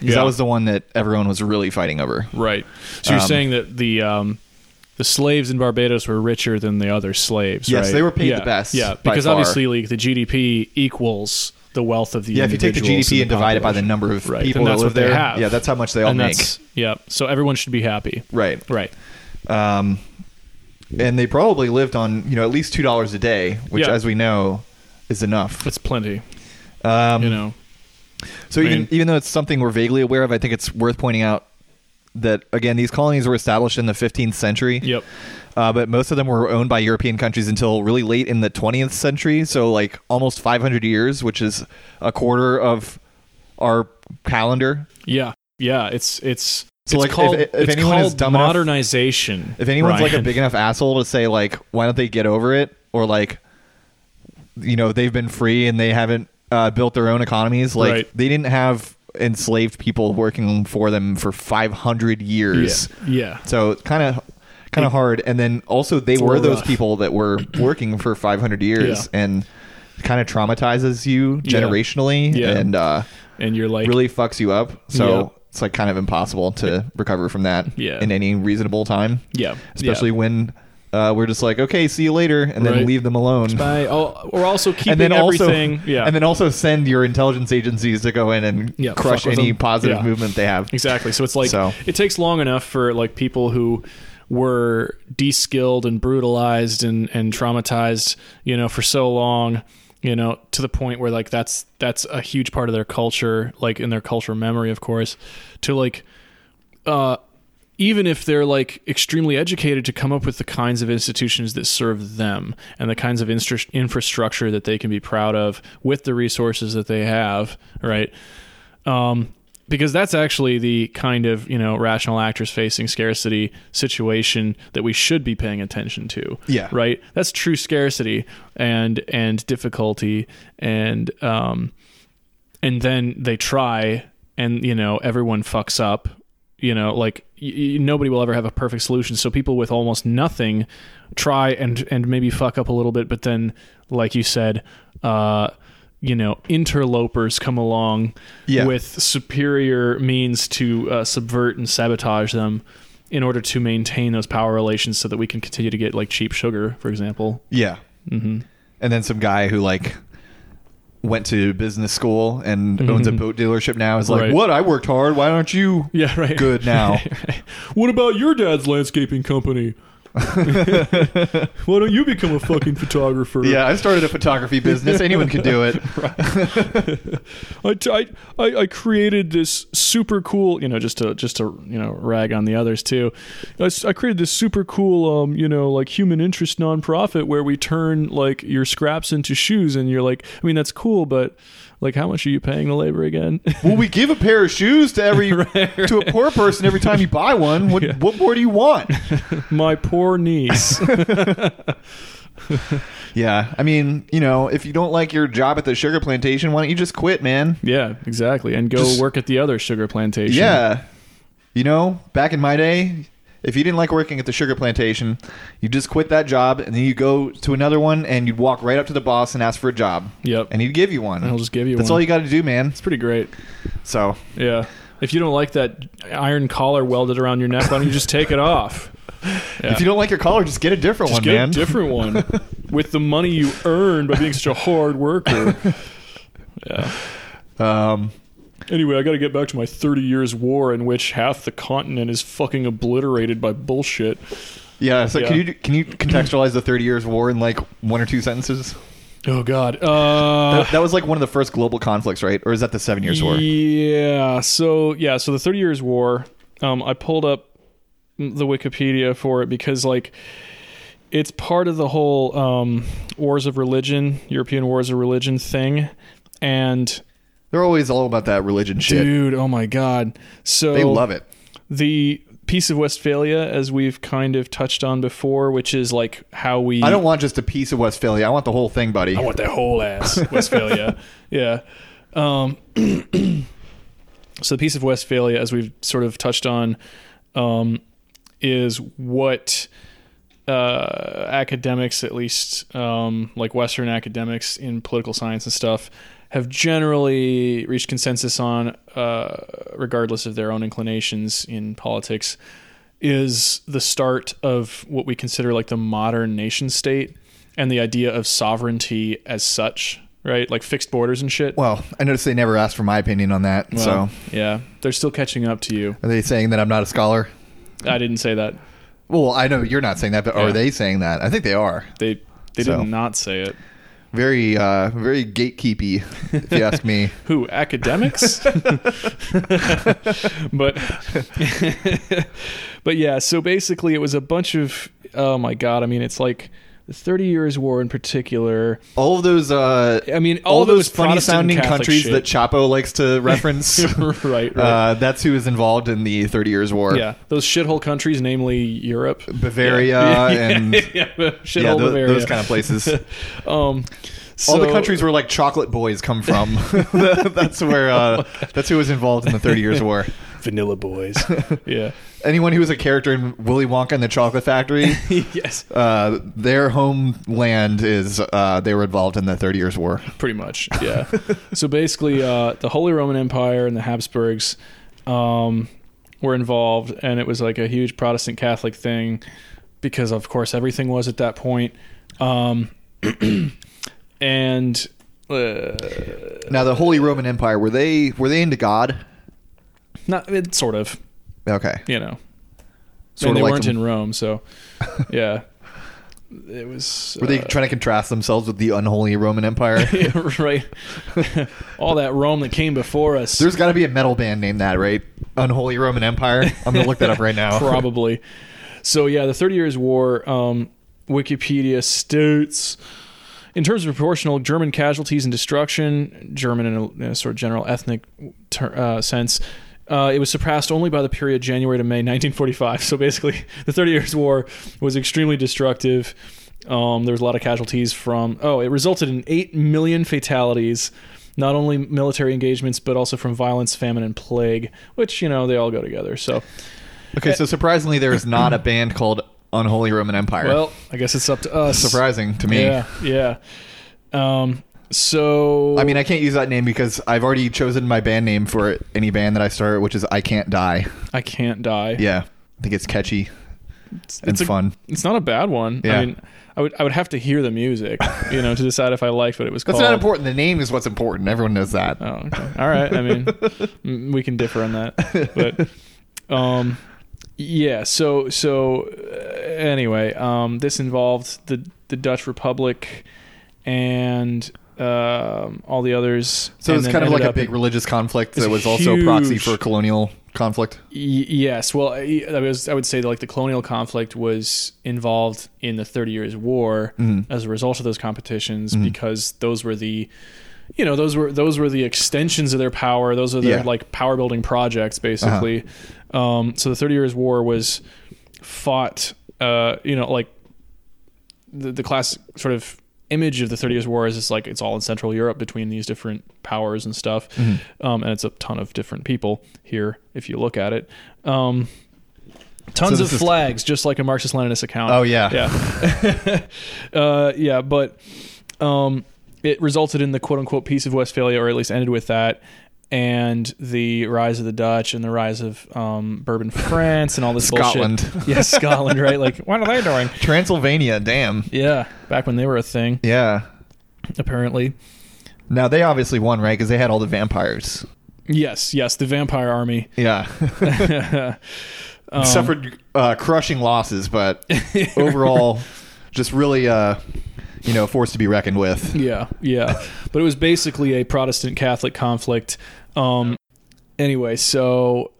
[SPEAKER 1] 'Cause
[SPEAKER 2] Yeah.
[SPEAKER 1] that was the one that everyone was really fighting over.
[SPEAKER 2] Right. So you're
[SPEAKER 1] Um,
[SPEAKER 2] saying that the um, the slaves in Barbados were richer than the other slaves,
[SPEAKER 1] Yes,
[SPEAKER 2] right?
[SPEAKER 1] they were paid
[SPEAKER 2] Yeah,
[SPEAKER 1] the best
[SPEAKER 2] Yeah,
[SPEAKER 1] by
[SPEAKER 2] because
[SPEAKER 1] far.
[SPEAKER 2] obviously like the GDP equals the wealth of the
[SPEAKER 1] Yeah, if you take the
[SPEAKER 2] individuals
[SPEAKER 1] GDP
[SPEAKER 2] in
[SPEAKER 1] and divide it by the
[SPEAKER 2] population.
[SPEAKER 1] number of
[SPEAKER 2] right.
[SPEAKER 1] people
[SPEAKER 2] and
[SPEAKER 1] that
[SPEAKER 2] that's
[SPEAKER 1] live
[SPEAKER 2] what they
[SPEAKER 1] there,
[SPEAKER 2] have.
[SPEAKER 1] yeah, that's how much they all
[SPEAKER 2] and
[SPEAKER 1] make.
[SPEAKER 2] that's- yeah. So everyone should be happy.
[SPEAKER 1] Right.
[SPEAKER 2] Right.
[SPEAKER 1] Um, and they probably lived on you know at least two dollars a day, which,
[SPEAKER 2] Yeah.
[SPEAKER 1] as we know, is enough.
[SPEAKER 2] That's plenty.
[SPEAKER 1] Um,
[SPEAKER 2] You know.
[SPEAKER 1] So
[SPEAKER 2] I
[SPEAKER 1] even
[SPEAKER 2] mean-
[SPEAKER 1] even though it's something we're vaguely aware of, I think it's worth pointing out that again these colonies were established in the 15th century.
[SPEAKER 2] Yep.
[SPEAKER 1] Uh, but most of them were owned by European countries until really late in the 20th century. So like almost 500 years, which is a quarter of our calendar.
[SPEAKER 2] Yeah. Yeah. It's it's.
[SPEAKER 1] So,
[SPEAKER 2] it's
[SPEAKER 1] like, if-
[SPEAKER 2] called,
[SPEAKER 1] if
[SPEAKER 2] it's
[SPEAKER 1] anyone is
[SPEAKER 2] called
[SPEAKER 1] dumb enough-
[SPEAKER 2] modernization.
[SPEAKER 1] If anyone's like a
[SPEAKER 2] Ryan.
[SPEAKER 1] big enough asshole to say like, why don't they get over it, or like, you know, they've been free and they haven't uh, built their own economies, like
[SPEAKER 2] Right.
[SPEAKER 1] they didn't have enslaved people working for them for 500 years.
[SPEAKER 2] yeah,
[SPEAKER 1] So kind of kind of hard. And then also they
[SPEAKER 2] a
[SPEAKER 1] were
[SPEAKER 2] little
[SPEAKER 1] those
[SPEAKER 2] rough.
[SPEAKER 1] people that
[SPEAKER 2] *coughs*
[SPEAKER 1] were working for 500 years
[SPEAKER 2] Yeah.
[SPEAKER 1] and kind of traumatizes you
[SPEAKER 2] Yeah.
[SPEAKER 1] generationally
[SPEAKER 2] Yeah.
[SPEAKER 1] and uh,
[SPEAKER 2] and you're like
[SPEAKER 1] really fucks you up. So
[SPEAKER 2] Yeah.
[SPEAKER 1] it's like kind of impossible to recover from that
[SPEAKER 2] Yeah.
[SPEAKER 1] in any reasonable time.
[SPEAKER 2] Yeah.
[SPEAKER 1] Especially
[SPEAKER 2] Yeah.
[SPEAKER 1] when uh, we're just like, okay, see you later, and then
[SPEAKER 2] Right.
[SPEAKER 1] leave them alone.
[SPEAKER 2] by oh, or also keeping
[SPEAKER 1] And then also,
[SPEAKER 2] everything. yeah,
[SPEAKER 1] and then also send your intelligence agencies to go in and
[SPEAKER 2] Yeah,
[SPEAKER 1] crush
[SPEAKER 2] fuck with
[SPEAKER 1] any
[SPEAKER 2] them.
[SPEAKER 1] positive
[SPEAKER 2] Yeah.
[SPEAKER 1] movement they have.
[SPEAKER 2] Exactly. So it's like
[SPEAKER 1] So-
[SPEAKER 2] it takes long enough for like people who were de-skilled and brutalized and and traumatized, you know, for so long, you know, to the point where like that's that's a huge part of their culture, like in their cultural memory, of course, to like uh even if they're like extremely educated to come up with the kinds of institutions that serve them and the kinds of instru- infrastructure that they can be proud of with the resources that they have, right? um, because that's actually the kind of you know rational actors facing scarcity situation that we should be paying attention to.
[SPEAKER 1] Yeah.
[SPEAKER 2] right. That's true scarcity and and difficulty and um, and then they try and you know everyone fucks up. You know, like y- y- nobody will ever have a perfect solution. So people with almost nothing try and and maybe fuck up a little bit, but then, like you said, uh, you know, interlopers come along
[SPEAKER 1] Yeah.
[SPEAKER 2] with superior means to uh, subvert and sabotage them in order to maintain those power relations so that we can continue to get like cheap sugar for example
[SPEAKER 1] Yeah. Mm-hmm. And then some guy who like went to business school and owns a boat dealership now is like,
[SPEAKER 2] Mm-hmm. Right.
[SPEAKER 1] "What? I worked hard. Why aren't you
[SPEAKER 2] yeah *laughs* right
[SPEAKER 1] good now?"
[SPEAKER 2] what about your dad's
[SPEAKER 1] *laughs*
[SPEAKER 2] landscaping company why don't you become a fucking photographer
[SPEAKER 1] yeah, I started a photography business. Anyone can do
[SPEAKER 2] *laughs*
[SPEAKER 1] it.
[SPEAKER 2] I, I, I I created this super cool, you know, just to just to you know rag on the others too. I, s- I created this super cool, um, you know, like human interest nonprofit where we turn like your scraps into shoes, and you're like, I mean, that's cool, but like, how much are you paying the labor again? *laughs*
[SPEAKER 1] Will we give a pair of shoes to every to a poor person every time you buy one? What what more do you
[SPEAKER 2] *laughs*
[SPEAKER 1] want?
[SPEAKER 2] My poor
[SPEAKER 1] *laughs*
[SPEAKER 2] niece.
[SPEAKER 1] Yeah, I mean, you know, if you don't like your job at the sugar plantation, why don't you just quit, man?
[SPEAKER 2] yeah, exactly. And go
[SPEAKER 1] Just-
[SPEAKER 2] work at the other sugar plantation.
[SPEAKER 1] Yeah. You know, back in my day, if you didn't like working at the sugar plantation, you just quit that job and then you go to another one and you'd walk right up to the boss and ask for a job.
[SPEAKER 2] Yep.
[SPEAKER 1] And he'd give you one.
[SPEAKER 2] he'll just give you
[SPEAKER 1] That's
[SPEAKER 2] one.
[SPEAKER 1] all you got to do, man.
[SPEAKER 2] It's pretty great.
[SPEAKER 1] So,
[SPEAKER 2] Yeah. If you don't like that iron collar welded around your neck, why don't you just take it off?
[SPEAKER 1] *laughs*
[SPEAKER 2] Yeah.
[SPEAKER 1] if you don't like your collar, just get a different
[SPEAKER 2] Just
[SPEAKER 1] one,
[SPEAKER 2] get
[SPEAKER 1] man.
[SPEAKER 2] a different one
[SPEAKER 1] *laughs*
[SPEAKER 2] with the money you earn by being such a
[SPEAKER 1] *laughs*
[SPEAKER 2] hard worker. Yeah.
[SPEAKER 1] um,
[SPEAKER 2] Anyway, I got to get back to my 30 years war in which half the continent is fucking obliterated by bullshit.
[SPEAKER 1] yeah, so can
[SPEAKER 2] Yeah.
[SPEAKER 1] you can you contextualize the 30 years war in like one or two sentences?
[SPEAKER 2] Oh god. Uh
[SPEAKER 1] That, that was like one of the first global conflicts, right? Or is that the 7 years war?
[SPEAKER 2] Yeah. So yeah. So the Thirty Years' War. Um, I pulled up the Wikipedia for it because like it's part of the whole um, wars of religion, European wars of religion thing, and
[SPEAKER 1] They're always all about that religion shit.
[SPEAKER 2] dude, oh my god. So
[SPEAKER 1] They love it.
[SPEAKER 2] the piece of Westphalia, as we've kind of touched on before, which is like how we.
[SPEAKER 1] I don't want just a piece of Westphalia. I want the whole thing, buddy.
[SPEAKER 2] I want that whole ass Westphalia. yeah. Um, *clears throat* so the piece of Westphalia, as we've sort of touched on, um, is what uh, academics, at least um, like Western academics in political science and stuff, have generally reached consensus on, uh, regardless of their own inclinations in politics, is the start of what we consider like the modern nation state and the idea of sovereignty as such, right? Like fixed borders and shit.
[SPEAKER 1] well, I noticed they never asked for my opinion on that. so
[SPEAKER 2] Well, yeah, they're still catching up to you.
[SPEAKER 1] are they saying that I'm not a scholar?
[SPEAKER 2] I didn't say that.
[SPEAKER 1] Well, I know you're not saying that, but
[SPEAKER 2] Yeah.
[SPEAKER 1] are they saying that? I think they are.
[SPEAKER 2] They they
[SPEAKER 1] So.
[SPEAKER 2] did not say it.
[SPEAKER 1] Very, uh, very gatekeepy, if you ask me.
[SPEAKER 2] Who academics? but but yeah. So basically, it was a bunch of oh my god. I mean, it's like the Thirty Years' War in particular.
[SPEAKER 1] *laughs* All of those, uh,
[SPEAKER 2] I mean, all,
[SPEAKER 1] all, those,
[SPEAKER 2] Protestant
[SPEAKER 1] funny sounding
[SPEAKER 2] Catholic
[SPEAKER 1] countries
[SPEAKER 2] shit.
[SPEAKER 1] that Chapo likes
[SPEAKER 2] *laughs*
[SPEAKER 1] to reference.
[SPEAKER 2] right, right.
[SPEAKER 1] Uh, that's who is involved in the Thirty Years' War.
[SPEAKER 2] yeah, those shithole countries, namely Europe,
[SPEAKER 1] Bavaria
[SPEAKER 2] Yeah. *laughs*
[SPEAKER 1] and-
[SPEAKER 2] yeah, shithole
[SPEAKER 1] yeah, tho-
[SPEAKER 2] Bavaria.
[SPEAKER 1] those kind of
[SPEAKER 2] *laughs*
[SPEAKER 1] places.
[SPEAKER 2] Um,
[SPEAKER 1] All the
[SPEAKER 2] so-
[SPEAKER 1] countries where like chocolate boys come
[SPEAKER 2] *laughs*
[SPEAKER 1] from. *laughs* that's where. Uh, that's who was involved in the Thirty Years' War.
[SPEAKER 2] Vanilla Boys. yeah. *laughs*
[SPEAKER 1] Anyone who was a character in Willy Wonka and the Chocolate
[SPEAKER 2] *laughs*
[SPEAKER 1] Factory,
[SPEAKER 2] yes.
[SPEAKER 1] uh, their homeland is. Uh, they were involved in the Thirty Years' War. *laughs*
[SPEAKER 2] Pretty much. Yeah. so basically, uh, the Holy Roman Empire and the Habsburgs um, were involved, and it was like a huge Protestant Catholic thing because, of course, everything was at that point. Um, *clears throat* and uh,
[SPEAKER 1] Now, the Holy Roman Empire were they were they into God?
[SPEAKER 2] not it, sort of,
[SPEAKER 1] Okay,
[SPEAKER 2] you know,
[SPEAKER 1] Sorta
[SPEAKER 2] and they
[SPEAKER 1] like
[SPEAKER 2] weren't
[SPEAKER 1] the-
[SPEAKER 2] in
[SPEAKER 1] *laughs*
[SPEAKER 2] Rome, so yeah, it was.
[SPEAKER 1] were they
[SPEAKER 2] uh,
[SPEAKER 1] trying to contrast themselves with the unholy Roman Empire?
[SPEAKER 2] *laughs* yeah, uh, right. All that Rome that came before us.
[SPEAKER 1] There's got to be a metal band named that, right? Unholy Roman Empire. I'm gonna look that up right now.
[SPEAKER 2] *laughs* probably. So yeah, the Thirty Years' War. Um, Wikipedia states, in terms of proportional German casualties and destruction, German in a, in a sort of general ethnic ter- uh, sense. Uh, it was surpassed only by the period January to May 1945. So basically, *laughs* the Thirty Years' War was extremely destructive. Um, there was a lot of casualties from. Oh, it resulted in eight million fatalities, not only military engagements but also from violence, famine, and plague. Which you know they all go together. So
[SPEAKER 1] *laughs* Okay, so surprisingly, there is not a band called Unholy Roman Empire.
[SPEAKER 2] Well, I guess it's up to us.
[SPEAKER 1] surprising to me.
[SPEAKER 2] Yeah, yeah. Um, so
[SPEAKER 1] I mean, I can't use that name because I've already chosen my band name for any band that I start, which is I Can't Die.
[SPEAKER 2] I can't die.
[SPEAKER 1] Yeah, I think it's catchy and
[SPEAKER 2] it's a-
[SPEAKER 1] fun.
[SPEAKER 2] it's not a bad one.
[SPEAKER 1] Yeah.
[SPEAKER 2] I mean, I would I would have to hear the music, you know, to decide if I liked what it was
[SPEAKER 1] That's
[SPEAKER 2] called.
[SPEAKER 1] not important. The name is what's important. Everyone knows that.
[SPEAKER 2] Oh, okay. All right. I mean, m- we can differ on that, but um, yeah. So so uh, anyway, um, this involved the the Dutch Republic and um all the others.
[SPEAKER 1] so
[SPEAKER 2] and
[SPEAKER 1] it's
[SPEAKER 2] then
[SPEAKER 1] kind of like
[SPEAKER 2] ended
[SPEAKER 1] a
[SPEAKER 2] up
[SPEAKER 1] big
[SPEAKER 2] in-
[SPEAKER 1] religious conflict
[SPEAKER 2] It's
[SPEAKER 1] that was also a proxy
[SPEAKER 2] huge.
[SPEAKER 1] for colonial conflict.
[SPEAKER 2] Y- yes. Well, I, I was. I would say that like the colonial conflict was involved in the Thirty Years' War as a result of those competitions because those were the, you know, those were those were the extensions of their power. Those are their
[SPEAKER 1] Yeah.
[SPEAKER 2] like power building projects, basically. Um, so the Thirty Years' War was fought. Uh, you know, like the, the classic sort of image of the Thirty Years' War is it's like it's all in Central Europe between these different powers and stuff,
[SPEAKER 1] Mm-hmm.
[SPEAKER 2] um, and it's a ton of different people here if you look at it. Um, tons
[SPEAKER 1] this
[SPEAKER 2] of
[SPEAKER 1] is-
[SPEAKER 2] flags, just like a Marxist-Leninist account.
[SPEAKER 1] Oh, yeah.
[SPEAKER 2] yeah, *laughs* uh, yeah. But um, it resulted in the quote-unquote peace of Westphalia, or at least ended with that. And the rise of the Dutch and the rise of um, Bourbon France and all
[SPEAKER 1] *laughs*
[SPEAKER 2] this
[SPEAKER 1] Scotland.
[SPEAKER 2] bullshit. yeah, Scotland, right? Like, what are they doing?
[SPEAKER 1] Transylvania, damn.
[SPEAKER 2] Yeah, back when they were a thing,
[SPEAKER 1] Yeah.
[SPEAKER 2] apparently.
[SPEAKER 1] Now they obviously won, right? Because they had all the vampires.
[SPEAKER 2] Yes, yes, the vampire army. *laughs*
[SPEAKER 1] Yeah. *laughs*
[SPEAKER 2] Um,
[SPEAKER 1] Suffered uh, crushing losses,
[SPEAKER 2] *laughs*
[SPEAKER 1] but overall, just really, uh, you know, forced to be reckoned with.
[SPEAKER 2] Yeah, yeah. But it was basically a Protestant Catholic conflict. Um anyway, so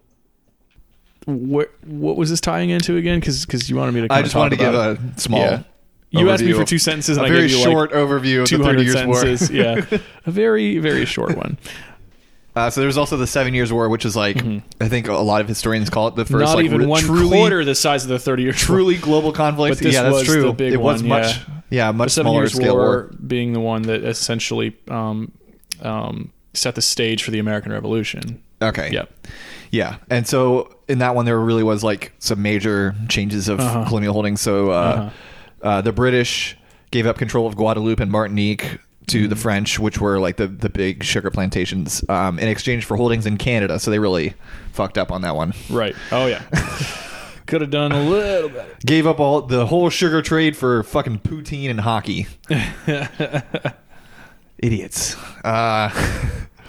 [SPEAKER 2] what what was this tying into again cuz cuz you wanted me to
[SPEAKER 1] I
[SPEAKER 2] kinda
[SPEAKER 1] just wanted to
[SPEAKER 2] talk
[SPEAKER 1] give
[SPEAKER 2] about it.
[SPEAKER 1] a small.
[SPEAKER 2] Yeah. You asked me
[SPEAKER 1] overview
[SPEAKER 2] for
[SPEAKER 1] of-
[SPEAKER 2] two sentences and
[SPEAKER 1] a
[SPEAKER 2] I
[SPEAKER 1] very
[SPEAKER 2] gave you like
[SPEAKER 1] short overview of the Thirty *laughs*
[SPEAKER 2] 200
[SPEAKER 1] Years' War.
[SPEAKER 2] sentences. yeah. A very very short one.
[SPEAKER 1] Uh, so there was also the Seven Years' War, which is like I think a lot of historians call it the first,
[SPEAKER 2] Mm-hmm. Not
[SPEAKER 1] like
[SPEAKER 2] even
[SPEAKER 1] re-
[SPEAKER 2] one
[SPEAKER 1] truly,
[SPEAKER 2] quarter the size of the Thirty Year
[SPEAKER 1] truly global conflict.
[SPEAKER 2] But this
[SPEAKER 1] yeah, that's
[SPEAKER 2] was
[SPEAKER 1] true.
[SPEAKER 2] the big
[SPEAKER 1] it was
[SPEAKER 2] one,
[SPEAKER 1] much, yeah, much
[SPEAKER 2] the Seven
[SPEAKER 1] smaller
[SPEAKER 2] Years'
[SPEAKER 1] scale
[SPEAKER 2] War,
[SPEAKER 1] war.
[SPEAKER 2] being the one that essentially um, um, set the stage for the American Revolution.
[SPEAKER 1] Okay.
[SPEAKER 2] Yep.
[SPEAKER 1] Yeah, and so in that one there really was like some major changes of
[SPEAKER 2] Uh-huh.
[SPEAKER 1] colonial holdings. So uh, uh the British gave up control of Guadeloupe and Martinique to
[SPEAKER 2] Mm-hmm.
[SPEAKER 1] the French, which were like the the big sugar plantations, um, in exchange for holdings in Canada. So they really fucked up on that one.
[SPEAKER 2] Right.
[SPEAKER 1] *laughs*
[SPEAKER 2] Oh yeah. Could have done a little better.
[SPEAKER 1] Gave up all the whole sugar trade for fucking poutine and
[SPEAKER 2] *laughs*
[SPEAKER 1] hockey. Idiots. Uh,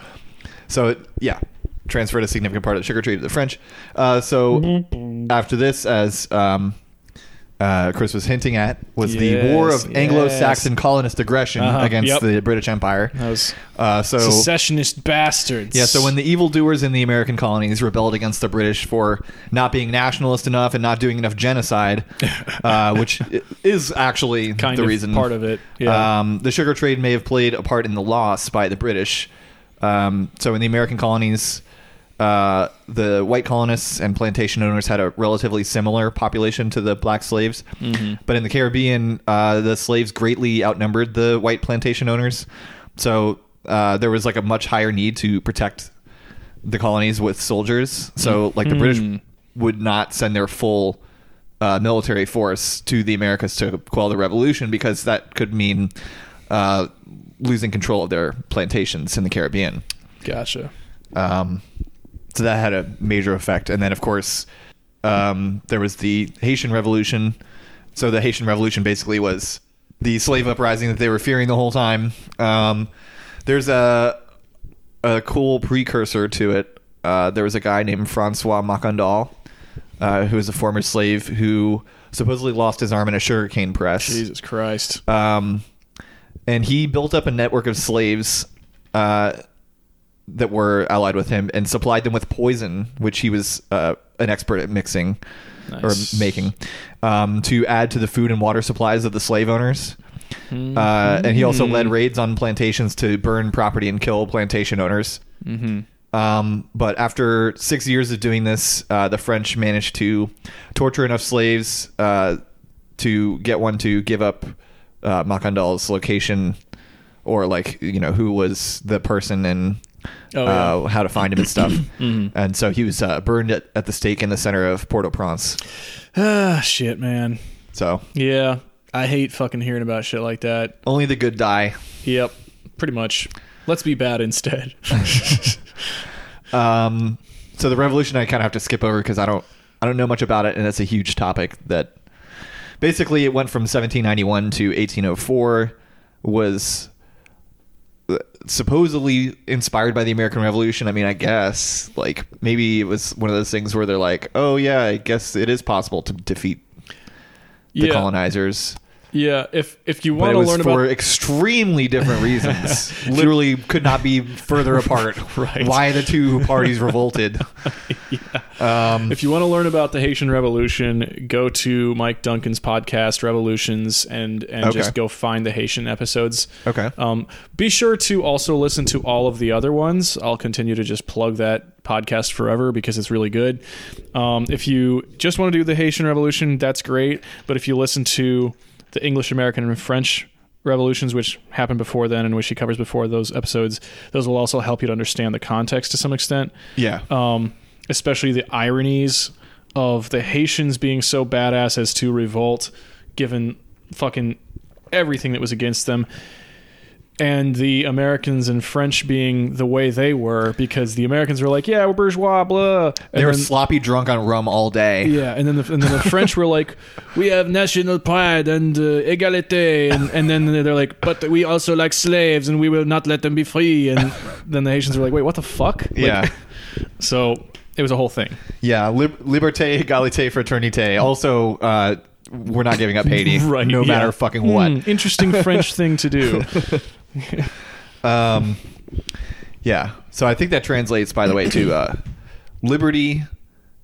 [SPEAKER 1] *laughs* so yeah, transferred a significant part of the sugar trade to the French. Uh, so
[SPEAKER 2] Mm-hmm.
[SPEAKER 1] after this, as um, uh, Chris was hinting at, was the War
[SPEAKER 2] Yes,
[SPEAKER 1] of Anglo-Saxon colonist aggression
[SPEAKER 2] Uh-huh,
[SPEAKER 1] against
[SPEAKER 2] yep. Uh-huh.
[SPEAKER 1] the British Empire.
[SPEAKER 2] That was
[SPEAKER 1] Uh, so
[SPEAKER 2] secessionist bastards.
[SPEAKER 1] yeah, so when the evildoers in the American colonies rebelled against the British for not being nationalist enough and not doing enough
[SPEAKER 2] *laughs*
[SPEAKER 1] genocide, uh, which i- is actually
[SPEAKER 2] kind
[SPEAKER 1] the
[SPEAKER 2] of
[SPEAKER 1] reason
[SPEAKER 2] part of it. Yeah.
[SPEAKER 1] um, the sugar trade may have played a part in the loss by the British. Um, so in the American colonies, uh, the white colonists and plantation owners had a relatively similar population to the black slaves. But in the Caribbean, uh, the slaves greatly outnumbered the white plantation owners. So uh, there was like a much higher need to protect the colonies with soldiers. So like the British would not send their full uh, military force to the Americas to quell the revolution because that could mean uh, losing control of their plantations in the Caribbean.
[SPEAKER 2] gotcha.
[SPEAKER 1] Um, so that had a major effect. And then, of course, um, there was the Haitian Revolution. So the Haitian Revolution basically was the slave uprising that they were fearing the whole time. Um, there's a a cool precursor to it. Uh, there was a guy named Francois Macandal, uh, who was a former slave who supposedly lost his arm in a sugarcane press
[SPEAKER 2] Jesus Christ.
[SPEAKER 1] um, and he built up a network of slaves uh, that were allied with him and supplied them with poison, which he was uh, an expert at mixing
[SPEAKER 2] Nice.
[SPEAKER 1] or making, um, to add to the food and water supplies of the slave owners. Uh, and he also led raids on plantations to burn property and kill plantation owners. Um, but after six years of doing this, uh, the French managed to torture enough slaves uh, to get one to give up uh, Macandal's location or, like, you know, who was the person and
[SPEAKER 2] Oh,
[SPEAKER 1] uh,
[SPEAKER 2] yeah. Mm-hmm.
[SPEAKER 1] how to find him and
[SPEAKER 2] *clears throat*
[SPEAKER 1] stuff. And so he was uh, burned at, at the stake in the center of Port au Prince. Uh,
[SPEAKER 2] ah, *sighs* shit, man.
[SPEAKER 1] So
[SPEAKER 2] Yeah. I hate fucking hearing about shit like that.
[SPEAKER 1] only the good die.
[SPEAKER 2] Yep. Pretty much. Let's be
[SPEAKER 1] *laughs*
[SPEAKER 2] bad instead.
[SPEAKER 1] Um, so the revolution I kind of have to skip over because I don't I don't know much about it, and that's a huge topic. That basically it went from 1791 to 1804 was uh, supposedly inspired by the American Revolution. I mean, I guess like maybe it was one of those things where they're like, oh yeah, I guess it is possible to defeat the
[SPEAKER 2] yeah.
[SPEAKER 1] colonizers.
[SPEAKER 2] Yeah. If if you
[SPEAKER 1] But
[SPEAKER 2] want
[SPEAKER 1] it
[SPEAKER 2] to
[SPEAKER 1] was
[SPEAKER 2] learn
[SPEAKER 1] for
[SPEAKER 2] about
[SPEAKER 1] extremely different
[SPEAKER 2] *laughs*
[SPEAKER 1] reasons. Literally could not be further apart
[SPEAKER 2] Right.
[SPEAKER 1] why the
[SPEAKER 2] *laughs*
[SPEAKER 1] two parties revolted. Um,
[SPEAKER 2] If you want to learn about the Haitian Revolution, go to Mike Duncan's podcast Revolutions and and
[SPEAKER 1] Okay.
[SPEAKER 2] just go find the Haitian episodes.
[SPEAKER 1] Okay.
[SPEAKER 2] Um, be sure to also listen to all of the other ones. I'll continue to just plug that podcast forever because it's really good. Um, if you just want to do the Haitian Revolution, that's great. But if you listen to the English American and French revolutions which happened before then and which he covers before those episodes those will also help you to understand the context to some extent
[SPEAKER 1] yeah.
[SPEAKER 2] um, especially the ironies of the Haitians being so badass as to revolt, given fucking everything that was against them, and the Americans and French being the way they were because the Americans were like, "Yeah, we're bourgeois, blah." And
[SPEAKER 1] They were
[SPEAKER 2] then-
[SPEAKER 1] sloppy drunk on rum all day.
[SPEAKER 2] yeah, and then the, and then the French were like, "We have national pride and uh, égalité," and, and then they're like, "But we also like slaves, and we will not let them be free." And then the Haitians were like, "Wait, what the fuck?" Like,
[SPEAKER 1] Yeah.
[SPEAKER 2] so it was a whole thing.
[SPEAKER 1] *laughs* Yeah. Lib- liberté, égalité, fraternité. Also, uh, we're not giving up Haiti,
[SPEAKER 2] *laughs* Right,
[SPEAKER 1] no
[SPEAKER 2] yeah.
[SPEAKER 1] matter fucking what.
[SPEAKER 2] Hmm, interesting
[SPEAKER 1] *laughs*
[SPEAKER 2] French thing to do.
[SPEAKER 1] Um, yeah. So I think that translates, by the way, to uh, liberty,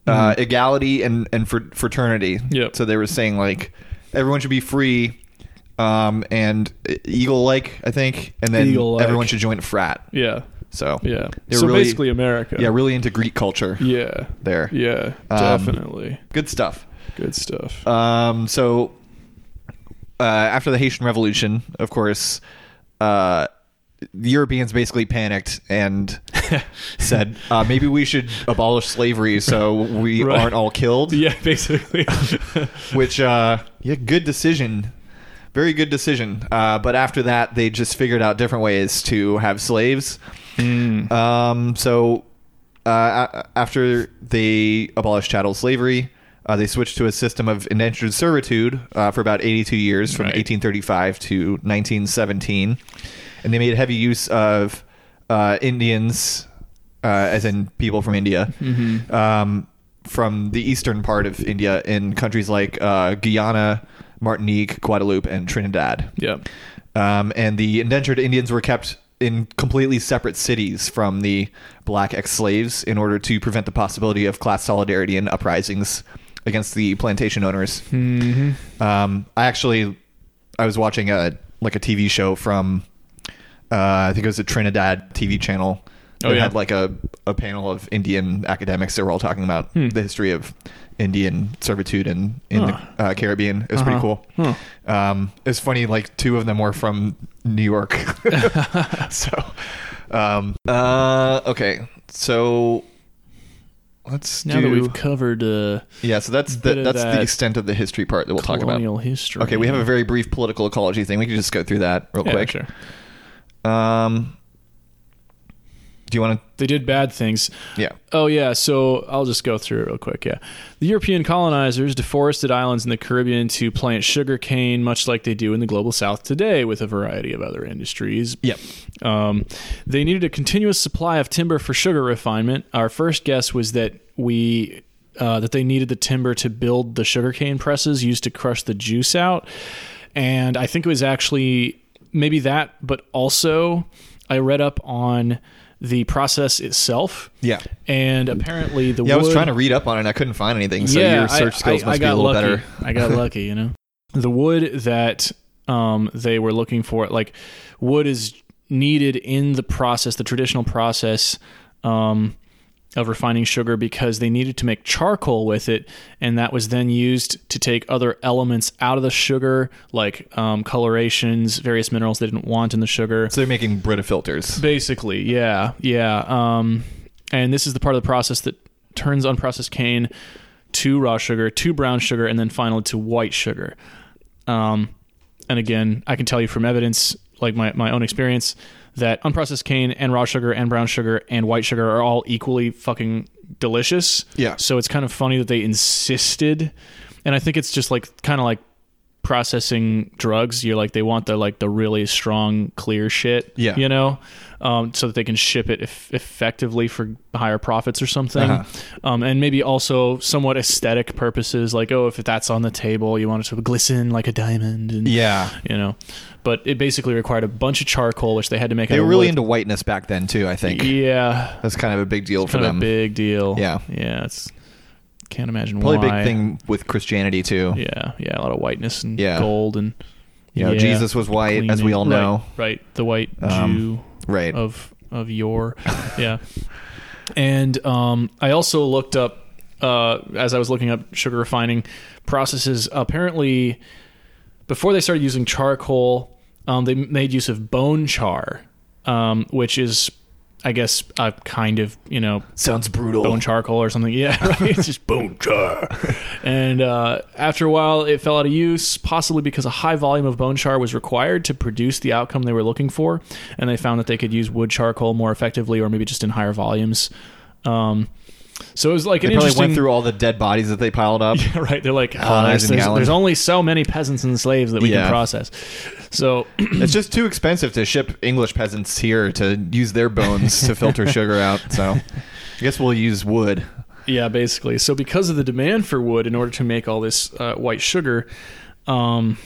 [SPEAKER 1] uh, equality, and and fr- fraternity.
[SPEAKER 2] Mm-hmm. Yep.
[SPEAKER 1] So they were saying like everyone should be free, um, and eagle like I think, and then
[SPEAKER 2] Eagle-like.
[SPEAKER 1] everyone should join a frat.
[SPEAKER 2] Yeah.
[SPEAKER 1] So
[SPEAKER 2] Yeah.
[SPEAKER 1] they're
[SPEAKER 2] so
[SPEAKER 1] really-
[SPEAKER 2] basically America.
[SPEAKER 1] yeah, really into Greek culture
[SPEAKER 2] Yeah.
[SPEAKER 1] there. Um,
[SPEAKER 2] Yeah. Definitely.
[SPEAKER 1] Good stuff.
[SPEAKER 2] Good stuff.
[SPEAKER 1] Um, so uh, after the Haitian Revolution, of course, uh, the Europeans basically panicked
[SPEAKER 2] *laughs*
[SPEAKER 1] and said, uh, "Maybe we should abolish slavery so we
[SPEAKER 2] *laughs* Right.
[SPEAKER 1] aren't all killed."
[SPEAKER 2] *laughs* yeah,
[SPEAKER 1] *laughs*
[SPEAKER 2] basically.
[SPEAKER 1] Which, uh, yeah, good decision. Very good decision. Uh, but after that, they just figured out different ways to have slaves.
[SPEAKER 2] Mm.
[SPEAKER 1] Um, so uh, a- after they abolished chattel slavery, uh, they switched to a system of indentured servitude uh, for about 82 years from
[SPEAKER 2] Right.
[SPEAKER 1] 1835 to 1917. And they made heavy use of uh, Indians, uh, as in people from India, um, from the eastern part of India in countries like uh, Guyana, Martinique, Guadeloupe, and Trinidad.
[SPEAKER 2] yeah.
[SPEAKER 1] Um, and the indentured Indians were kept in completely separate cities from the black ex slaves in order to prevent the possibility of class solidarity and uprisings against the plantation owners. Um, I actually, I was watching a like a TV show from, uh, I think it was a Trinidad TV channel.
[SPEAKER 2] Oh,
[SPEAKER 1] that
[SPEAKER 2] yeah.
[SPEAKER 1] had like a, a panel of Indian academics that were all talking about
[SPEAKER 2] Hmm.
[SPEAKER 1] the history of Indian servitude and in
[SPEAKER 2] Huh. Uh-huh.
[SPEAKER 1] the uh, Caribbean. It was pretty cool. Um, it's funny, like two of them were from New
[SPEAKER 2] *laughs*
[SPEAKER 1] York. *laughs* so, um, uh, okay, so let's
[SPEAKER 2] Now
[SPEAKER 1] do.
[SPEAKER 2] that we've covered uh,
[SPEAKER 1] yeah, so that's the
[SPEAKER 2] bit of
[SPEAKER 1] that's the
[SPEAKER 2] that
[SPEAKER 1] extent of the history part that we'll talk about.
[SPEAKER 2] colonial history.
[SPEAKER 1] Okay, we have a very brief political ecology thing. We can just go through that real
[SPEAKER 2] Yeah,
[SPEAKER 1] quick.
[SPEAKER 2] sure.
[SPEAKER 1] Um, do you want
[SPEAKER 2] They did bad things.
[SPEAKER 1] to? Yeah.
[SPEAKER 2] Oh yeah, so I'll just go through it real quick. Yeah, the European colonizers deforested islands in the Caribbean to plant sugar cane, much like they do in the global South today, with a variety of other industries.
[SPEAKER 1] Yep.
[SPEAKER 2] Um, they needed a continuous supply of timber for sugar refinement. Our first guess was that we uh, that they needed the timber to build the sugarcane presses used to crush the juice out, and I think it was actually maybe that, but also I read up on the process itself.
[SPEAKER 1] Yeah.
[SPEAKER 2] and apparently the
[SPEAKER 1] Yeah, I was
[SPEAKER 2] wood-
[SPEAKER 1] trying to read up on it. and I couldn't find anything. So your
[SPEAKER 2] I-
[SPEAKER 1] search skills
[SPEAKER 2] I-
[SPEAKER 1] must
[SPEAKER 2] I
[SPEAKER 1] be a
[SPEAKER 2] got
[SPEAKER 1] little
[SPEAKER 2] lucky.
[SPEAKER 1] better.
[SPEAKER 2] I got lucky,
[SPEAKER 1] *laughs*
[SPEAKER 2] you know. The wood that um, they were looking for, like wood is needed in the process, the traditional process um, of refining sugar, because they needed to make charcoal with it, and that was then used to take other elements out of the sugar, like um, colorations, various minerals they didn't want in the sugar.
[SPEAKER 1] So they're making Brita filters.
[SPEAKER 2] Basically, yeah, yeah. Um, and this is the part of the process that turns unprocessed cane to raw sugar, to brown sugar, and then finally to white sugar. Um, and again, I can tell you from evidence, like my, my own experience, that unprocessed cane and raw sugar and brown sugar and white sugar are all equally fucking delicious.
[SPEAKER 1] Yeah.
[SPEAKER 2] So it's kind of funny that they insisted. And I think it's just like kind of like processing drugs. You're like, they want the like the really strong, clear shit.
[SPEAKER 1] Yeah.
[SPEAKER 2] You know, um, so that they can ship it eff- effectively for higher profits or something.
[SPEAKER 1] Uh-huh.
[SPEAKER 2] Um, and maybe also somewhat aesthetic purposes, like, oh, if that's on the table, you want it to glisten like a diamond. And,
[SPEAKER 1] Yeah.
[SPEAKER 2] You know, but it basically required a bunch of charcoal, which they had to make.
[SPEAKER 1] They
[SPEAKER 2] out
[SPEAKER 1] were
[SPEAKER 2] of
[SPEAKER 1] really
[SPEAKER 2] wood.
[SPEAKER 1] into whiteness back then too. I think
[SPEAKER 2] Yeah.
[SPEAKER 1] that's kind of a big deal for
[SPEAKER 2] Kind of
[SPEAKER 1] them.
[SPEAKER 2] a big deal.
[SPEAKER 1] Yeah.
[SPEAKER 2] Yeah. It's, can't imagine
[SPEAKER 1] Probably a
[SPEAKER 2] why.
[SPEAKER 1] big thing with Christianity too.
[SPEAKER 2] Yeah. Yeah. A lot of whiteness and
[SPEAKER 1] Yeah.
[SPEAKER 2] gold and.
[SPEAKER 1] You know,
[SPEAKER 2] yeah,
[SPEAKER 1] Jesus was white, as we all
[SPEAKER 2] cleaning.
[SPEAKER 1] know.
[SPEAKER 2] Right. right. The white
[SPEAKER 1] Um,
[SPEAKER 2] Jew.
[SPEAKER 1] Right.
[SPEAKER 2] of of your yeah and um i also looked up uh as i was looking up sugar refining processes apparently before they started using charcoal um they made use of bone char um which is i guess a kind of you know
[SPEAKER 1] Sounds brutal.
[SPEAKER 2] bone charcoal or something. *laughs* Yeah, right?
[SPEAKER 1] *laughs*
[SPEAKER 2] it's just bone char. And uh, after a while, it fell out of use, possibly because a high volume of bone char was required to produce the outcome they were looking for, and they found that they could use wood charcoal more effectively, or maybe just in higher volumes. Um, so it was like
[SPEAKER 1] they
[SPEAKER 2] an
[SPEAKER 1] probably
[SPEAKER 2] interesting.
[SPEAKER 1] went through all the dead bodies that they piled up.
[SPEAKER 2] *laughs* right, they're like, oh,
[SPEAKER 1] Colonizing
[SPEAKER 2] there's, there's-
[SPEAKER 1] gallon.
[SPEAKER 2] there's only so many peasants and slaves that we
[SPEAKER 1] Yeah.
[SPEAKER 2] can process. So
[SPEAKER 1] it's just too expensive to ship English peasants here to use their bones to
[SPEAKER 2] *laughs*
[SPEAKER 1] filter sugar out. So I guess we'll use wood.
[SPEAKER 2] Yeah, basically. So because of the demand for wood, in order to make all this uh, white sugar, um,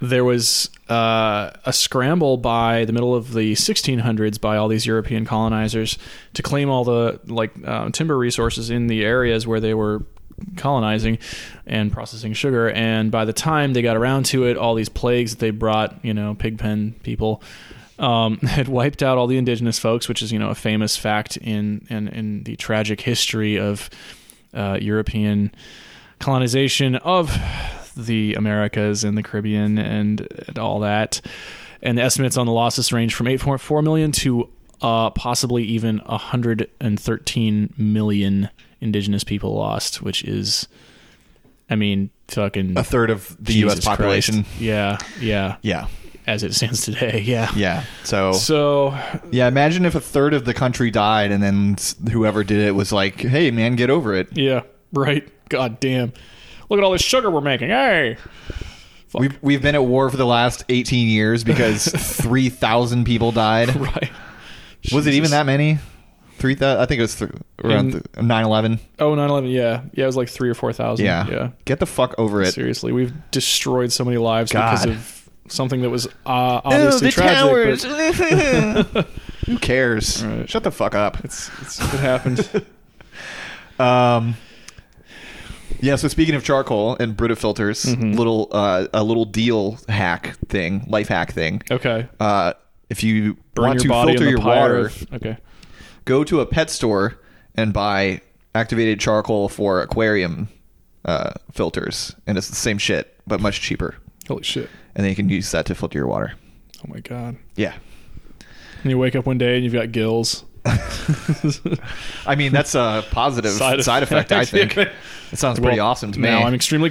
[SPEAKER 2] there was uh, a scramble by the middle of the 1600s by all these European colonizers to claim all the like um, timber resources in the areas where they were colonizing and processing sugar. And by the time they got around to it, all these plagues that they brought, you know, pigpen people. um, *laughs* had wiped out all the indigenous folks, which is you know a famous fact in in, in the tragic history of uh, European colonization of the Americas and the Caribbean and, and all that. And the estimates on the losses range from 8.4 million to uh, possibly even 113 million indigenous people lost, which is, I mean, fucking
[SPEAKER 1] a third of the
[SPEAKER 2] Jesus
[SPEAKER 1] U.S. population.
[SPEAKER 2] Christ. Yeah, yeah,
[SPEAKER 1] Yeah,
[SPEAKER 2] As it stands today, yeah.
[SPEAKER 1] yeah. So,
[SPEAKER 2] So
[SPEAKER 1] yeah, imagine if a third of the country died, and then s- whoever did it was like, "Hey, man, get over it."
[SPEAKER 2] yeah, right. God damn. Look at all this sugar we're making.
[SPEAKER 1] *laughs*
[SPEAKER 2] Hey.
[SPEAKER 1] We've we've been at war for the last eighteen years
[SPEAKER 2] *laughs*
[SPEAKER 1] because three thousand people died.
[SPEAKER 2] Right.
[SPEAKER 1] Was it even
[SPEAKER 2] Jesus.
[SPEAKER 1] that many? Three thousand? I think it was th-
[SPEAKER 2] In-
[SPEAKER 1] around nine eleven.
[SPEAKER 2] Oh, 9/11, yeah. Yeah, it was like 3 or 4,000.
[SPEAKER 1] Yeah.
[SPEAKER 2] Yeah.
[SPEAKER 1] Get the fuck over it.
[SPEAKER 2] Seriously, we've destroyed so many lives because
[SPEAKER 1] God.
[SPEAKER 2] of something that was uh, obviously tragic. but
[SPEAKER 1] *laughs* Who cares?
[SPEAKER 2] Right.
[SPEAKER 1] Shut the fuck up.
[SPEAKER 2] It's, it's it happened.
[SPEAKER 1] *laughs* Um, yeah. So speaking of charcoal and Brita filters,
[SPEAKER 2] Mm-hmm.
[SPEAKER 1] little uh, a little deal hack thing, life hack thing.
[SPEAKER 2] Okay.
[SPEAKER 1] Uh, if you
[SPEAKER 2] Burn
[SPEAKER 1] want
[SPEAKER 2] your
[SPEAKER 1] to
[SPEAKER 2] body in
[SPEAKER 1] filter
[SPEAKER 2] the
[SPEAKER 1] your
[SPEAKER 2] pyre
[SPEAKER 1] water,
[SPEAKER 2] of- okay.
[SPEAKER 1] go to a pet store and buy activated charcoal for aquarium uh, filters, and it's the same shit but much cheaper.
[SPEAKER 2] Holy shit.
[SPEAKER 1] And then you can use that to filter your water.
[SPEAKER 2] Oh my god.
[SPEAKER 1] Yeah.
[SPEAKER 2] And you wake up one day and you've got
[SPEAKER 1] *laughs*
[SPEAKER 2] gills.
[SPEAKER 1] I mean, that's a positive side,
[SPEAKER 2] Side
[SPEAKER 1] effect, I
[SPEAKER 2] effect.
[SPEAKER 1] think. It sounds pretty
[SPEAKER 2] Well,
[SPEAKER 1] awesome to me.
[SPEAKER 2] Now I'm extremely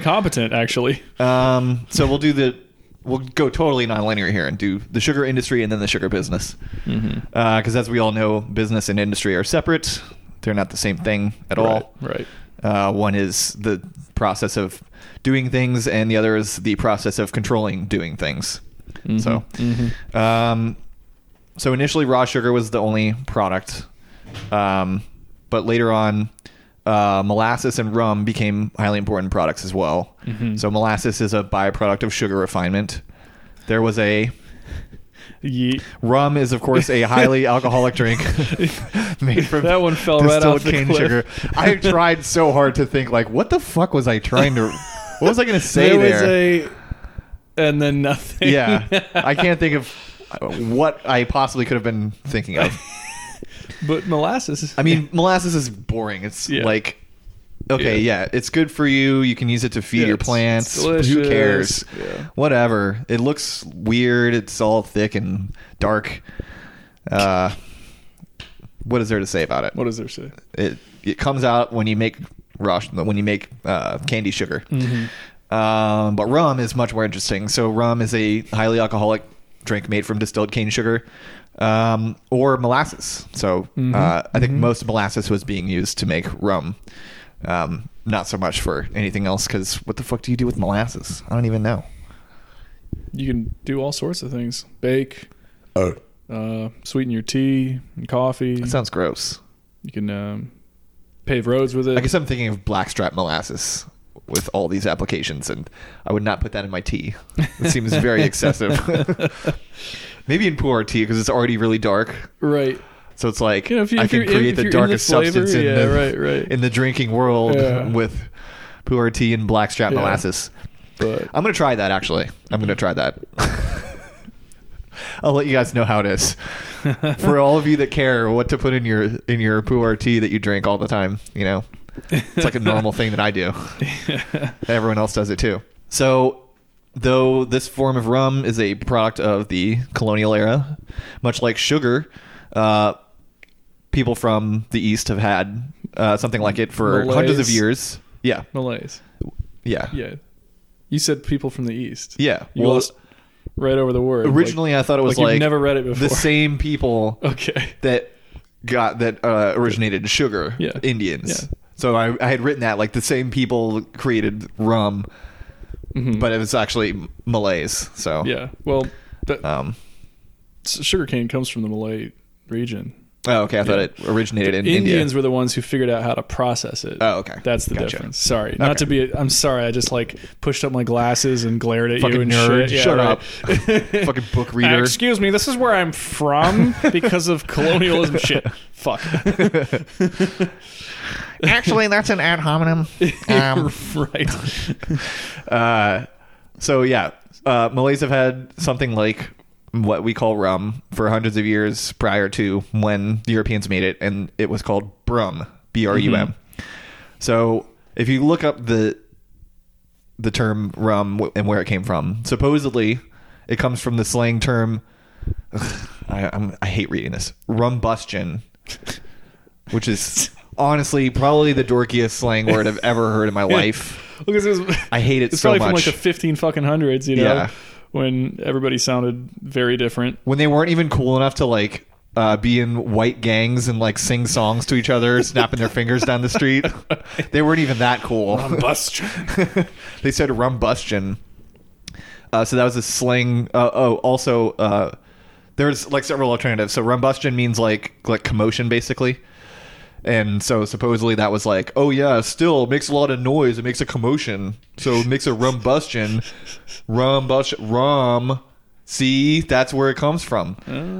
[SPEAKER 1] *laughs*
[SPEAKER 2] competent, actually.
[SPEAKER 1] Um, so we'll do the we'll go totally nonlinear here and do the sugar industry and then the sugar business because as we all know, business and industry are separate. They're not the same thing at all.
[SPEAKER 2] Right. right.
[SPEAKER 1] Uh, one is the process of doing things, and the other is the process of controlling doing things. So, um, so initially, raw sugar was the only product, um, but later on, uh, molasses and rum became highly important products as well. So, molasses is a byproduct of sugar refinement. There was a
[SPEAKER 2] Ye-
[SPEAKER 1] Rum is, of course,
[SPEAKER 2] *laughs*
[SPEAKER 1] a highly alcoholic drink *laughs* made from
[SPEAKER 2] That one fell right
[SPEAKER 1] distilled
[SPEAKER 2] off the
[SPEAKER 1] cane
[SPEAKER 2] cliff.
[SPEAKER 1] sugar. I tried so hard to think, like, what the fuck was I trying to? What was I going to say
[SPEAKER 2] there
[SPEAKER 1] there?
[SPEAKER 2] was a and then nothing. *laughs*
[SPEAKER 1] yeah, I can't think of what I possibly could have been thinking of.
[SPEAKER 2] but molasses.
[SPEAKER 1] I mean, molasses is boring. It's
[SPEAKER 2] Yeah.
[SPEAKER 1] like, okay, yeah. it's good for you. You can use it to feed
[SPEAKER 2] Yeah,
[SPEAKER 1] your
[SPEAKER 2] it's-
[SPEAKER 1] plants.
[SPEAKER 2] it's delicious.
[SPEAKER 1] Who cares?
[SPEAKER 2] Yeah.
[SPEAKER 1] Whatever. It looks weird. It's all thick and dark. Uh, what is there to say about it?
[SPEAKER 2] *laughs* what does there say?
[SPEAKER 1] It it comes out when you make rush when you make uh, candy sugar. Um, but rum is much more interesting. So rum is a highly alcoholic drink made from distilled cane sugar um, or molasses. So uh, I think most molasses was being used to make rum. Um, not so much for anything else because what the fuck do you do with molasses? I don't even know.
[SPEAKER 2] You can do all sorts of things. Bake. Uh, sweeten your tea and coffee.
[SPEAKER 1] Oh. That sounds gross.
[SPEAKER 2] you can um, pave roads with it.
[SPEAKER 1] I
[SPEAKER 2] *laughs*
[SPEAKER 1] guess I'm thinking of blackstrap molasses with all these applications, and I would not put that in my tea. It seems
[SPEAKER 2] *laughs*
[SPEAKER 1] very excessive. *laughs* Maybe in poor tea because it's already really dark.
[SPEAKER 2] right.
[SPEAKER 1] So it's like
[SPEAKER 2] You know, if you-
[SPEAKER 1] I
[SPEAKER 2] if
[SPEAKER 1] can
[SPEAKER 2] you're in-
[SPEAKER 1] create
[SPEAKER 2] if
[SPEAKER 1] the
[SPEAKER 2] you're in
[SPEAKER 1] darkest
[SPEAKER 2] the flavor,
[SPEAKER 1] substance in,
[SPEAKER 2] yeah,
[SPEAKER 1] the,
[SPEAKER 2] right, right.
[SPEAKER 1] in the drinking world
[SPEAKER 2] Yeah.
[SPEAKER 1] *laughs* with poor tea and blackstrap
[SPEAKER 2] Yeah.
[SPEAKER 1] molasses.
[SPEAKER 2] But
[SPEAKER 1] I'm gonna try that actually. I'm gonna try that. *laughs* I'll let you guys know how it is. For all of you that care what to put in your in your pu'er tea that you drink all the time, you know. It's like a normal
[SPEAKER 2] *laughs*
[SPEAKER 1] thing that I do. Everyone else does it too. So though this form of rum is a product of the colonial era, much like sugar, uh, people from the east have had uh, something like it for hundreds of
[SPEAKER 2] Malaise.
[SPEAKER 1] years. Yeah.
[SPEAKER 2] Malays.
[SPEAKER 1] Yeah.
[SPEAKER 2] Yeah. You said people from the east.
[SPEAKER 1] Yeah.
[SPEAKER 2] You
[SPEAKER 1] Well,
[SPEAKER 2] lost right over the word.
[SPEAKER 1] originally I thought it was
[SPEAKER 2] like
[SPEAKER 1] like,
[SPEAKER 2] you've never read it before.
[SPEAKER 1] the same
[SPEAKER 2] *laughs*
[SPEAKER 1] people
[SPEAKER 2] Okay.
[SPEAKER 1] that got that uh, originated in sugar
[SPEAKER 2] Yeah.
[SPEAKER 1] Indians.
[SPEAKER 2] Yeah.
[SPEAKER 1] So I, I had written that like the same people created rum, but it was actually Malays. So
[SPEAKER 2] Mm-hmm. Yeah. Well, the,
[SPEAKER 1] Um.
[SPEAKER 2] s- sugarcane comes from the Malay region.
[SPEAKER 1] Oh, okay. I thought
[SPEAKER 2] Yeah.
[SPEAKER 1] it originated in
[SPEAKER 2] Indians
[SPEAKER 1] India.
[SPEAKER 2] were the ones who figured out how to process it.
[SPEAKER 1] Oh, okay.
[SPEAKER 2] That's the
[SPEAKER 1] Gotcha.
[SPEAKER 2] difference. Sorry, not to be. I'm sorry. I just like pushed up my glasses and glared at you
[SPEAKER 1] Fucking
[SPEAKER 2] and
[SPEAKER 1] nerd.
[SPEAKER 2] shit. Yeah,
[SPEAKER 1] Shut
[SPEAKER 2] right. Uh,
[SPEAKER 1] up. Fucking book reader.
[SPEAKER 2] *laughs* Excuse me. This is where
[SPEAKER 1] *laughs*
[SPEAKER 2] I'm from because of colonialism shit. Fuck.
[SPEAKER 1] *laughs* Actually, that's an ad
[SPEAKER 2] *laughs*
[SPEAKER 1] hominem. Um,
[SPEAKER 2] right.
[SPEAKER 1] Uh, so yeah, uh, Malays have had something like what we call rum for hundreds of years prior to when the Europeans made it, and it was called brum, B R U M. So if you look up the the term rum w- and where it came from, supposedly it comes from the slang term. Ugh, I, I'm, I hate reading this rumbustion, which is honestly probably the dorkiest slang word I've ever heard in my life.
[SPEAKER 2] Because it was,
[SPEAKER 1] I hate it
[SPEAKER 2] it's
[SPEAKER 1] so
[SPEAKER 2] probably
[SPEAKER 1] much.
[SPEAKER 2] from like the fifteen fucking hundreds, you know,
[SPEAKER 1] Yeah.
[SPEAKER 2] when everybody sounded
[SPEAKER 1] *laughs*
[SPEAKER 2] very different.
[SPEAKER 1] when they weren't even cool enough to like uh, be in white gangs and like sing songs to each other, *laughs* snapping their fingers down the street. *laughs* They weren't even that cool. *laughs* they said rumbustion. Uh, so that was a slang. Uh, oh, also uh, there's like several alternatives. So rumbustion means like like commotion, basically. And so supposedly that was like, oh yeah, still makes a lot of noise. It makes a commotion. So it makes a rumbustion. rumbustion. Rum. See, that's where it comes from.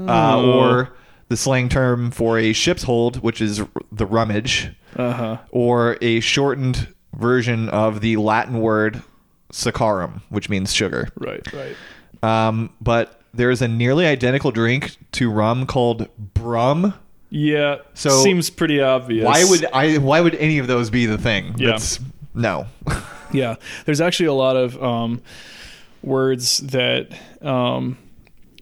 [SPEAKER 1] Uh, or the slang term for a ship's hold, which is r- the rummage, uh-huh. or a shortened version of the Latin word saccharum, which means sugar.
[SPEAKER 2] Right, right.
[SPEAKER 1] Um, but there is a nearly identical drink to rum called brum.
[SPEAKER 2] Yeah.
[SPEAKER 1] So-
[SPEAKER 2] seems pretty obvious.
[SPEAKER 1] Why would I? Why would any of those be the thing?
[SPEAKER 2] Yeah.
[SPEAKER 1] That's- *laughs* no.
[SPEAKER 2] Yeah, there's actually a lot of um, words that um, *laughs*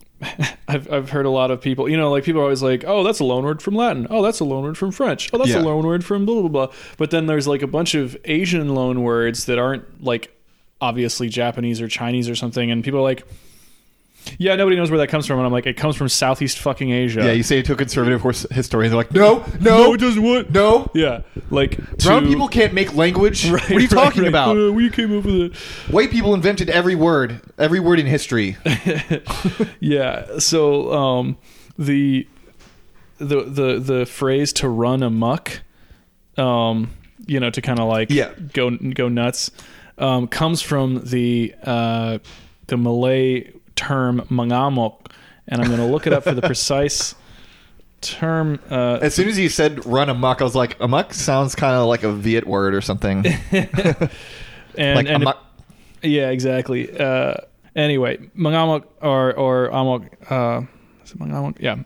[SPEAKER 2] I've I've heard a lot of people. You know, like people are always like, "Oh, that's a loan word from Latin. Oh, that's a loan word from French. Oh, that's
[SPEAKER 1] Yeah.
[SPEAKER 2] a loan word from blah blah blah." But then there's like a bunch of Asian loan words that aren't like obviously Japanese or Chinese or something, and people are like. Yeah, nobody knows where that comes from, and I'm like, it comes from Southeast fucking Asia.
[SPEAKER 1] yeah, you say it to a conservative horse historian, they're like, no, no,
[SPEAKER 2] no, it doesn't work.
[SPEAKER 1] no.
[SPEAKER 2] yeah, like
[SPEAKER 1] Brown
[SPEAKER 2] to-
[SPEAKER 1] people can't make language. what are you
[SPEAKER 2] Right,
[SPEAKER 1] talking
[SPEAKER 2] right.
[SPEAKER 1] about?
[SPEAKER 2] Uh, we came up with it.
[SPEAKER 1] White people invented every word, every word in history.
[SPEAKER 2] Yeah. So um, the the the the phrase to run amok, um, you know, to kind of like
[SPEAKER 1] Yeah.
[SPEAKER 2] go go nuts, um, comes from the uh, the Malay term mangamok, and I'm going to look
[SPEAKER 1] *laughs*
[SPEAKER 2] it up for the precise term. Uh,
[SPEAKER 1] As soon as you said "run amok," I was like, "Amok" sounds kind of like a Viet word or
[SPEAKER 2] *laughs*
[SPEAKER 1] something.
[SPEAKER 2] and
[SPEAKER 1] Like
[SPEAKER 2] and
[SPEAKER 1] amok.
[SPEAKER 2] yeah, exactly. Uh, anyway, mangamok or or amok. Uh, is it mangamok? Yeah.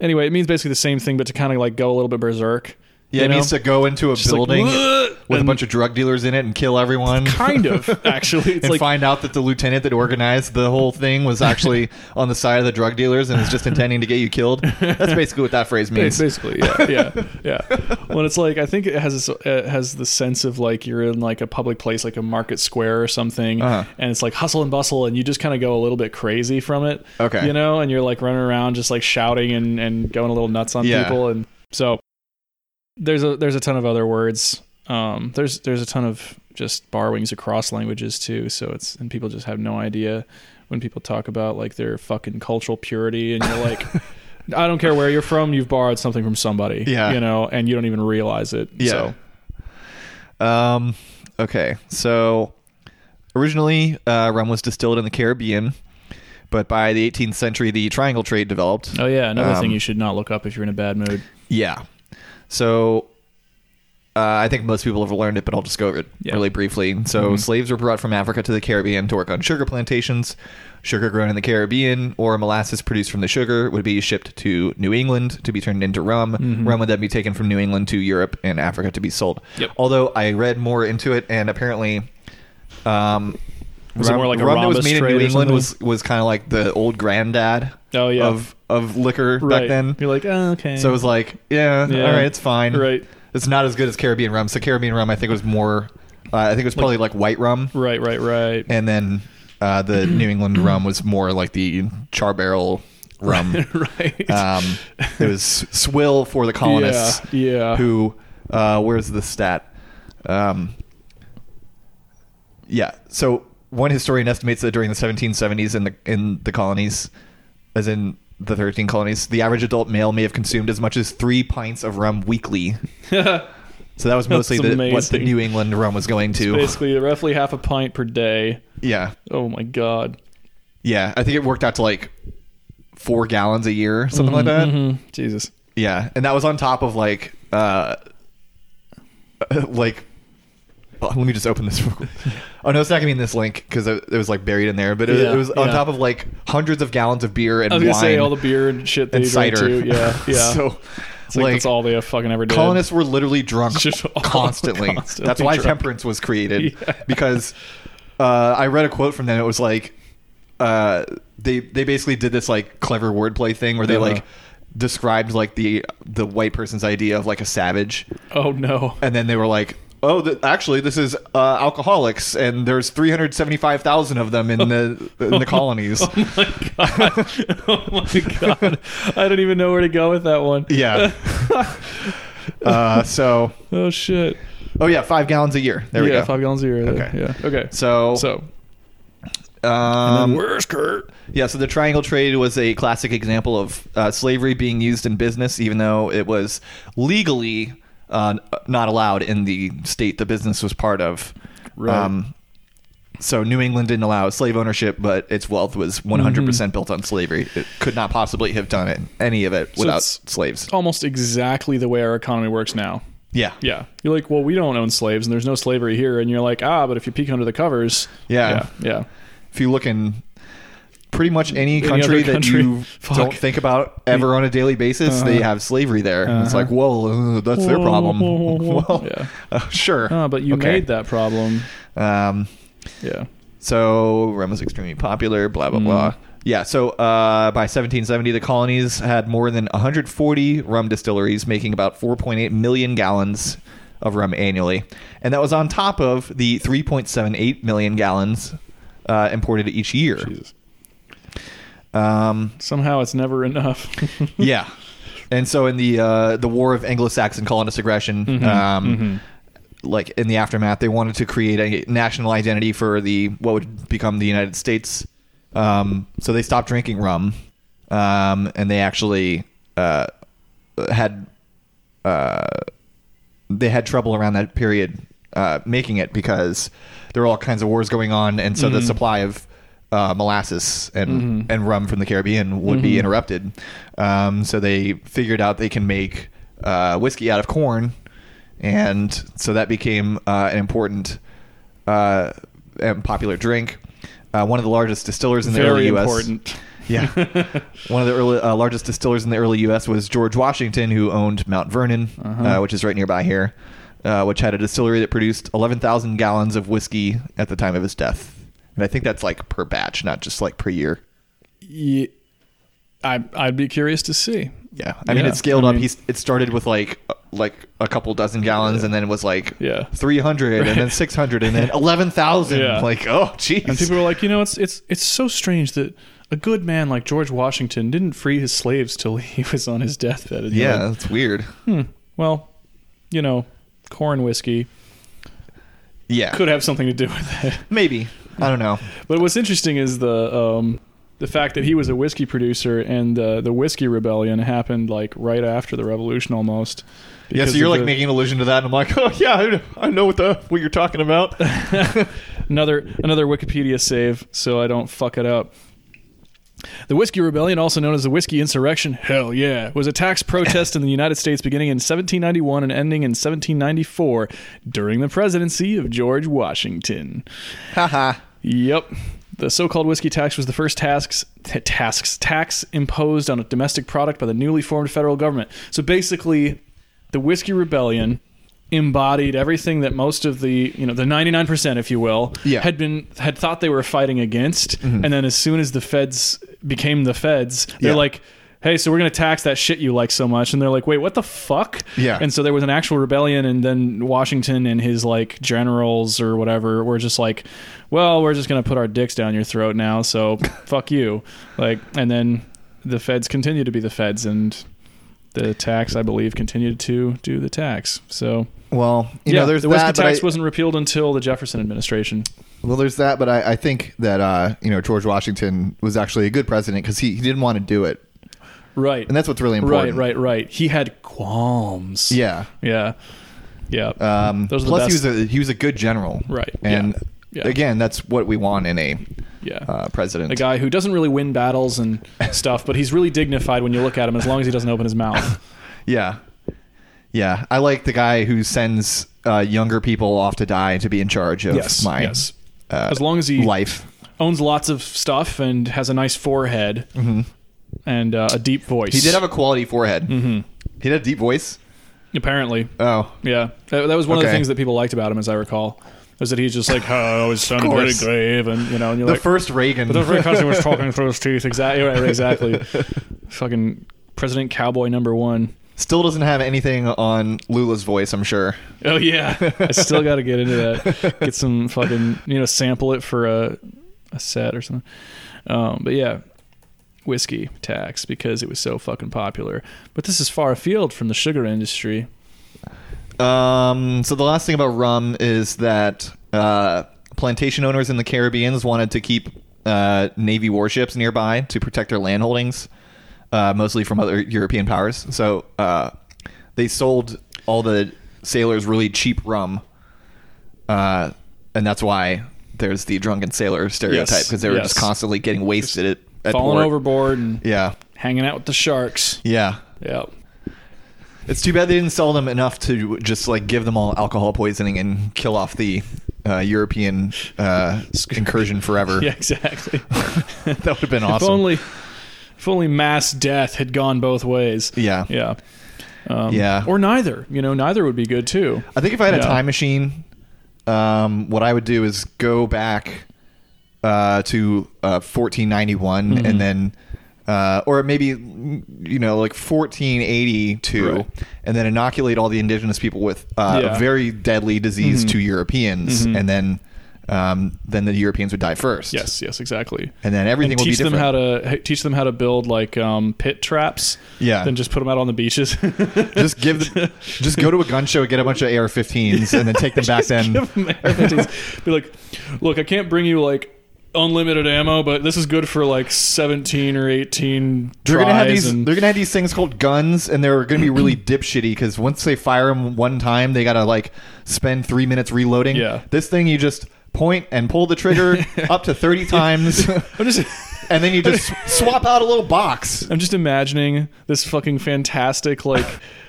[SPEAKER 2] Anyway, it means basically the same thing, but to kind of like go a little bit berserk.
[SPEAKER 1] Yeah,
[SPEAKER 2] you
[SPEAKER 1] it
[SPEAKER 2] know?
[SPEAKER 1] means to go into a
[SPEAKER 2] Just like,
[SPEAKER 1] building
[SPEAKER 2] "Whoa!"
[SPEAKER 1] with a
[SPEAKER 2] And
[SPEAKER 1] bunch of drug dealers in it and kill everyone.
[SPEAKER 2] *laughs* kind of actually
[SPEAKER 1] *laughs*
[SPEAKER 2] it's
[SPEAKER 1] and
[SPEAKER 2] like
[SPEAKER 1] find out that the lieutenant that organized the whole thing was
[SPEAKER 2] *laughs*
[SPEAKER 1] actually on the side of the drug dealers and is just intending to get you killed. That's basically what that
[SPEAKER 2] *laughs*
[SPEAKER 1] phrase means. *laughs*
[SPEAKER 2] basically yeah yeah yeah well it's like i think it has this, it has the sense of like you're in like a public place like a market square or something
[SPEAKER 1] Uh-huh.
[SPEAKER 2] and it's like hustle and bustle and you just kind of go a little bit crazy from it
[SPEAKER 1] Okay.
[SPEAKER 2] you know and you're like running around just like shouting and and going a little nuts on
[SPEAKER 1] Yeah.
[SPEAKER 2] people and so there's a there's a ton of other words um there's there's a ton of just borrowings across languages too so it's and people just have no idea when people talk about like their fucking cultural purity and you're
[SPEAKER 1] *laughs*
[SPEAKER 2] like I don't care where you're from, you've borrowed something from somebody.
[SPEAKER 1] Yeah.
[SPEAKER 2] You know, and you don't even realize it.
[SPEAKER 1] Yeah.
[SPEAKER 2] So
[SPEAKER 1] Um, okay, so originally uh, rum was distilled in the Caribbean, but by the 18th century, the triangle trade developed.
[SPEAKER 2] Oh yeah, another
[SPEAKER 1] Um,
[SPEAKER 2] thing you should not look up if you're in a bad mood.
[SPEAKER 1] Yeah. So uh, I think most people have learned it, but I'll just go over it
[SPEAKER 2] Yeah. Mm-hmm.
[SPEAKER 1] really briefly. So slaves were brought from Africa to the Caribbean to work on sugar plantations. Sugar grown in the Caribbean or molasses produced from the sugar would be shipped to New England to be turned into rum.
[SPEAKER 2] Mm-hmm.
[SPEAKER 1] Rum would then be taken from New England to Europe and Africa to be sold.
[SPEAKER 2] Yep.
[SPEAKER 1] Although I read more into it, and apparently, um,
[SPEAKER 2] Was it more like a
[SPEAKER 1] rum that was
[SPEAKER 2] rhombus
[SPEAKER 1] made in
[SPEAKER 2] trade
[SPEAKER 1] New
[SPEAKER 2] or
[SPEAKER 1] England
[SPEAKER 2] something?
[SPEAKER 1] was was kind of like the old granddad.
[SPEAKER 2] Oh, yeah.
[SPEAKER 1] of of liquor back
[SPEAKER 2] right.
[SPEAKER 1] then.
[SPEAKER 2] You're like, oh, okay.
[SPEAKER 1] So it was like, yeah,
[SPEAKER 2] Yeah.
[SPEAKER 1] all right, it's fine.
[SPEAKER 2] Right.
[SPEAKER 1] It's not as good as Caribbean rum. So Caribbean rum, I think was more. Uh, I think it was probably like, white rum,
[SPEAKER 2] Right, right, right.
[SPEAKER 1] *laughs* and then uh, the New England rum was more like the char barrel rum.
[SPEAKER 2] *laughs* right.
[SPEAKER 1] um,
[SPEAKER 2] *laughs*
[SPEAKER 1] it was swill for the colonists.
[SPEAKER 2] Yeah, yeah.
[SPEAKER 1] Who? Uh, where's the stat? Um, yeah. So one historian estimates that during the 1770s in the in the colonies, as in the 13 colonies, the average adult male may have consumed as much as three pints of rum
[SPEAKER 2] *laughs*
[SPEAKER 1] weekly. So that was mostly
[SPEAKER 2] That's
[SPEAKER 1] the, what the
[SPEAKER 2] amazing.
[SPEAKER 1] New England rum was going to.
[SPEAKER 2] Basically roughly half a pint per day.
[SPEAKER 1] Yeah,
[SPEAKER 2] Oh my god.
[SPEAKER 1] yeah. I think it worked out to like four gallons a year, something like that.
[SPEAKER 2] Mm, Jesus.
[SPEAKER 1] Yeah, and that was on top of like, *laughs* uh, like, oh, let me just open this real quick. Oh no, it's not gonna be in this link because it, it was like buried in there. But it,
[SPEAKER 2] Yeah,
[SPEAKER 1] it was on
[SPEAKER 2] yeah.
[SPEAKER 1] top of like hundreds of gallons of beer and
[SPEAKER 2] I was
[SPEAKER 1] wine.
[SPEAKER 2] gonna say all the beer and shit they
[SPEAKER 1] and
[SPEAKER 2] drank
[SPEAKER 1] cider.
[SPEAKER 2] too. Yeah, yeah.
[SPEAKER 1] *laughs* so
[SPEAKER 2] it's like, that's all they fucking ever did.
[SPEAKER 1] colonists were literally drunk
[SPEAKER 2] *laughs* Just all
[SPEAKER 1] constantly.
[SPEAKER 2] constantly
[SPEAKER 1] That's why
[SPEAKER 2] drunk.
[SPEAKER 1] temperance was created
[SPEAKER 2] *laughs* Yeah.
[SPEAKER 1] because uh, I read a quote from them. It was like uh, they they basically did this like clever wordplay thing where they
[SPEAKER 2] Uh-huh.
[SPEAKER 1] like described like the the white person's idea of like a savage,
[SPEAKER 2] Oh
[SPEAKER 1] *laughs*
[SPEAKER 2] no. *laughs*
[SPEAKER 1] and then they were like. Oh, th- actually, this is uh, alcoholics, and there's 375,000 of them in the in
[SPEAKER 2] *laughs*
[SPEAKER 1] the colonies.
[SPEAKER 2] Oh my god! *laughs* Oh my god! I don't even know where to go with that one.
[SPEAKER 1] *laughs*
[SPEAKER 2] *laughs*
[SPEAKER 1] Yeah. uh, so,
[SPEAKER 2] Oh shit!
[SPEAKER 1] oh yeah, five gallons a year. There we
[SPEAKER 2] yeah,
[SPEAKER 1] go.
[SPEAKER 2] five gallons a year.
[SPEAKER 1] Okay.
[SPEAKER 2] Yeah. Okay.
[SPEAKER 1] So,
[SPEAKER 2] So.
[SPEAKER 1] um,
[SPEAKER 2] where's Kurt?
[SPEAKER 1] Yeah, so the triangle trade was a classic example of uh, slavery being used in business, even though it was legally uh, not allowed in the state the business was part of. Um,
[SPEAKER 2] Right.
[SPEAKER 1] so New England didn't allow slave ownership, but its wealth was 100%
[SPEAKER 2] Mm-hmm.
[SPEAKER 1] percent built on slavery. It could not possibly have done it, any of it without
[SPEAKER 2] it's-
[SPEAKER 1] slaves.
[SPEAKER 2] Almost exactly the way our economy works now.
[SPEAKER 1] Yeah.
[SPEAKER 2] Yeah. You're like, well, we don't own slaves, and there's no slavery here, and you're like, ah, but if you peek under the covers,
[SPEAKER 1] Yeah.
[SPEAKER 2] yeah,
[SPEAKER 1] If you look in pretty much any
[SPEAKER 2] Any
[SPEAKER 1] country
[SPEAKER 2] other
[SPEAKER 1] that
[SPEAKER 2] country.
[SPEAKER 1] you
[SPEAKER 2] *laughs* Fuck. Uh-huh.
[SPEAKER 1] don't think about ever on a daily basis, they have slavery there. And It's like, whoa, uh, that's their
[SPEAKER 2] Whoa, *laughs*
[SPEAKER 1] problem. *laughs*
[SPEAKER 2] whoa, whoa, whoa.
[SPEAKER 1] well,
[SPEAKER 2] Uh-huh. Yeah.
[SPEAKER 1] *laughs* uh, sure.
[SPEAKER 2] Ah, but you
[SPEAKER 1] Okay.
[SPEAKER 2] made that problem.
[SPEAKER 1] Um,
[SPEAKER 2] Yeah.
[SPEAKER 1] so Rome was extremely popular, blah, blah,
[SPEAKER 2] Mm.
[SPEAKER 1] blah. Yeah, so uh, by 1770, the colonies had more than 140 rum distilleries, making about 4.8 million gallons of rum annually. And that was on top of the 3.78 million gallons uh, imported each year.
[SPEAKER 2] Jesus.
[SPEAKER 1] Um,
[SPEAKER 2] Somehow it's never enough.
[SPEAKER 1] *laughs* yeah. And so in the uh, the war of Anglo-Saxon colonist aggression, um, like in the aftermath, they wanted to create a national identity for the what would become the United States. Um, so they stopped drinking rum, um, and they actually uh, had uh, they had trouble around that period uh, making it because there were all kinds of wars going on, and so the
[SPEAKER 2] Mm-hmm.
[SPEAKER 1] supply of uh, molasses and and rum from the Caribbean would
[SPEAKER 2] Mm-hmm.
[SPEAKER 1] be interrupted. Um, so they figured out they can make uh, whiskey out of corn, and so that became uh, an important uh, and popular drink. Uh, one of the largest distillers in the early
[SPEAKER 2] Very
[SPEAKER 1] U.S.
[SPEAKER 2] important.
[SPEAKER 1] Yeah. *laughs* One of the early, uh, largest distillers in the early U.S. was George Washington, who owned Mount Vernon,
[SPEAKER 2] Uh-huh.
[SPEAKER 1] uh which is right nearby here, uh, which had a distillery that produced 11,000 gallons of whiskey at the time of his death. And I think that's like per batch, not just like per year.
[SPEAKER 2] Ye- I I'd be curious to see.
[SPEAKER 1] Yeah. I mean,
[SPEAKER 2] Yeah,
[SPEAKER 1] it scaled
[SPEAKER 2] I
[SPEAKER 1] up.
[SPEAKER 2] mean-
[SPEAKER 1] He s it started with like uh, like a couple dozen gallons, and then it was like
[SPEAKER 2] Yeah.
[SPEAKER 1] 300, and
[SPEAKER 2] *laughs*
[SPEAKER 1] then 600, and then 11,000.
[SPEAKER 2] Yeah.
[SPEAKER 1] Like, oh, jeez.
[SPEAKER 2] And people are like, you know, it's it's it's so strange that a good man like George Washington didn't free his slaves till *laughs* he was on his deathbed. And you're
[SPEAKER 1] yeah,
[SPEAKER 2] like,
[SPEAKER 1] that's
[SPEAKER 2] *laughs*
[SPEAKER 1] weird.
[SPEAKER 2] well, you know, corn whiskey
[SPEAKER 1] Yeah.
[SPEAKER 2] could have something to do with it.
[SPEAKER 1] Maybe. I don't know.
[SPEAKER 2] But what's interesting is the um, the fact that he was a whiskey producer, and uh, the whiskey rebellion happened like right after the revolution, almost.
[SPEAKER 1] Yeah,
[SPEAKER 2] because
[SPEAKER 1] so you're
[SPEAKER 2] of
[SPEAKER 1] like
[SPEAKER 2] the-
[SPEAKER 1] making an allusion to that, and I'm like, *laughs* oh yeah, I know, I know what the what you're talking about.
[SPEAKER 2] *laughs* another another Wikipedia save, so I don't fuck it up. The Whiskey Rebellion, also known as the Whiskey Insurrection, hell yeah, was a tax protest in the United States beginning in 1791 and ending in 1794 during the presidency of George Washington.
[SPEAKER 1] *laughs* Haha.
[SPEAKER 2] Yep. The so-called whiskey tax was the first tasks t- tasks tax imposed on a domestic product by the newly formed federal government. So basically, the whiskey rebellion embodied everything that most of the you know the 99% if you will
[SPEAKER 1] Yeah. Mm-hmm.
[SPEAKER 2] had been had thought they were fighting against and then as soon as the feds became the feds they're
[SPEAKER 1] Yeah.
[SPEAKER 2] like hey so we're going to tax that shit you like so much and they're like wait what the fuck
[SPEAKER 1] Yeah.
[SPEAKER 2] and so there was an actual rebellion, and then Washington and his like generals or whatever were just like, "Well, we're just gonna put our dicks down your throat now,
[SPEAKER 1] *laughs*
[SPEAKER 2] so fuck you." Like, and then the feds continue to be the feds, and the tax, I believe, continued to do the tax. So
[SPEAKER 1] Well, you
[SPEAKER 2] yeah,
[SPEAKER 1] know, there's
[SPEAKER 2] the whiskey
[SPEAKER 1] that. But I,
[SPEAKER 2] tax wasn't repealed until the Jefferson administration.
[SPEAKER 1] well, there's that, but I, I think that uh, you know George Washington was actually a good president because he, he didn't want to do it,
[SPEAKER 2] Right.
[SPEAKER 1] and that's what's really
[SPEAKER 2] right.
[SPEAKER 1] important.
[SPEAKER 2] Right. Right. He had qualms.
[SPEAKER 1] Yeah.
[SPEAKER 2] Yeah. Yeah.
[SPEAKER 1] Um,
[SPEAKER 2] Those are the
[SPEAKER 1] plus,
[SPEAKER 2] best.
[SPEAKER 1] he was a he was a good general.
[SPEAKER 2] Right,
[SPEAKER 1] And
[SPEAKER 2] yeah, yeah.
[SPEAKER 1] again, that's what we want in a
[SPEAKER 2] yeah.
[SPEAKER 1] uh, president.
[SPEAKER 2] a guy who doesn't really win
[SPEAKER 1] *laughs*
[SPEAKER 2] battles and stuff, but he's really dignified when you look at him as long as he doesn't open
[SPEAKER 1] *laughs*
[SPEAKER 2] his mouth.
[SPEAKER 1] Yeah. Yeah. I like the guy who sends uh, younger people off to die to be in charge of mine.
[SPEAKER 2] Yes.
[SPEAKER 1] uh,
[SPEAKER 2] As long as he
[SPEAKER 1] life.
[SPEAKER 2] owns lots of stuff and has a nice forehead and uh, a deep voice.
[SPEAKER 1] Mm-hmm. He did have a quality forehead. Mm-hmm. He had a deep voice.
[SPEAKER 2] apparently.
[SPEAKER 1] Oh,
[SPEAKER 2] Yeah, that, that was one of the
[SPEAKER 1] Okay.
[SPEAKER 2] things that people liked about him, as I recall, was that he's just like, "Oh, his son very
[SPEAKER 1] course.
[SPEAKER 2] grave," and you know, and you're
[SPEAKER 1] the
[SPEAKER 2] like,
[SPEAKER 1] first Reagan.
[SPEAKER 2] "The first cousin was talking through his teeth." Exactly,
[SPEAKER 1] *laughs*
[SPEAKER 2] right, exactly. Fucking President Cowboy number one.
[SPEAKER 1] Still doesn't have anything on Lula's voice. I'm sure.
[SPEAKER 2] Oh yeah, *laughs* I still got to get into that. Get some fucking you know, sample it for a a set or something. Um, but yeah, whiskey tax because it was so fucking popular. But this is far afield from the sugar industry.
[SPEAKER 1] Um, so the last thing about rum is that uh, plantation owners in the Caribbeans wanted to keep uh, Navy warships nearby to protect their land holdings, uh, mostly from other European powers. So uh, they sold all the sailors really cheap rum, uh, and that's why there's the drunken sailor stereotype because they were
[SPEAKER 2] yes.
[SPEAKER 1] just constantly getting wasted at, at
[SPEAKER 2] Falling
[SPEAKER 1] port.
[SPEAKER 2] overboard and
[SPEAKER 1] Yeah,
[SPEAKER 2] hanging out with the sharks.
[SPEAKER 1] yeah.
[SPEAKER 2] Yeah.
[SPEAKER 1] It's too bad they didn't sell them enough to just like give them all alcohol poisoning and kill off the uh, European uh, incursion *laughs* forever.
[SPEAKER 2] *laughs* Yeah, exactly.
[SPEAKER 1] that would have been awesome.
[SPEAKER 2] If only, if only mass death had gone both ways.
[SPEAKER 1] Yeah.
[SPEAKER 2] yeah, um,
[SPEAKER 1] Yeah.
[SPEAKER 2] Or neither. You know, neither would be good too.
[SPEAKER 1] I think if I had
[SPEAKER 2] Yeah.
[SPEAKER 1] a time machine, um, what I would do is go back uh, to uh, 1491
[SPEAKER 2] Mm-hmm.
[SPEAKER 1] and then, uh, or maybe, you know, like 1482
[SPEAKER 2] Right.
[SPEAKER 1] and then inoculate all the indigenous people with uh,
[SPEAKER 2] Yeah. Mm-hmm.
[SPEAKER 1] a very deadly disease to Europeans. And then, um, then the Europeans would die first.
[SPEAKER 2] Yes, yes, exactly.
[SPEAKER 1] And then everything
[SPEAKER 2] And
[SPEAKER 1] will be
[SPEAKER 2] teach them
[SPEAKER 1] different.
[SPEAKER 2] how to teach them how to build like um, pit traps.
[SPEAKER 1] Yeah.
[SPEAKER 2] Then just put them out on the beaches. *laughs*
[SPEAKER 1] just give the, just go to a gun show get a bunch of ar-15s and then take
[SPEAKER 2] *laughs*
[SPEAKER 1] them back then
[SPEAKER 2] Give 'em everything's- *laughs* Be like, look, I can't bring you like unlimited ammo, but this is good for like seventeen or eighteen.
[SPEAKER 1] they're gonna have
[SPEAKER 2] tries
[SPEAKER 1] these
[SPEAKER 2] and-
[SPEAKER 1] they're gonna have these things called guns and they're gonna be really *clears throat* dipshitty because once they fire them one time they gotta like spend three minutes reloading
[SPEAKER 2] Yeah.
[SPEAKER 1] this thing you just point and pull the
[SPEAKER 2] *laughs*
[SPEAKER 1] trigger up to 30 times
[SPEAKER 2] *laughs* I'm just.
[SPEAKER 1] and then you just swap out a little box
[SPEAKER 2] I'm just imagining this fucking
[SPEAKER 1] *laughs*
[SPEAKER 2] fantastic like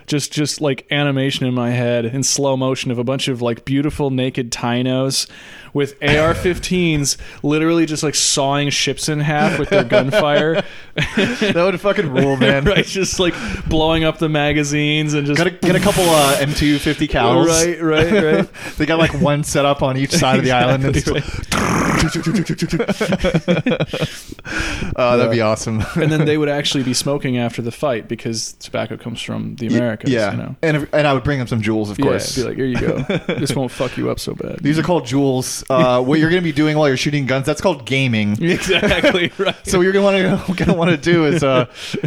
[SPEAKER 2] just just like animation in my head in slow motion of a bunch of like beautiful naked tinos with AR-15s literally just like sawing ships in
[SPEAKER 1] *laughs*
[SPEAKER 2] half with their gunfire.
[SPEAKER 1] that would fucking
[SPEAKER 2] *laughs*
[SPEAKER 1] rule man
[SPEAKER 2] right, just like blowing up the magazines and just
[SPEAKER 1] Gotta get a couple uh, M250 cows.
[SPEAKER 2] right, right,
[SPEAKER 1] *laughs*
[SPEAKER 2] right.
[SPEAKER 1] They got like one set up on each side of the
[SPEAKER 2] *laughs*
[SPEAKER 1] island. And
[SPEAKER 2] Exactly,
[SPEAKER 1] just- *laughs* uh, that'd be awesome. *laughs*
[SPEAKER 2] and then they would actually be smoking after the fight because tobacco comes from the Americas,
[SPEAKER 1] yeah,
[SPEAKER 2] you know.
[SPEAKER 1] and if, and I would bring them some jewels, of
[SPEAKER 2] Yeah,
[SPEAKER 1] course.
[SPEAKER 2] be like, here
[SPEAKER 1] *laughs*
[SPEAKER 2] you go. this won't fuck you up so bad.
[SPEAKER 1] These are called jewels. Uh, what you're gonna be doing while you're shooting guns? That's called gaming.
[SPEAKER 2] *laughs* exactly right.
[SPEAKER 1] *laughs*
[SPEAKER 2] *laughs*
[SPEAKER 1] So what you're gonna want to gonna want to do is, uh,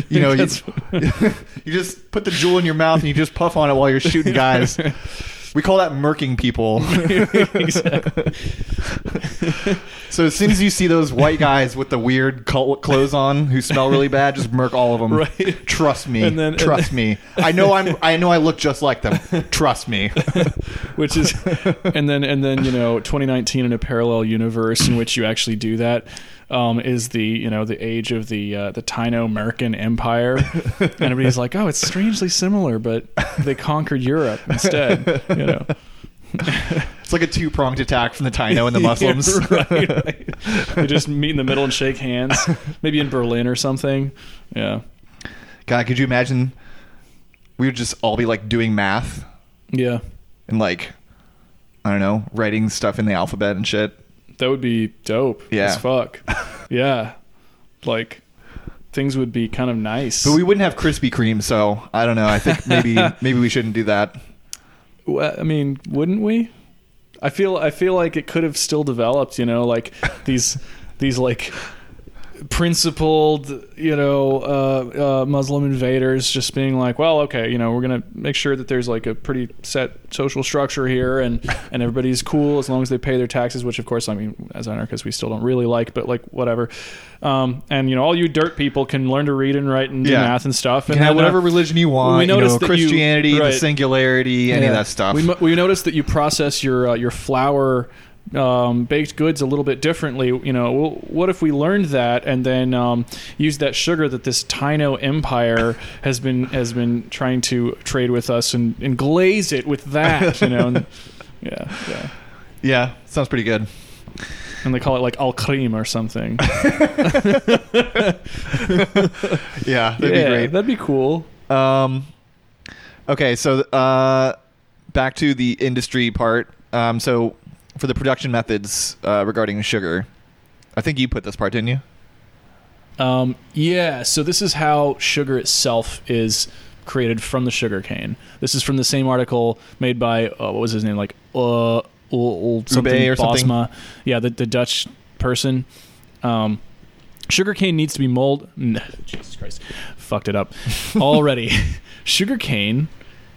[SPEAKER 1] you know, you, *laughs* you just put the jewel in your mouth and you just puff on it while you're shooting guys.
[SPEAKER 2] *laughs*
[SPEAKER 1] We call that murking people.
[SPEAKER 2] exactly.
[SPEAKER 1] So as soon as you see those white guys with the weird cult clothes on who smell really bad, just murk all of them.
[SPEAKER 2] Right.
[SPEAKER 1] Trust me.
[SPEAKER 2] And then- and
[SPEAKER 1] Trust me.
[SPEAKER 2] *laughs*
[SPEAKER 1] I know I'm. I know I look just like them. Trust me.
[SPEAKER 2] which is and then and then you know 2019 in a parallel universe in which you actually do that um, is the you know the age of the uh, the Tino American Empire and everybody's like oh it's strangely similar but they conquered Europe instead you know
[SPEAKER 1] It's like a two pronged attack from the Taino and the Muslims.
[SPEAKER 2] *laughs* Yeah, right, right. they just meet in the middle and shake hands maybe in Berlin or something yeah
[SPEAKER 1] God, could you imagine? We would just all be like doing math
[SPEAKER 2] yeah
[SPEAKER 1] and like, I don't know, writing stuff in the alphabet and shit.
[SPEAKER 2] That would be dope.
[SPEAKER 1] Yeah.
[SPEAKER 2] As fuck. yeah. Like things would be kind of nice.
[SPEAKER 1] But we wouldn't have Krispy Kreme, so I don't know. I think maybe maybe we shouldn't do that.
[SPEAKER 2] Well, I mean, wouldn't we? I feel I feel like it could have still developed, you
[SPEAKER 1] *laughs*
[SPEAKER 2] know, like these these like principled, you know, uh, uh, Muslim invaders just being like, well, okay, you know, we're gonna make sure that there's like a pretty set social structure
[SPEAKER 1] *laughs*
[SPEAKER 2] here, and and everybody's cool as long as they pay their taxes, which of course, I mean, as anarchists, we still don't really like, but like whatever. Um, and you know, all you dirt people can learn to read and write and do
[SPEAKER 1] Yeah.
[SPEAKER 2] math and stuff,
[SPEAKER 1] You
[SPEAKER 2] and
[SPEAKER 1] can have
[SPEAKER 2] then, uh,
[SPEAKER 1] whatever religion you want.
[SPEAKER 2] we
[SPEAKER 1] you
[SPEAKER 2] noticed
[SPEAKER 1] know,
[SPEAKER 2] that you-
[SPEAKER 1] Christianity,
[SPEAKER 2] right.
[SPEAKER 1] the singularity, any of
[SPEAKER 2] Yeah.
[SPEAKER 1] that stuff.
[SPEAKER 2] We, mo- we noticed that you process your uh, your flour um, baked goods a little bit differently. You know, well, what if we learned that and then um, used that sugar that this
[SPEAKER 1] *laughs*
[SPEAKER 2] Taino empire has been has been trying to trade with us and,
[SPEAKER 1] *laughs*
[SPEAKER 2] and glaze it with that? You know, and, yeah, yeah.
[SPEAKER 1] Yeah, sounds pretty good.
[SPEAKER 2] and they call it like al cream
[SPEAKER 1] *laughs*
[SPEAKER 2] or something.
[SPEAKER 1] Yeah, that'd
[SPEAKER 2] Yeah,
[SPEAKER 1] be great.
[SPEAKER 2] That'd be cool.
[SPEAKER 1] Um, okay, so uh, back to the industry part. Um, so for the production methods uh, regarding sugar, I think you put this part, didn't you?
[SPEAKER 2] Um, yeah, so this is how sugar itself is created from the sugar cane. This is from the same article made by uh, what was his name, like uh, Ul- Ul- something
[SPEAKER 1] or something?
[SPEAKER 2] Bosma. Yeah, the, the Dutch person. Um, sugar cane needs to be mold. *laughs* n- Jesus Christ, fucked it
[SPEAKER 1] *laughs*
[SPEAKER 2] up already. sugar cane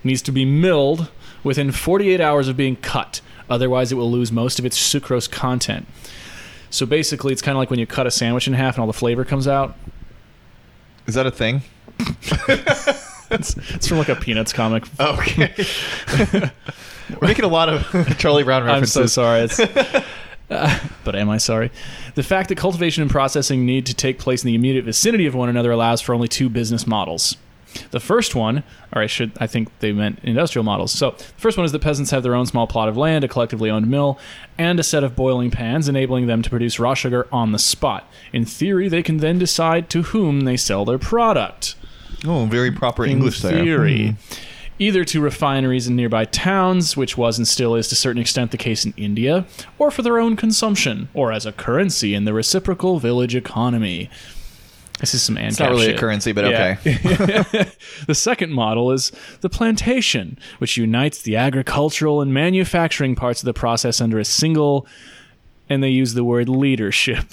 [SPEAKER 2] needs to be milled within 48 hours of being cut. Otherwise, it will lose most of its sucrose content. So basically, it's kind of like when you cut a sandwich in half and all the flavor comes out.
[SPEAKER 1] Is that a thing?
[SPEAKER 2] It's, it's from like a Peanuts comic.
[SPEAKER 1] Okay. *laughs* We're making a lot of *laughs* Charlie Brown
[SPEAKER 2] I'm
[SPEAKER 1] references.
[SPEAKER 2] so sorry. It's, Uh, *laughs* but am I sorry? The fact that cultivation and processing need to take place in the immediate vicinity of one another allows for only two business models. The first one, or I should, I think they meant industrial models. So the first one is that peasants have their own small plot of land, a collectively owned mill, and a set of boiling pans, enabling them to produce raw sugar on the spot. In theory, they can then decide to whom they sell their product.
[SPEAKER 1] Oh, very proper English
[SPEAKER 2] in
[SPEAKER 1] there. Hmm.
[SPEAKER 2] theory, either to refineries in nearby towns, which was and still is to a certain extent the case in India, or for their own consumption, or as a currency in the reciprocal village economy. This is some
[SPEAKER 1] It's not really
[SPEAKER 2] shit.
[SPEAKER 1] a currency, but
[SPEAKER 2] Yeah. *laughs*
[SPEAKER 1] okay.
[SPEAKER 2] The second model is the plantation, which unites the agricultural and manufacturing parts of the process under a single, and they use the word leadership.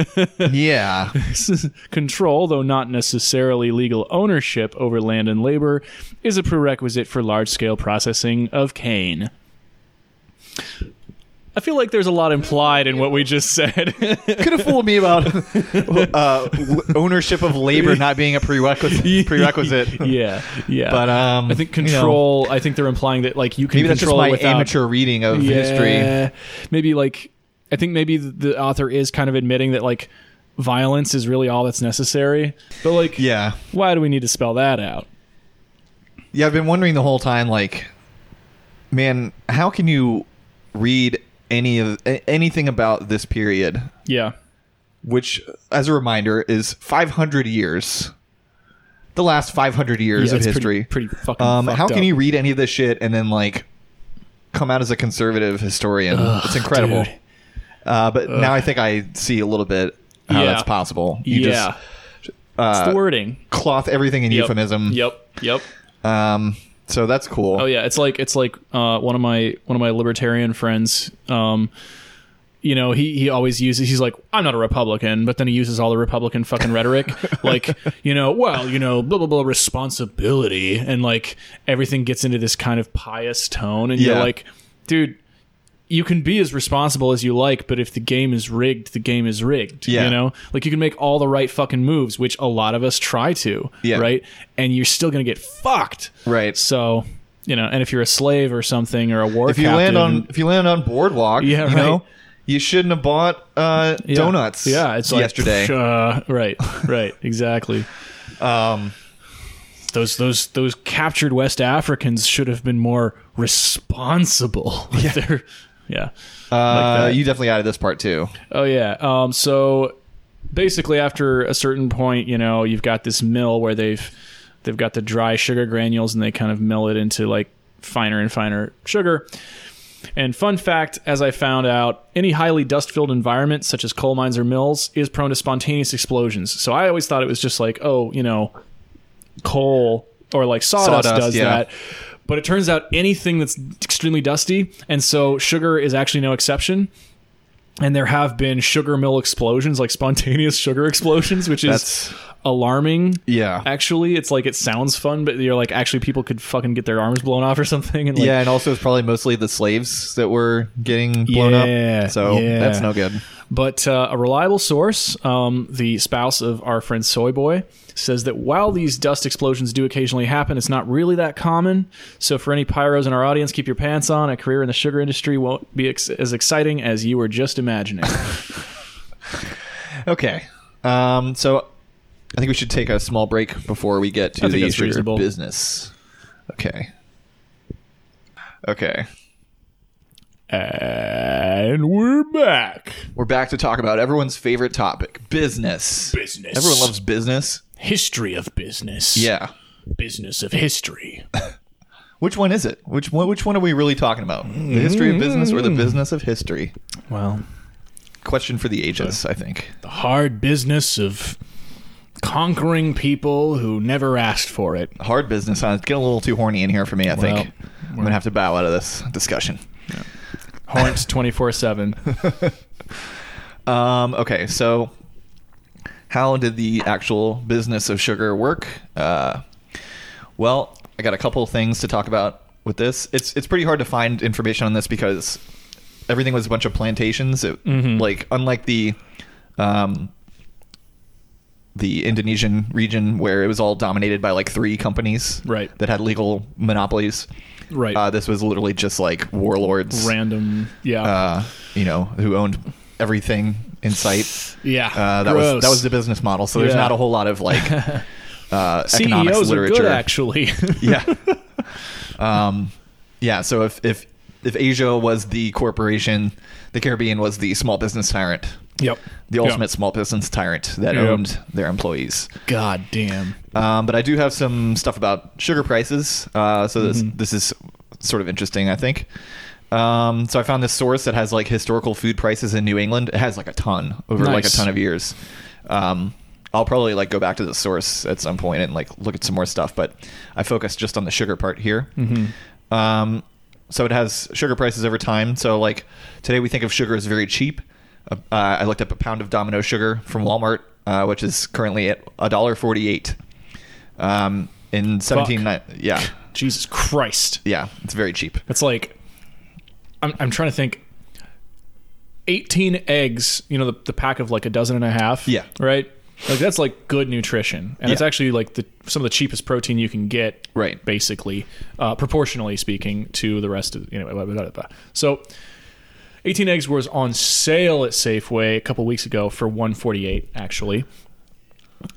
[SPEAKER 1] *laughs* yeah.
[SPEAKER 2] *laughs* Control, though not necessarily legal ownership over land and labor, is a prerequisite for large scale processing of cane. I feel like there's a lot implied in what we
[SPEAKER 1] *laughs*
[SPEAKER 2] just said.
[SPEAKER 1] Could have fooled me about *laughs* uh, w- ownership of labor not being a prerequisite. *laughs* prerequisite.
[SPEAKER 2] yeah, yeah.
[SPEAKER 1] But um,
[SPEAKER 2] I think
[SPEAKER 1] you know,
[SPEAKER 2] control. I think they're implying that like you can
[SPEAKER 1] maybe that's just
[SPEAKER 2] control
[SPEAKER 1] my
[SPEAKER 2] it without
[SPEAKER 1] amateur reading of history.
[SPEAKER 2] Yeah. Maybe like I think maybe the author is kind of admitting that like violence is really all that's necessary. But like,
[SPEAKER 1] Yeah.
[SPEAKER 2] why do we need to spell that out?
[SPEAKER 1] Yeah, I've been wondering the whole time, like, man, how can you read any of a- anything about this period,
[SPEAKER 2] Yeah.
[SPEAKER 1] which, as a reminder, is 500 years, the last 500 years
[SPEAKER 2] Yeah,
[SPEAKER 1] of
[SPEAKER 2] it's
[SPEAKER 1] history?
[SPEAKER 2] Pretty, pretty fucking.
[SPEAKER 1] um, how
[SPEAKER 2] fucked
[SPEAKER 1] can
[SPEAKER 2] up.
[SPEAKER 1] you read any of this shit and then like come out as a conservative historian? it's incredible.
[SPEAKER 2] dude.
[SPEAKER 1] Uh, but now I think I see a little bit how
[SPEAKER 2] Yeah.
[SPEAKER 1] that's possible. You
[SPEAKER 2] yeah,
[SPEAKER 1] just uh,
[SPEAKER 2] it's the wording.
[SPEAKER 1] cloth everything in
[SPEAKER 2] Yep.
[SPEAKER 1] euphemism.
[SPEAKER 2] Yep. Yep.
[SPEAKER 1] Um, so that's cool.
[SPEAKER 2] Oh yeah, it's like it's like uh, one of my one of my libertarian friends. Um, you know, he he always uses. He's like, I'm not a Republican, but then he uses all the Republican
[SPEAKER 1] *laughs*
[SPEAKER 2] fucking rhetoric, like you know, well, you know, blah blah blah, responsibility, and like everything gets into this kind of pious tone, and you're
[SPEAKER 1] Yeah.
[SPEAKER 2] like, dude. You can be as responsible as you like, but if the game is rigged, the game is rigged.
[SPEAKER 1] Yeah.
[SPEAKER 2] You know, like you can make all the right fucking moves, which a lot of us try to,
[SPEAKER 1] Yeah.
[SPEAKER 2] right? And you're still gonna get fucked,
[SPEAKER 1] Right.
[SPEAKER 2] so, you know, and if you're a slave or something or a war
[SPEAKER 1] if you land on if you land on boardwalk,
[SPEAKER 2] Yeah,
[SPEAKER 1] you
[SPEAKER 2] right.
[SPEAKER 1] know, you shouldn't have bought uh, donuts.
[SPEAKER 2] yeah, it's like,
[SPEAKER 1] yesterday.
[SPEAKER 2] psh, *laughs* uh, right, right, exactly.
[SPEAKER 1] *laughs* um,
[SPEAKER 2] Those those those captured West Africans should have been more responsible. Yeah. yeah.
[SPEAKER 1] uh,
[SPEAKER 2] that.
[SPEAKER 1] you definitely added this part too.
[SPEAKER 2] Oh yeah. Um, so basically, after a certain point, you know, you've got this mill where they've they've got the dry sugar granules, and they kind of mill it into like finer and finer sugar. And fun fact, as I found out, any highly dust-filled environment, such as coal mines or mills, is prone to spontaneous explosions. So I always thought it was just like, oh, you know, coal or like sawdust,
[SPEAKER 1] Sawdust,
[SPEAKER 2] does
[SPEAKER 1] yeah.
[SPEAKER 2] that. But it turns out anything that's extremely dusty, and so sugar is actually no exception and there have been sugar mill explosions like spontaneous *laughs* sugar explosions which is
[SPEAKER 1] That's
[SPEAKER 2] alarming
[SPEAKER 1] yeah,
[SPEAKER 2] actually it's like it sounds fun but you're like actually people could fucking get their arms blown off or something and like
[SPEAKER 1] yeah, and also it's probably mostly the slaves that were getting blown
[SPEAKER 2] Yeah,
[SPEAKER 1] up. So
[SPEAKER 2] yeah.
[SPEAKER 1] that's no good.
[SPEAKER 2] But uh, a reliable source, um, the spouse of our friend Soy Boy, says that while these dust explosions do occasionally happen, it's not really that common. So for any pyros in our audience, keep your pants on. A career in the sugar industry won't be ex- as exciting as you were just imagining.
[SPEAKER 1] Okay, um, so I think we should take a small break before we get to
[SPEAKER 2] I think
[SPEAKER 1] the
[SPEAKER 2] that's
[SPEAKER 1] sugar
[SPEAKER 2] reasonable.
[SPEAKER 1] business. Okay. Okay.
[SPEAKER 2] And we're back.
[SPEAKER 1] We're back to talk about everyone's favorite topic business.
[SPEAKER 2] Business.
[SPEAKER 1] Everyone loves business.
[SPEAKER 2] history of business.
[SPEAKER 1] Yeah.
[SPEAKER 2] Business of history.
[SPEAKER 1] *laughs* Which one is it? Which one, which one are we really talking about? The history of business or the
[SPEAKER 2] Mm.
[SPEAKER 1] business of history?
[SPEAKER 2] Well,
[SPEAKER 1] Question for the ages, I think.
[SPEAKER 2] the hard business of conquering people who never asked for it.
[SPEAKER 1] Hard business, huh? It's getting a little too horny in here for me, I
[SPEAKER 2] Well,
[SPEAKER 1] think. I'm going to have to bow out of this discussion. *laughs*
[SPEAKER 2] Horns 24 7.
[SPEAKER 1] Um, okay, so how did the actual business of sugar work? Uh, well, I got a couple of things to talk about with this. It's it's pretty hard to find information on this because everything was a bunch of plantations. It,
[SPEAKER 2] Mm-hmm.
[SPEAKER 1] Like unlike the um, the Indonesian region where it was all dominated by like three companies,
[SPEAKER 2] Right.
[SPEAKER 1] that had legal monopolies.
[SPEAKER 2] Right.
[SPEAKER 1] Uh, this was literally just like warlords
[SPEAKER 2] Random. Yeah.
[SPEAKER 1] uh, you know, who owned everything in sight.
[SPEAKER 2] yeah.
[SPEAKER 1] Uh, that was
[SPEAKER 2] Gross.
[SPEAKER 1] that was the business model. So there's
[SPEAKER 2] Yeah.
[SPEAKER 1] not a whole lot of
[SPEAKER 2] *laughs*
[SPEAKER 1] like uh, economics
[SPEAKER 2] CEOs E are
[SPEAKER 1] literature.
[SPEAKER 2] good, actually. *laughs*
[SPEAKER 1] yeah. um, yeah. So if if if Asia was the corporation, the Caribbean was the small business tyrant,
[SPEAKER 2] yep.
[SPEAKER 1] the ultimate small business tyrant that
[SPEAKER 2] Yep.
[SPEAKER 1] owned their employees.
[SPEAKER 2] God damn.
[SPEAKER 1] Um, but I do have some stuff about sugar prices. Uh, so this this is sort of interesting, I think. Um, so I found this source that has like historical food prices in New England. It has like a ton over like a
[SPEAKER 2] Nice.
[SPEAKER 1] ton of years. Um, I'll probably like go back to the source at some point and like look at some more stuff, but I focus just on the sugar part here. Um, so it has sugar prices over time. So like today we think of sugar as very cheap. Uh, I looked up a pound of Domino sugar from Walmart, uh, which is currently at a dollar forty-eight. Um, in seventeen, ni- yeah,
[SPEAKER 2] Jesus Christ.
[SPEAKER 1] yeah, it's very cheap.
[SPEAKER 2] It's like I'm I'm trying to think. Eighteen eggs, you know, the, the pack of like a dozen and a half.
[SPEAKER 1] Yeah.
[SPEAKER 2] Right? Like that's like good nutrition. And it's
[SPEAKER 1] Yeah.
[SPEAKER 2] actually like the some of the cheapest protein you can get.
[SPEAKER 1] Right.
[SPEAKER 2] Basically. Uh, proportionally speaking to the rest of you know, blah, blah, blah, blah. So 18 eggs was on sale at Safeway a couple weeks ago for 148 actually.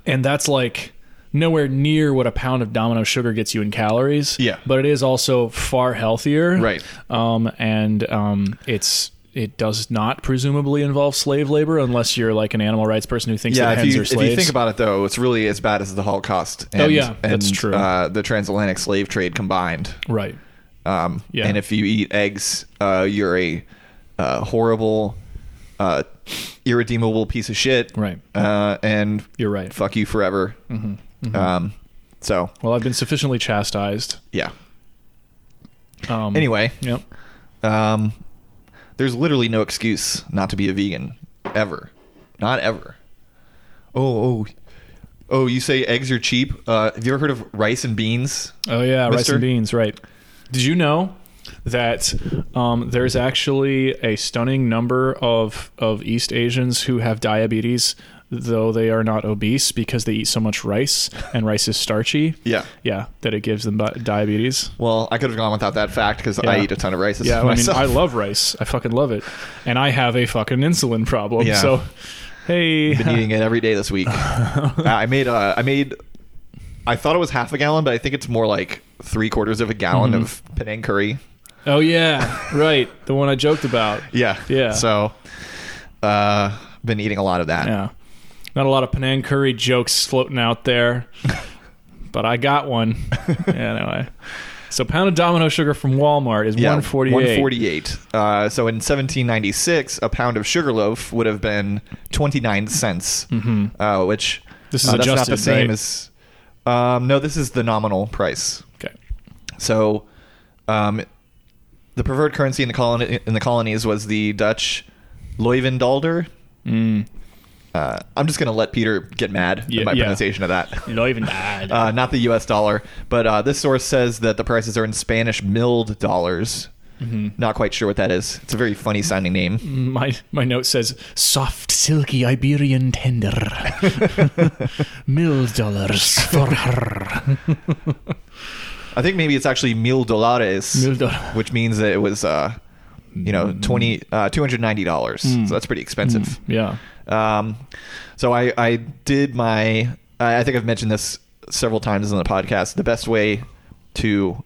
[SPEAKER 2] And that's like nowhere near what a pound of domino sugar gets you in calories.
[SPEAKER 1] Yeah.
[SPEAKER 2] But it is also far healthier.
[SPEAKER 1] Right.
[SPEAKER 2] Um and um it's it does not presumably involve slave labor unless you're like an animal rights person who thinks
[SPEAKER 1] Yeah,
[SPEAKER 2] that
[SPEAKER 1] if
[SPEAKER 2] hens
[SPEAKER 1] you,
[SPEAKER 2] are
[SPEAKER 1] if
[SPEAKER 2] slaves.
[SPEAKER 1] you think about it though, it's really as bad as the Holocaust. And,
[SPEAKER 2] Oh, yeah, that's
[SPEAKER 1] and,
[SPEAKER 2] true.
[SPEAKER 1] Uh, the transatlantic slave trade combined.
[SPEAKER 2] right.
[SPEAKER 1] Um,
[SPEAKER 2] Yeah.
[SPEAKER 1] And if you eat eggs, uh, you're a uh, horrible, uh, irredeemable piece of shit.
[SPEAKER 2] Right.
[SPEAKER 1] Uh, and
[SPEAKER 2] You're right. Mm-hmm.
[SPEAKER 1] fuck you forever. Um, so
[SPEAKER 2] Well, I've been sufficiently chastised.
[SPEAKER 1] yeah.
[SPEAKER 2] Um
[SPEAKER 1] Anyway,
[SPEAKER 2] Yep.
[SPEAKER 1] um, there's literally no excuse not to be a vegan ever, not ever. Oh oh. Oh, you say eggs are cheap? Uh, have you ever heard of rice and beans?
[SPEAKER 2] Oh yeah, rice
[SPEAKER 1] Mister?
[SPEAKER 2] and beans, right. Did you know that um, there's actually a stunning number of of East Asians who have diabetes though they are not obese because they eat so much rice and rice is starchy.
[SPEAKER 1] Yeah.
[SPEAKER 2] Yeah, that it gives them bi- diabetes.
[SPEAKER 1] Well, I could have gone without that fact because I
[SPEAKER 2] Yeah.
[SPEAKER 1] eat a ton of rice. *laughs*
[SPEAKER 2] Yeah, I mean,
[SPEAKER 1] myself.
[SPEAKER 2] I love rice. I fucking love it. And I have a fucking insulin problem.
[SPEAKER 1] Yeah.
[SPEAKER 2] So, hey.
[SPEAKER 1] been eating it every day this
[SPEAKER 2] *laughs*
[SPEAKER 1] week. Uh, I made uh, I made I thought it was half a gallon, but I think it's more like three quarters of a gallon
[SPEAKER 2] Mm-hmm.
[SPEAKER 1] of Penang curry.
[SPEAKER 2] Oh, yeah. Right. The one I joked about.
[SPEAKER 1] Yeah,
[SPEAKER 2] Yeah.
[SPEAKER 1] So, uh, been eating a lot of that.
[SPEAKER 2] Yeah. Not a lot of Penang curry jokes floating
[SPEAKER 1] *laughs*
[SPEAKER 2] out there, but I got one. anyway. So pound of domino sugar from Walmart is
[SPEAKER 1] Yeah,
[SPEAKER 2] 148.
[SPEAKER 1] 148. Uh, so in 1796, a pound of sugar loaf would have been 29 cents, mm-hmm. uh, which
[SPEAKER 2] This is
[SPEAKER 1] uh, that's not
[SPEAKER 2] adjusted,
[SPEAKER 1] the same
[SPEAKER 2] right?
[SPEAKER 1] as. Um, no, this is the nominal price.
[SPEAKER 2] Okay.
[SPEAKER 1] So, um, the preferred currency in the colony in the colonies was the Dutch Leuwendalder. Uh, I'm just gonna let Peter get mad
[SPEAKER 2] Mm. Yeah,
[SPEAKER 1] at my
[SPEAKER 2] yeah.
[SPEAKER 1] pronunciation of that.
[SPEAKER 2] Not even bad.
[SPEAKER 1] Uh, not the U.S. dollar, but uh, this source says that the prices are in Spanish milled dollars. Not quite sure what that is. It's a very funny sounding name.
[SPEAKER 2] *laughs* my my note says soft silky Iberian
[SPEAKER 1] *laughs*
[SPEAKER 2] tender. Mill dollars for her.
[SPEAKER 1] I think maybe it's actually mil dólares,
[SPEAKER 2] Mil dólares.
[SPEAKER 1] which means that it was, uh, you know, twenty uh, two hundred ninety dollars. So that's pretty expensive.
[SPEAKER 2] Yeah.
[SPEAKER 1] Um, so I, I did my, I I think I've mentioned this several times on the podcast. The best way to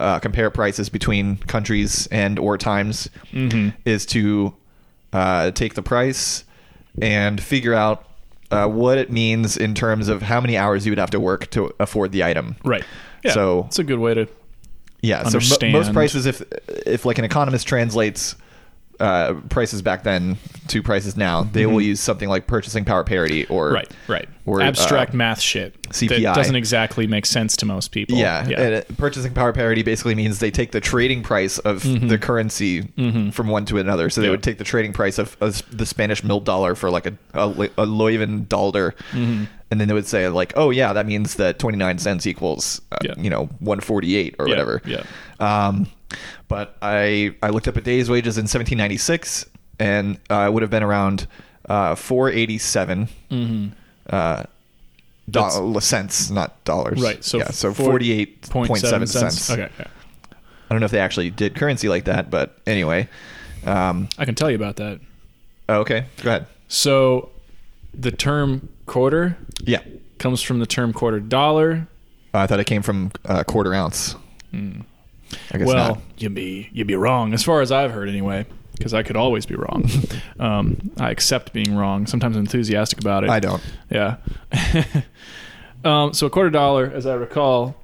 [SPEAKER 1] uh, compare prices between countries and or times is to uh, take the price and figure out uh, what it means in terms of how many hours you would have to work to afford the item.
[SPEAKER 2] Right. Yeah,
[SPEAKER 1] So
[SPEAKER 2] it's a good way to.
[SPEAKER 1] yeah, so
[SPEAKER 2] Understand.
[SPEAKER 1] mo- most prices, if if like an economist translates uh, prices back then to prices now, they will use something like purchasing power parity or
[SPEAKER 2] Mm-hmm. Right, right.
[SPEAKER 1] or, uh,
[SPEAKER 2] Abstract math shit
[SPEAKER 1] CPI.
[SPEAKER 2] that doesn't exactly make sense to most people.
[SPEAKER 1] Yeah, and, uh, purchasing power parity basically means they take the trading price of the currency from one to another. So they
[SPEAKER 2] Mm-hmm. Yeah.
[SPEAKER 1] would take the trading price of, of the Spanish mil dollar for like a a, li- a Leuven dollar,
[SPEAKER 2] Mm-hmm.
[SPEAKER 1] and then they would say like, oh yeah, that means that twenty nine cents equals uh,
[SPEAKER 2] Yeah.
[SPEAKER 1] you know one forty eight or
[SPEAKER 2] Yeah,
[SPEAKER 1] whatever.
[SPEAKER 2] yeah.
[SPEAKER 1] Um, but I I looked up a day's wages in 1796, and uh, it would have been around uh, 487
[SPEAKER 2] Mm-hmm.
[SPEAKER 1] uh, doll- cents, not dollars.
[SPEAKER 2] Right, so
[SPEAKER 1] yeah, so
[SPEAKER 2] four-
[SPEAKER 1] 48.7 cents.
[SPEAKER 2] Okay. yeah.
[SPEAKER 1] I don't know if they actually did currency like that, but anyway. Um,
[SPEAKER 2] I can tell you about that.
[SPEAKER 1] oh, okay, go ahead.
[SPEAKER 2] So the term quarter
[SPEAKER 1] Yeah,
[SPEAKER 2] comes from the term quarter dollar.
[SPEAKER 1] I thought it came from uh, quarter ounce. I guess
[SPEAKER 2] Hmm. well,
[SPEAKER 1] not.
[SPEAKER 2] you'd be you'd be wrong as far as I've heard anyway, because I could always
[SPEAKER 1] *laughs*
[SPEAKER 2] be wrong. um, I accept being wrong. Sometimes I'm enthusiastic about it.
[SPEAKER 1] I don't.
[SPEAKER 2] Yeah. *laughs* um, so a quarter dollar, as I recall,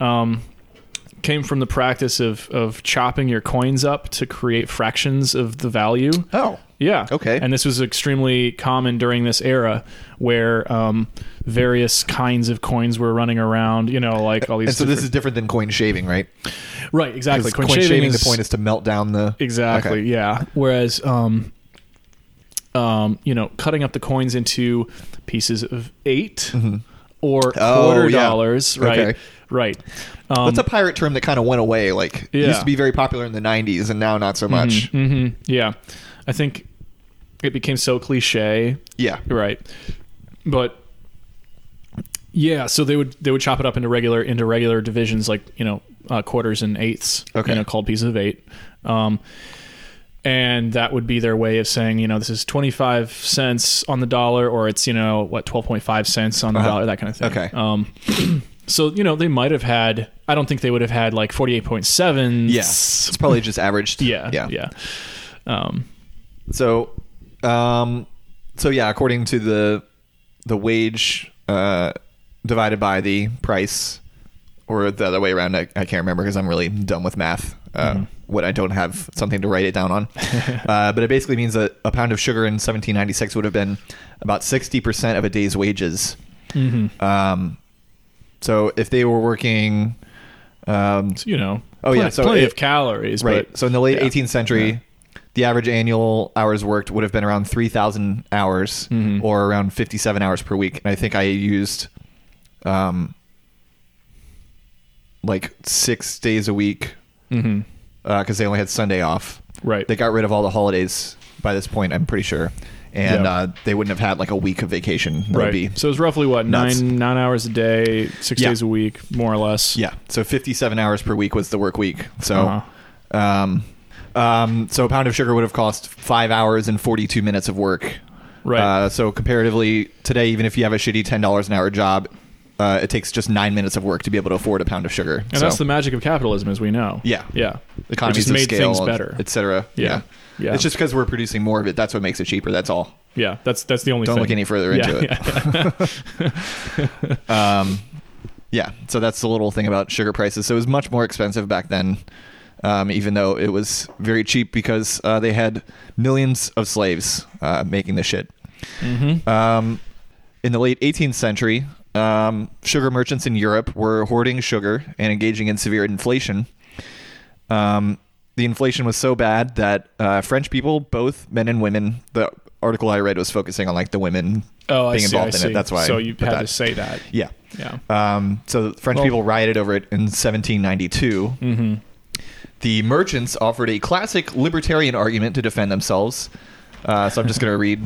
[SPEAKER 2] um, came from the practice of of chopping your coins up to create fractions of the value.
[SPEAKER 1] Oh,
[SPEAKER 2] Yeah.
[SPEAKER 1] Okay.
[SPEAKER 2] And this was extremely common during this era where um, various kinds of coins were running around, you know, like all these.
[SPEAKER 1] and so this is
[SPEAKER 2] different-
[SPEAKER 1] different than coin shaving, right?
[SPEAKER 2] Right, exactly.
[SPEAKER 1] 'Cause coin, shaving, the point is to melt down the
[SPEAKER 2] Exactly,
[SPEAKER 1] Okay.
[SPEAKER 2] yeah. Whereas. Um, um, you know, cutting up the coins into pieces of 8 or
[SPEAKER 1] Mm-hmm. Oh,
[SPEAKER 2] quarter
[SPEAKER 1] yeah.
[SPEAKER 2] dollars, right?
[SPEAKER 1] Okay.
[SPEAKER 2] Right. Um,
[SPEAKER 1] That's a pirate term that kind of went away. Like it used
[SPEAKER 2] Yeah.
[SPEAKER 1] to be very popular in the '90s, and now not so much.
[SPEAKER 2] hmm yeah, I think it became so cliche
[SPEAKER 1] Yeah,
[SPEAKER 2] right but yeah so they would they would chop it up into regular into regular divisions like you know uh, quarters and eighths
[SPEAKER 1] Okay.
[SPEAKER 2] you know called pieces of eight um and that would be their way of saying you know this is 25 cents on the dollar or it's you know what 12.5 cents on the
[SPEAKER 1] Uh-huh.
[SPEAKER 2] dollar that kind of thing
[SPEAKER 1] Okay.
[SPEAKER 2] um so you know they might have had i don't think they would have had like 48.7
[SPEAKER 1] yes, it's probably just averaged.
[SPEAKER 2] yeah
[SPEAKER 1] yeah,
[SPEAKER 2] yeah yeah um
[SPEAKER 1] So, um, so yeah, according to the the wage uh, divided by the price, or the other way around, I, I can't remember because I'm really dumb with math. Uh, What I don't have something to write it down on, uh, but it basically means that a pound of sugar in 1796 would have been about 60 percent of a day's wages. Um, so if they were working, um,
[SPEAKER 2] you know
[SPEAKER 1] Oh,
[SPEAKER 2] plenty,
[SPEAKER 1] yeah, so
[SPEAKER 2] plenty
[SPEAKER 1] it-
[SPEAKER 2] of calories
[SPEAKER 1] Right.
[SPEAKER 2] but
[SPEAKER 1] so in the late
[SPEAKER 2] yeah.
[SPEAKER 1] 18th century, the average annual hours worked would have been around 3,000 hours
[SPEAKER 2] Mm-hmm.
[SPEAKER 1] or around 57 hours per week. And I think I used um, like six days a week
[SPEAKER 2] Mhm.
[SPEAKER 1] because they only had Sunday off.
[SPEAKER 2] Right.
[SPEAKER 1] They got rid of all the holidays by this point, I'm pretty sure. And
[SPEAKER 2] Yeah.
[SPEAKER 1] uh, they wouldn't have had like a week of vacation. That would
[SPEAKER 2] right.
[SPEAKER 1] be-
[SPEAKER 2] so it's roughly what
[SPEAKER 1] nuts.
[SPEAKER 2] nine nine hours a day, six
[SPEAKER 1] Yeah.
[SPEAKER 2] days a week, more or less.
[SPEAKER 1] Yeah. So 57 hours per week was the work week. So,
[SPEAKER 2] Uh-huh.
[SPEAKER 1] um, um, so a pound of sugar would have cost five hours and 42 minutes of work.
[SPEAKER 2] Right.
[SPEAKER 1] Uh, so comparatively today, even if you have a shitty $10 an hour job, uh, it takes just nine minutes of work to be able to afford a pound of sugar.
[SPEAKER 2] and that's the magic of capitalism, as we know.
[SPEAKER 1] Yeah.
[SPEAKER 2] yeah.
[SPEAKER 1] the economies
[SPEAKER 2] it just
[SPEAKER 1] of
[SPEAKER 2] made
[SPEAKER 1] scale,
[SPEAKER 2] things better.
[SPEAKER 1] et cetera.
[SPEAKER 2] Yeah. Yeah.
[SPEAKER 1] It's just because we're producing more of it. That's what makes it cheaper. That's all.
[SPEAKER 2] yeah, that's that's the only.
[SPEAKER 1] Don't
[SPEAKER 2] thing.
[SPEAKER 1] look any further
[SPEAKER 2] Yeah,
[SPEAKER 1] into it. *laughs*
[SPEAKER 2] yeah.
[SPEAKER 1] Um, yeah, so that's the little thing about sugar prices. So it was much more expensive back then, um, even though it was very cheap because uh, they had millions of slaves uh, making the shit. Um, in the late 18th century, um, sugar merchants in Europe were hoarding sugar and engaging in severe inflation. Um, the inflation was so bad that uh, French people, both men and women, the article I read was focusing on like the women
[SPEAKER 2] Oh, I
[SPEAKER 1] being
[SPEAKER 2] see,
[SPEAKER 1] involved
[SPEAKER 2] I
[SPEAKER 1] in
[SPEAKER 2] see.
[SPEAKER 1] it. That's why. I
[SPEAKER 2] So you
[SPEAKER 1] put
[SPEAKER 2] had
[SPEAKER 1] that.
[SPEAKER 2] to say that.
[SPEAKER 1] Yeah.
[SPEAKER 2] Yeah.
[SPEAKER 1] Um, so the French
[SPEAKER 2] Well-
[SPEAKER 1] people rioted over it in 1792.
[SPEAKER 2] Mm-hmm.
[SPEAKER 1] The merchants offered a classic libertarian argument to defend themselves. Uh, so I'm just
[SPEAKER 2] *laughs*
[SPEAKER 1] going to read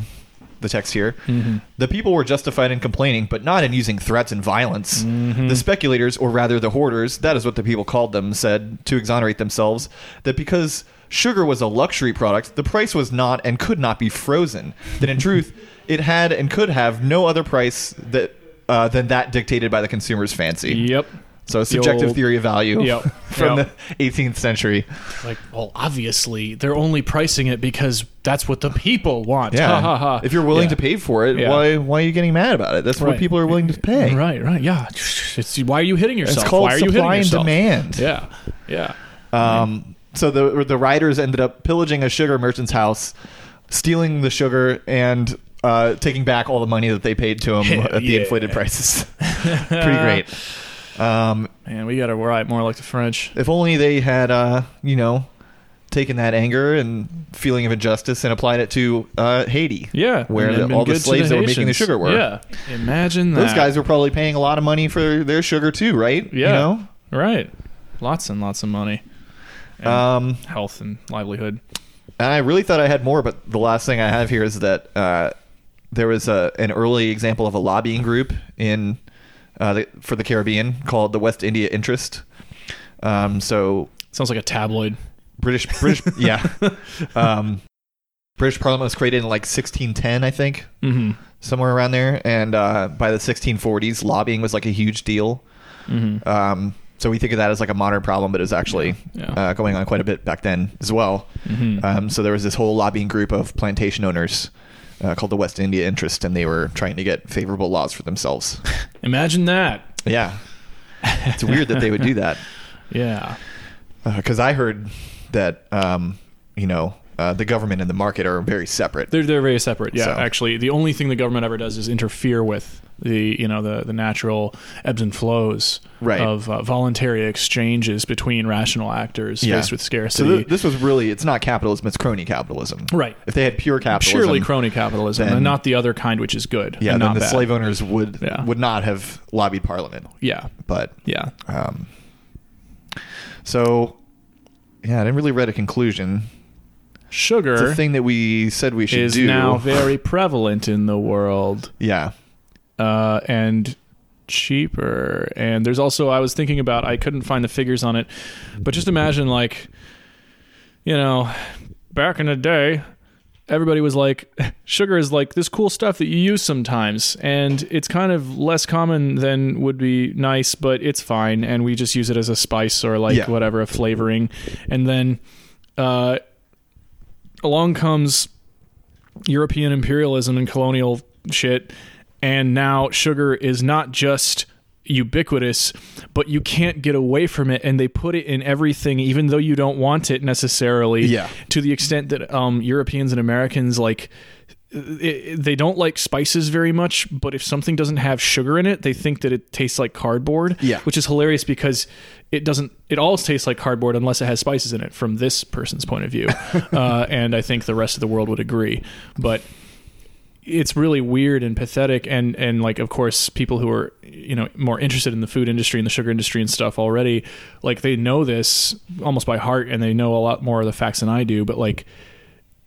[SPEAKER 1] the text here.
[SPEAKER 2] Mm-hmm.
[SPEAKER 1] The people were justified in complaining, but not in using threats and violence.
[SPEAKER 2] Mm-hmm.
[SPEAKER 1] The speculators, or rather the hoarders, that is what the people called them, said to exonerate themselves that because sugar was a luxury product, the price was not and could not be frozen. That
[SPEAKER 2] *laughs*
[SPEAKER 1] in truth, it had and could have no other price that. Uh, than that dictated by the consumer's fancy.
[SPEAKER 2] Yep.
[SPEAKER 1] So subjective
[SPEAKER 2] old-
[SPEAKER 1] theory of value
[SPEAKER 2] Yep.
[SPEAKER 1] *laughs* from
[SPEAKER 2] Yep.
[SPEAKER 1] the 18th century.
[SPEAKER 4] Like, well, obviously they're only pricing it because that's what the people want.
[SPEAKER 1] Yeah.
[SPEAKER 4] Ha, ha, ha.
[SPEAKER 1] If you're willing to pay for it,
[SPEAKER 2] Yeah.
[SPEAKER 1] why why are you getting mad about it? That's what
[SPEAKER 2] Right.
[SPEAKER 1] people are willing to pay.
[SPEAKER 2] Right, right, yeah. It's, why are you hitting yourself?
[SPEAKER 1] It's called
[SPEAKER 2] why are you hitting
[SPEAKER 1] supply and
[SPEAKER 2] yourself?
[SPEAKER 1] demand.
[SPEAKER 2] Yeah, yeah.
[SPEAKER 1] Um, so the the riders ended up pillaging a sugar merchant's house, stealing the sugar, and uh, taking back all the money that they paid to him at the
[SPEAKER 2] *laughs* Yeah. Uh.
[SPEAKER 1] inflated prices. *laughs* Pretty great. Um,
[SPEAKER 2] *laughs* Man, we got to write more like the French.
[SPEAKER 1] if only they had, uh, you know, taken that anger and feeling of injustice and applied it to uh, Haiti.
[SPEAKER 2] Yeah,
[SPEAKER 1] where
[SPEAKER 2] and
[SPEAKER 1] the-
[SPEAKER 2] been
[SPEAKER 1] all the
[SPEAKER 2] good to
[SPEAKER 1] slaves that were making the
[SPEAKER 2] Haitians.
[SPEAKER 1] sugar were.
[SPEAKER 2] Yeah, imagine that.
[SPEAKER 1] Those guys were probably paying a lot of money for their sugar too, right?
[SPEAKER 2] yeah,
[SPEAKER 1] You know?
[SPEAKER 2] right. Lots and lots of money, and
[SPEAKER 1] Um,
[SPEAKER 2] health and livelihood.
[SPEAKER 1] And I really thought I had more, but the last thing I have here is that uh, there was a, an early example of a lobbying group in uh, the, for the Caribbean called the West India Interest. Um, so
[SPEAKER 2] Sounds like a tabloid.
[SPEAKER 1] British, British, yeah, um, British Parliament was created in like 1610, I think,
[SPEAKER 2] Mm-hmm.
[SPEAKER 1] somewhere around there. And uh, by the 1640s, lobbying was like a huge deal.
[SPEAKER 2] Mm-hmm.
[SPEAKER 1] Um, so we think of that as like a modern problem, but it was actually
[SPEAKER 2] Yeah.
[SPEAKER 1] Uh, going on quite a bit back then as well.
[SPEAKER 2] Mhm.
[SPEAKER 1] Um, so there was this whole lobbying group of plantation owners uh, called the West India Interest, and they were trying to get favorable laws for
[SPEAKER 2] *laughs*
[SPEAKER 1] themselves.
[SPEAKER 2] Imagine that.
[SPEAKER 1] yeah, it's weird that they would do
[SPEAKER 2] *laughs*
[SPEAKER 1] that
[SPEAKER 2] Yeah.
[SPEAKER 1] because I heard that um, you know uh, the government and the market are very separate.
[SPEAKER 2] They're they're very separate. Yeah,
[SPEAKER 1] So-
[SPEAKER 2] actually, the only thing the government ever does is interfere with the you know the the natural ebbs and flows
[SPEAKER 1] Right.
[SPEAKER 2] of uh, voluntary exchanges between rational actors
[SPEAKER 1] Yeah.
[SPEAKER 2] faced with
[SPEAKER 1] so
[SPEAKER 2] scarcity.
[SPEAKER 1] th- this was really it's not capitalism; it's crony capitalism.
[SPEAKER 2] Right.
[SPEAKER 1] If they had pure capitalism,
[SPEAKER 2] Surely crony capitalism,
[SPEAKER 1] Then-
[SPEAKER 2] and not the other kind, which is good.
[SPEAKER 1] yeah,
[SPEAKER 2] and
[SPEAKER 1] then
[SPEAKER 2] not
[SPEAKER 1] the
[SPEAKER 2] bad.
[SPEAKER 1] slave owners would
[SPEAKER 2] Yeah.
[SPEAKER 1] would not have lobbied Parliament.
[SPEAKER 2] Yeah,
[SPEAKER 1] But
[SPEAKER 2] yeah.
[SPEAKER 1] Um, so, yeah, I didn't really read a conclusion. It's
[SPEAKER 2] Sugar
[SPEAKER 1] a thing that we said we should
[SPEAKER 2] is
[SPEAKER 1] do.
[SPEAKER 2] now very prevalent in the world,
[SPEAKER 1] yeah,
[SPEAKER 2] uh, and cheaper. And there's also I was thinking about I couldn't find the figures on it, but just imagine like, you know, back in the day. Everybody was like, *laughs* sugar is like this cool stuff that you use sometimes, and it's kind of less common than would be nice, but it's fine, and we just use it as a spice or like
[SPEAKER 1] Yeah.
[SPEAKER 2] whatever, a flavoring. And then uh, along comes European imperialism and colonial shit, and now sugar is not just ubiquitous, but you can't get away from it, and they put it in everything, even though you don't want it necessarily.
[SPEAKER 1] Yeah.
[SPEAKER 2] To the extent that um, Europeans and Americans like. It, they don't like spices very much, but if something doesn't have sugar in it, they think that it tastes like cardboard.
[SPEAKER 1] Yeah.
[SPEAKER 2] which is hilarious because it doesn't. It all tastes like cardboard unless it has spices in it. From this person's point of view, uh, and I think the rest of the world would agree. But it's really weird and pathetic and and like of course people who are you know more interested in the food industry and the sugar industry and stuff already like they know this almost by heart and they know a lot more of the facts than I do but like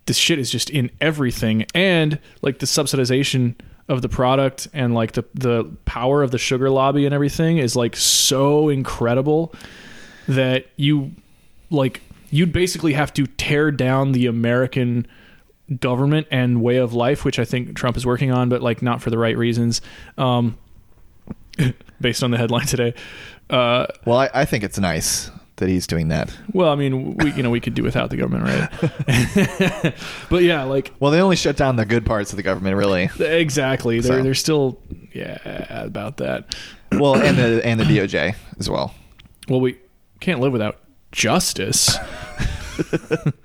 [SPEAKER 2] this shit is just in everything and like the subsidization of the product and like the the power of the sugar lobby and everything is like so incredible that you like you'd basically have to tear down the American government and way of life, which I think Trump is working on, but like not for the right reasons. Um, *laughs* based on the headline today. Uh,
[SPEAKER 1] well, I, I think it's nice that he's doing that.
[SPEAKER 2] well, I mean, we you know we could do without the government, right? *laughs* but yeah, like
[SPEAKER 1] Well, they only shut down the good parts of the government, really.
[SPEAKER 2] exactly. They're
[SPEAKER 1] So.
[SPEAKER 2] they're still yeah about that.
[SPEAKER 1] Well, and the
[SPEAKER 2] *coughs*
[SPEAKER 1] and the DOJ as well.
[SPEAKER 2] Well, we can't live without justice.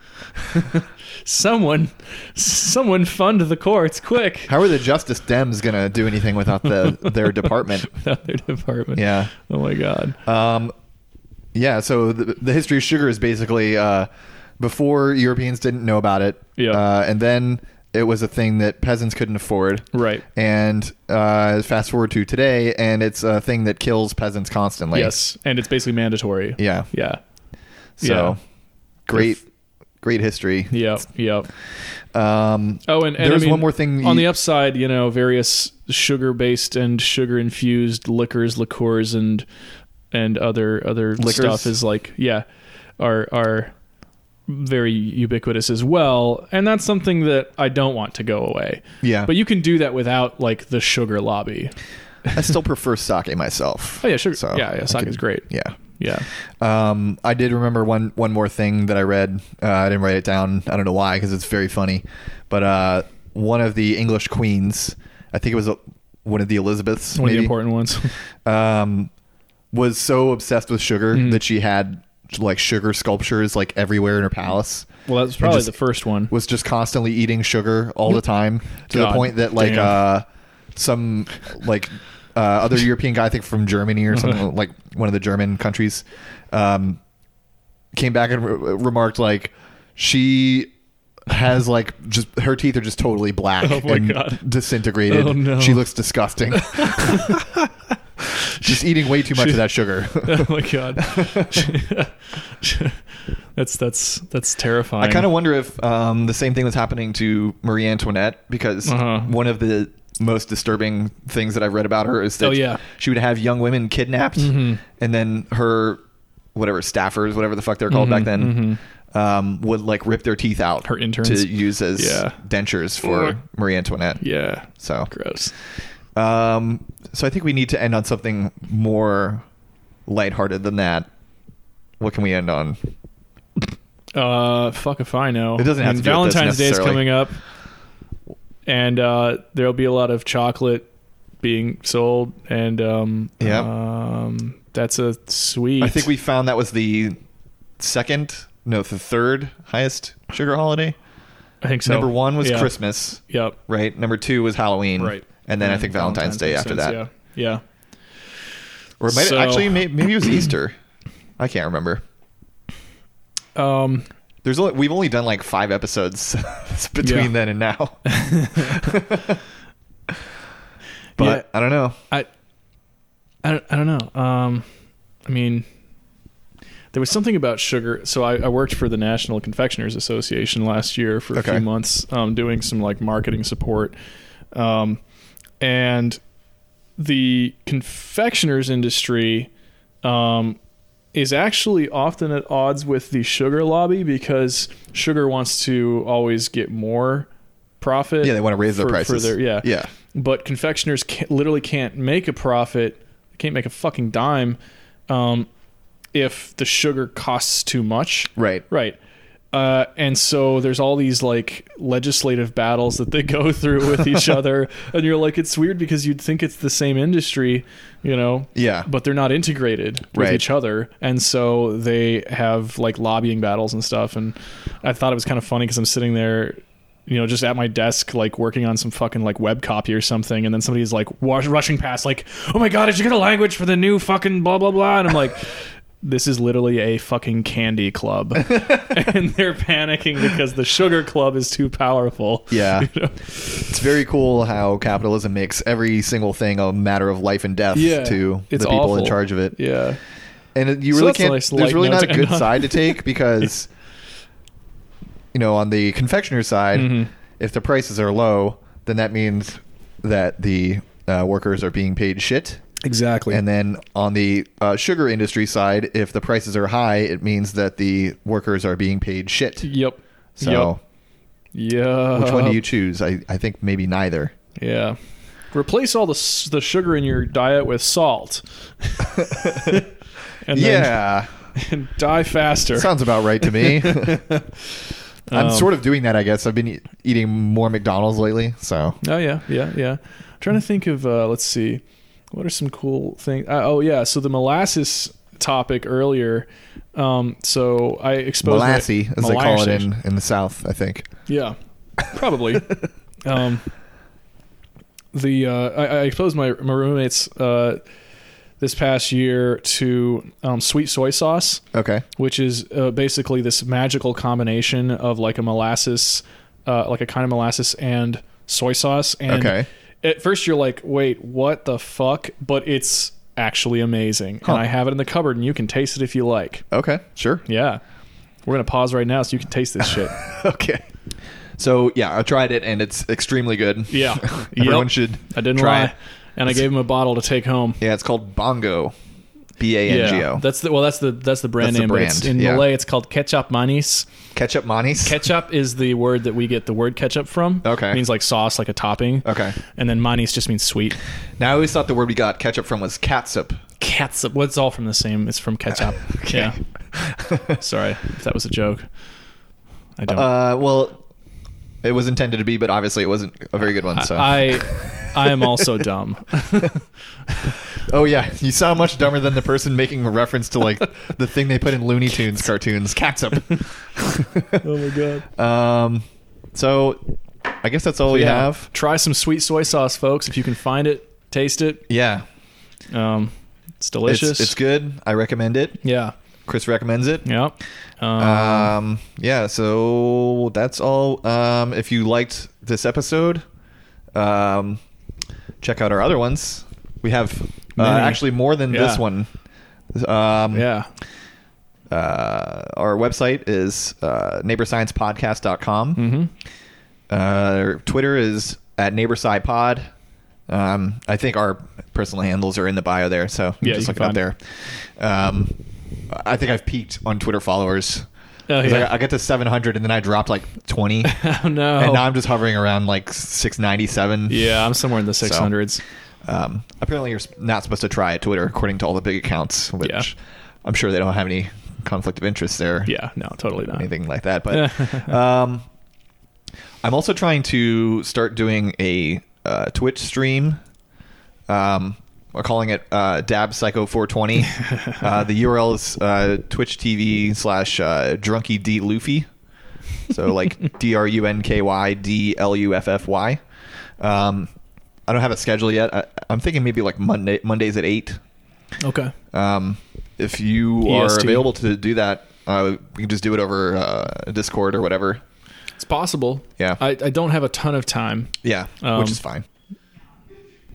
[SPEAKER 2] *laughs* someone, someone fund the courts quick. *laughs*
[SPEAKER 1] How are the Justice Dems gonna do anything without the their
[SPEAKER 2] *laughs*
[SPEAKER 1] department?
[SPEAKER 2] Without their department.
[SPEAKER 1] Yeah.
[SPEAKER 2] Oh my god.
[SPEAKER 1] Um, yeah, so the, the history of sugar is basically uh, before Europeans didn't know about it,
[SPEAKER 2] Yeah.
[SPEAKER 1] uh, and then it was a thing that peasants couldn't afford,
[SPEAKER 2] Right.
[SPEAKER 1] And uh, fast forward to today, and it's a thing that kills peasants constantly.
[SPEAKER 2] Yes, and it's basically mandatory.
[SPEAKER 1] yeah.
[SPEAKER 2] Yeah.
[SPEAKER 1] So
[SPEAKER 2] Yeah.
[SPEAKER 1] great, great history.
[SPEAKER 2] Yep. Yep.
[SPEAKER 1] Um,
[SPEAKER 2] Oh, and, and
[SPEAKER 1] There's
[SPEAKER 2] I mean,
[SPEAKER 1] one more thing
[SPEAKER 2] on
[SPEAKER 1] you-
[SPEAKER 2] the upside. You know, various sugar-based and sugar-infused liquors, liqueurs, and and other other
[SPEAKER 1] Liquors?
[SPEAKER 2] stuff is like yeah, are are very ubiquitous as well, and that's something that I don't want to go away.
[SPEAKER 1] Yeah.
[SPEAKER 2] But you can do that without like the sugar lobby.
[SPEAKER 1] I still prefer sake myself.
[SPEAKER 2] Oh yeah, sure.
[SPEAKER 1] So,
[SPEAKER 2] yeah, yeah,
[SPEAKER 1] I
[SPEAKER 2] sake
[SPEAKER 1] could-
[SPEAKER 2] is great.
[SPEAKER 1] Yeah.
[SPEAKER 2] yeah.
[SPEAKER 1] Um, I did remember one one more thing that I read. Uh, I didn't write it down. I don't know why, because it's very funny. But uh, one of the English queens, I think it was uh one of the Elizabeths,
[SPEAKER 2] One of the
[SPEAKER 1] maybe,
[SPEAKER 2] important Mm-hmm. ones. *laughs*
[SPEAKER 1] um, was so obsessed with sugar that she had like sugar sculptures like everywhere in her palace.
[SPEAKER 2] well, that's
[SPEAKER 1] And
[SPEAKER 2] probably
[SPEAKER 1] just
[SPEAKER 2] the first one.
[SPEAKER 1] was just constantly eating sugar all the time to the
[SPEAKER 2] God
[SPEAKER 1] point that like
[SPEAKER 2] damn.
[SPEAKER 1] uh some like uh, other European guy, I think from Germany or
[SPEAKER 2] *laughs*
[SPEAKER 1] something like one of the German countries, um, came back and re- remarked like she has like just her teeth are just totally black
[SPEAKER 2] *laughs* Oh my
[SPEAKER 1] and
[SPEAKER 2] God.
[SPEAKER 1] disintegrated.
[SPEAKER 2] Oh no.
[SPEAKER 1] She looks disgusting.
[SPEAKER 2] *laughs*
[SPEAKER 1] just eating way too much of that sugar.
[SPEAKER 2] *laughs* oh my god. *laughs* that's that's that's terrifying.
[SPEAKER 1] I kind of wonder if um, the same thing was happening to Marie Antoinette because
[SPEAKER 2] Uh-huh.
[SPEAKER 1] one of the most disturbing things that I've read about her is that
[SPEAKER 2] Oh, yeah. Mm-hmm.
[SPEAKER 1] she would have young women kidnapped and then her whatever staffers, whatever the fuck they're called back then, um, would like rip their teeth out
[SPEAKER 2] Mm-hmm. Her interns.
[SPEAKER 1] to use as
[SPEAKER 2] Yeah.
[SPEAKER 1] dentures for Marie Antoinette.
[SPEAKER 2] yeah.
[SPEAKER 1] So,
[SPEAKER 2] Gross.
[SPEAKER 1] um, so I think we need to end on something more lighthearted than that. What can we end on?
[SPEAKER 2] Uh, fuck if I know.
[SPEAKER 1] It doesn't have to do with this
[SPEAKER 2] Valentine's Day is
[SPEAKER 1] necessarily.
[SPEAKER 2] coming up, and uh, there'll be a lot of chocolate being sold, and um,
[SPEAKER 1] Yeah.
[SPEAKER 2] um, that's a sweet.
[SPEAKER 1] I think we found that was the second, no, the third highest sugar holiday.
[SPEAKER 2] I think so.
[SPEAKER 1] Number one was
[SPEAKER 2] Yeah.
[SPEAKER 1] Christmas,
[SPEAKER 2] Yep.
[SPEAKER 1] right? Number two was Halloween,
[SPEAKER 2] Right.
[SPEAKER 1] And then I think Valentine's, Day
[SPEAKER 2] makes
[SPEAKER 1] after
[SPEAKER 2] sense,
[SPEAKER 1] that,
[SPEAKER 2] Yeah. Yeah.
[SPEAKER 1] or it might
[SPEAKER 2] So-
[SPEAKER 1] actually may, maybe it was Easter. I can't remember.
[SPEAKER 2] Um,
[SPEAKER 1] There's only, we've only done like five episodes *laughs* between
[SPEAKER 2] Yeah.
[SPEAKER 1] then and
[SPEAKER 2] *laughs*
[SPEAKER 1] now, *laughs* but I don't know.
[SPEAKER 2] I, I don't, I don't know. Um, I mean, there was something about sugar. So I, I worked for the National Confectioners Association last year for a
[SPEAKER 1] Okay.
[SPEAKER 2] few months, um, doing some like marketing support, um, and the confectioners industry um, is actually often at odds with the sugar lobby because sugar wants to always get more profit.
[SPEAKER 1] Yeah, they want to raise their
[SPEAKER 2] for- for
[SPEAKER 1] prices.
[SPEAKER 2] their- yeah,
[SPEAKER 1] yeah.
[SPEAKER 2] but confectioners can literally can't make a profit can't make a fucking dime um, if the sugar costs too much
[SPEAKER 1] Right.
[SPEAKER 2] right uh, and so there's all these like legislative battles that they *laughs* go through
[SPEAKER 1] *laughs*
[SPEAKER 2] with each other and you're like it's weird because you'd think it's the same industry you know
[SPEAKER 1] Yeah.
[SPEAKER 2] but they're not integrated with
[SPEAKER 1] Right.
[SPEAKER 2] each other and so they have like lobbying battles and stuff and i thought it was kind of funny because i'm sitting there you know just at my desk like working on some fucking like web copy or something and then somebody's like wash- rushing past like oh my god did you get a language for the new fucking blah blah blah and i'm like this is literally a fucking candy
[SPEAKER 1] *laughs*
[SPEAKER 2] club and they're panicking because the sugar club is too powerful
[SPEAKER 1] Yeah.
[SPEAKER 2] *laughs* You know?
[SPEAKER 1] It's very cool how capitalism makes every single thing a matter of life and death
[SPEAKER 2] Yeah,
[SPEAKER 1] to the
[SPEAKER 2] it's
[SPEAKER 1] people in
[SPEAKER 2] awful.
[SPEAKER 1] charge of it.
[SPEAKER 2] yeah
[SPEAKER 1] and it- you
[SPEAKER 2] So
[SPEAKER 1] really
[SPEAKER 2] that's a
[SPEAKER 1] can't.
[SPEAKER 2] nice
[SPEAKER 1] there's
[SPEAKER 2] light
[SPEAKER 1] really
[SPEAKER 2] note
[SPEAKER 1] not
[SPEAKER 2] to
[SPEAKER 1] a good
[SPEAKER 2] end on.
[SPEAKER 1] side
[SPEAKER 2] *laughs*
[SPEAKER 1] to take because, you know, on the confectioner side,
[SPEAKER 2] Mm-hmm.
[SPEAKER 1] if the prices are low, then that means that the uh, workers are being paid shit.
[SPEAKER 2] exactly
[SPEAKER 1] And then on the uh, sugar industry side, if the prices are high, it means that the workers are being paid shit.
[SPEAKER 2] yep
[SPEAKER 1] So,
[SPEAKER 2] yep. yeah
[SPEAKER 1] which one do you choose? I, I think maybe neither.
[SPEAKER 2] Yeah. Replace all the s- the sugar in your diet with
[SPEAKER 1] *laughs*
[SPEAKER 2] salt. and
[SPEAKER 1] Yeah,
[SPEAKER 2] Then, *laughs* and die faster.
[SPEAKER 1] sounds about right to
[SPEAKER 2] *laughs*
[SPEAKER 1] me. I'm sort
[SPEAKER 2] Um,
[SPEAKER 1] of doing that, I guess. I've been e- eating more McDonald's lately, so
[SPEAKER 2] oh yeah, yeah, yeah. I'm trying to think of uh, let's see, what are some cool things? Uh, oh yeah, so the molasses topic earlier. Um, so I exposed my-
[SPEAKER 1] Molassie, as they call it
[SPEAKER 2] molasses.
[SPEAKER 1] in, in the South, I think.
[SPEAKER 2] Yeah,
[SPEAKER 1] *laughs*
[SPEAKER 2] probably. um, the uh, I, I exposed my my roommates uh, this past year to um, sweet soy sauce.
[SPEAKER 1] Okay.
[SPEAKER 2] which is uh, basically this magical combination of like a molasses, uh, like a kind of molasses and soy sauce. And
[SPEAKER 1] Okay.
[SPEAKER 2] at first you're like, wait, what the fuck? But it's actually amazing.
[SPEAKER 1] Huh.
[SPEAKER 2] And I have it in the cupboard and you can taste it if you like.
[SPEAKER 1] Okay. Sure.
[SPEAKER 2] Yeah. We're going to pause right now so you can taste this shit.
[SPEAKER 1] *laughs* Okay. So yeah, I tried it and it's extremely good. *laughs*
[SPEAKER 2] Yeah.
[SPEAKER 1] Everyone
[SPEAKER 2] Yep.
[SPEAKER 1] should.
[SPEAKER 2] I didn't
[SPEAKER 1] try
[SPEAKER 2] lie.
[SPEAKER 1] it.
[SPEAKER 2] And I gave him a bottle to take home.
[SPEAKER 1] Yeah, it's called Bongo. B A N G
[SPEAKER 2] Yeah,
[SPEAKER 1] O.
[SPEAKER 2] that's the well. That's the that's the brand
[SPEAKER 1] That's the
[SPEAKER 2] name. but it's,
[SPEAKER 1] brand,
[SPEAKER 2] in
[SPEAKER 1] yeah.
[SPEAKER 2] Malay, it's called ketchup manis.
[SPEAKER 1] Ketchup manis.
[SPEAKER 2] Ketchup is the word that we get the word ketchup from.
[SPEAKER 1] Okay.
[SPEAKER 2] It means like sauce, like a topping.
[SPEAKER 1] Okay.
[SPEAKER 2] And then manis just means sweet.
[SPEAKER 1] now I always thought the word we got ketchup from was catsup.
[SPEAKER 2] Catsup. Well, it's all from the same. It's
[SPEAKER 1] *laughs*
[SPEAKER 2] from ketchup. Yeah. Sorry if that was a joke. I don't.
[SPEAKER 1] Uh, well, it was intended to be, but obviously it wasn't a very good one. So
[SPEAKER 2] I
[SPEAKER 1] *laughs*
[SPEAKER 2] I am also dumb.
[SPEAKER 1] Oh yeah, you sound much dumber than the person making a reference to like the thing they put in Looney Tunes cartoons,
[SPEAKER 2] *laughs*
[SPEAKER 1] catsup.
[SPEAKER 2] oh my god.
[SPEAKER 1] um, so I guess that's all we
[SPEAKER 2] yeah.
[SPEAKER 1] have.
[SPEAKER 2] Try some sweet soy sauce, folks. If you can find it, taste it.
[SPEAKER 1] Yeah,
[SPEAKER 2] Um, it's
[SPEAKER 1] it's,
[SPEAKER 2] delicious.
[SPEAKER 1] it's good. I recommend it.
[SPEAKER 2] Yeah.
[SPEAKER 1] Chris recommends it.
[SPEAKER 2] Yeah. Um,
[SPEAKER 1] Um, yeah, so that's all. Um, if you liked this episode, um, check out our other ones. We have uh,
[SPEAKER 2] Many.
[SPEAKER 1] actually more than this
[SPEAKER 2] Yeah.
[SPEAKER 1] one. Um,
[SPEAKER 2] yeah.
[SPEAKER 1] uh, our website is uh, neighborsciencepodcast.com.
[SPEAKER 2] Mm-hmm. *laughs*
[SPEAKER 1] Uh, our Twitter is at neighborscipod. Um, I think our personal handles are in the bio there, so
[SPEAKER 2] Yeah,
[SPEAKER 1] just
[SPEAKER 2] you
[SPEAKER 1] look it
[SPEAKER 2] can
[SPEAKER 1] up there. Um, I think I've peaked on Twitter followers.
[SPEAKER 2] Oh,
[SPEAKER 1] 'Cause
[SPEAKER 2] yeah.
[SPEAKER 1] I, I got to 700 and then I dropped like 20, and
[SPEAKER 2] *laughs* Oh no.
[SPEAKER 1] now I'm just hovering around like 697.
[SPEAKER 2] yeah, I'm somewhere in the 600s.
[SPEAKER 1] Um, apparently, you're s- not supposed to try at Twitter, according to all the big accounts, which
[SPEAKER 2] Yeah.
[SPEAKER 1] I'm sure they don't have any conflict of interest there.
[SPEAKER 2] Yeah. No, totally not.
[SPEAKER 1] anything like that. But *laughs* um, I'm also trying to start doing a uh, Twitch stream. Um, we're calling it uh, Dab Psycho 420. uh, the URL is uh, Twitch TV slash uh, Drunky D Luffy. So like D R U N K Y D L U F F Y. Um, I don't have a schedule yet. I, I'm thinking maybe like Monday Mondays at eight.
[SPEAKER 2] Okay.
[SPEAKER 1] Um, if you are
[SPEAKER 2] EST.
[SPEAKER 1] available to do that, uh, we can just do it over uh, Discord or whatever.
[SPEAKER 2] It's possible.
[SPEAKER 1] Yeah.
[SPEAKER 2] I, I don't have a ton of time,
[SPEAKER 1] Yeah,
[SPEAKER 2] Um,
[SPEAKER 1] which is fine.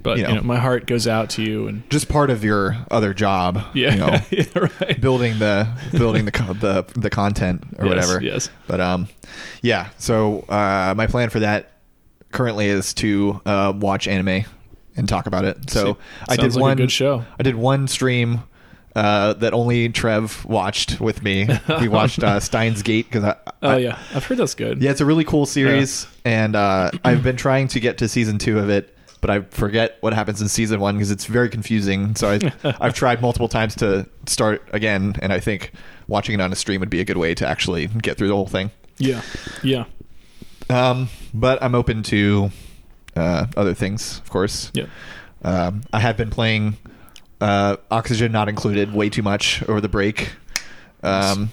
[SPEAKER 2] but
[SPEAKER 1] You
[SPEAKER 2] you know.
[SPEAKER 1] know.
[SPEAKER 2] my heart goes out to you and
[SPEAKER 1] Just part of your other job.
[SPEAKER 2] yeah,
[SPEAKER 1] you know,
[SPEAKER 2] *laughs* yeah right.
[SPEAKER 1] building the building the co- the the content or
[SPEAKER 2] Yes,
[SPEAKER 1] whatever.
[SPEAKER 2] yes.
[SPEAKER 1] But um, yeah. So uh, my plan for that currently is to uh, watch anime and talk about it. So
[SPEAKER 2] Sweet.
[SPEAKER 1] I did
[SPEAKER 2] Sounds like a
[SPEAKER 1] one
[SPEAKER 2] good show.
[SPEAKER 1] I did one stream uh, that only Trev watched with
[SPEAKER 2] *laughs*
[SPEAKER 1] me. We watched uh, Steins Gate because I,
[SPEAKER 2] Oh
[SPEAKER 1] I-
[SPEAKER 2] yeah, I've heard that's good.
[SPEAKER 1] Yeah, it's a really cool series, and uh, I've been trying to get to season two of it, but I forget what happens in season one because it's very confusing. So I, I've tried multiple times to start again, and I think watching it on a stream would be a good way to actually get through the whole thing.
[SPEAKER 2] yeah, yeah,
[SPEAKER 1] Um, but I'm open to uh, other things, of course.
[SPEAKER 2] yeah.
[SPEAKER 1] Um, I have been playing uh, Oxygen Not Included way too much over the break. Um,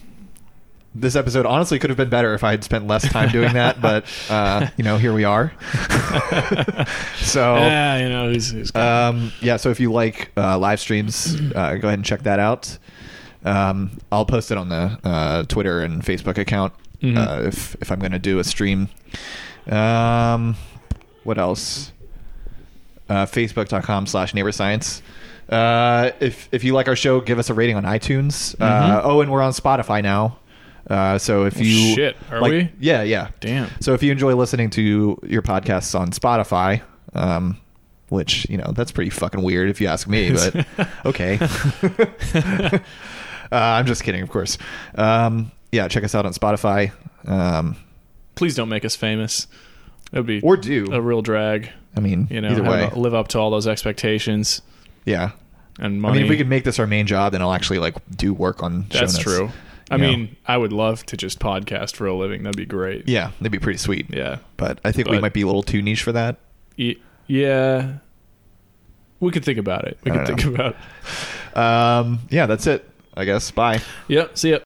[SPEAKER 1] this episode honestly could have been better if I had spent less time doing that, but uh, you know, here we are. *laughs* so,
[SPEAKER 2] yeah, you know, he's, he's
[SPEAKER 1] um, yeah. So if you like uh, live streams, uh, go ahead and check that out. Um, I'll post it on the uh, Twitter and Facebook account
[SPEAKER 2] Mhm.
[SPEAKER 1] uh, if if I'm going to do a stream. Um, what else? uh, facebook.com slash neighbor science uh, if, if you like our show give us a rating on itunes
[SPEAKER 2] Mm-hmm.
[SPEAKER 1] uh, oh and we're on spotify now uh, so if you
[SPEAKER 2] shit. Are
[SPEAKER 1] like-
[SPEAKER 2] we?
[SPEAKER 1] yeah yeah
[SPEAKER 2] Damn.
[SPEAKER 1] so if you enjoy listening to your podcasts on spotify um, which you know that's pretty fucking weird if you ask me but
[SPEAKER 2] *laughs*
[SPEAKER 1] okay uh, i'm just kidding of course um, yeah check us out on spotify um,
[SPEAKER 2] please don't make us famous. That would be
[SPEAKER 1] or do
[SPEAKER 2] a real drag.
[SPEAKER 1] i mean
[SPEAKER 2] You know,
[SPEAKER 1] either
[SPEAKER 2] have
[SPEAKER 1] way
[SPEAKER 2] a- live up to all those expectations
[SPEAKER 1] yeah
[SPEAKER 2] and
[SPEAKER 1] I
[SPEAKER 2] money.
[SPEAKER 1] mean, if we could make this our main job, then I'll actually like do work on. show
[SPEAKER 2] that's
[SPEAKER 1] notes.
[SPEAKER 2] true. I
[SPEAKER 1] You know?
[SPEAKER 2] mean, I would love to just podcast for a living. That'd be great.
[SPEAKER 1] yeah, that'd be pretty sweet.
[SPEAKER 2] yeah.
[SPEAKER 1] But I think we
[SPEAKER 2] But-
[SPEAKER 1] might be a little too niche for that.
[SPEAKER 2] Y- yeah. We could think about it. We
[SPEAKER 1] I
[SPEAKER 2] could
[SPEAKER 1] don't
[SPEAKER 2] think about. It.
[SPEAKER 1] Um, yeah, that's it. I guess. Bye.
[SPEAKER 2] Yep. See ya.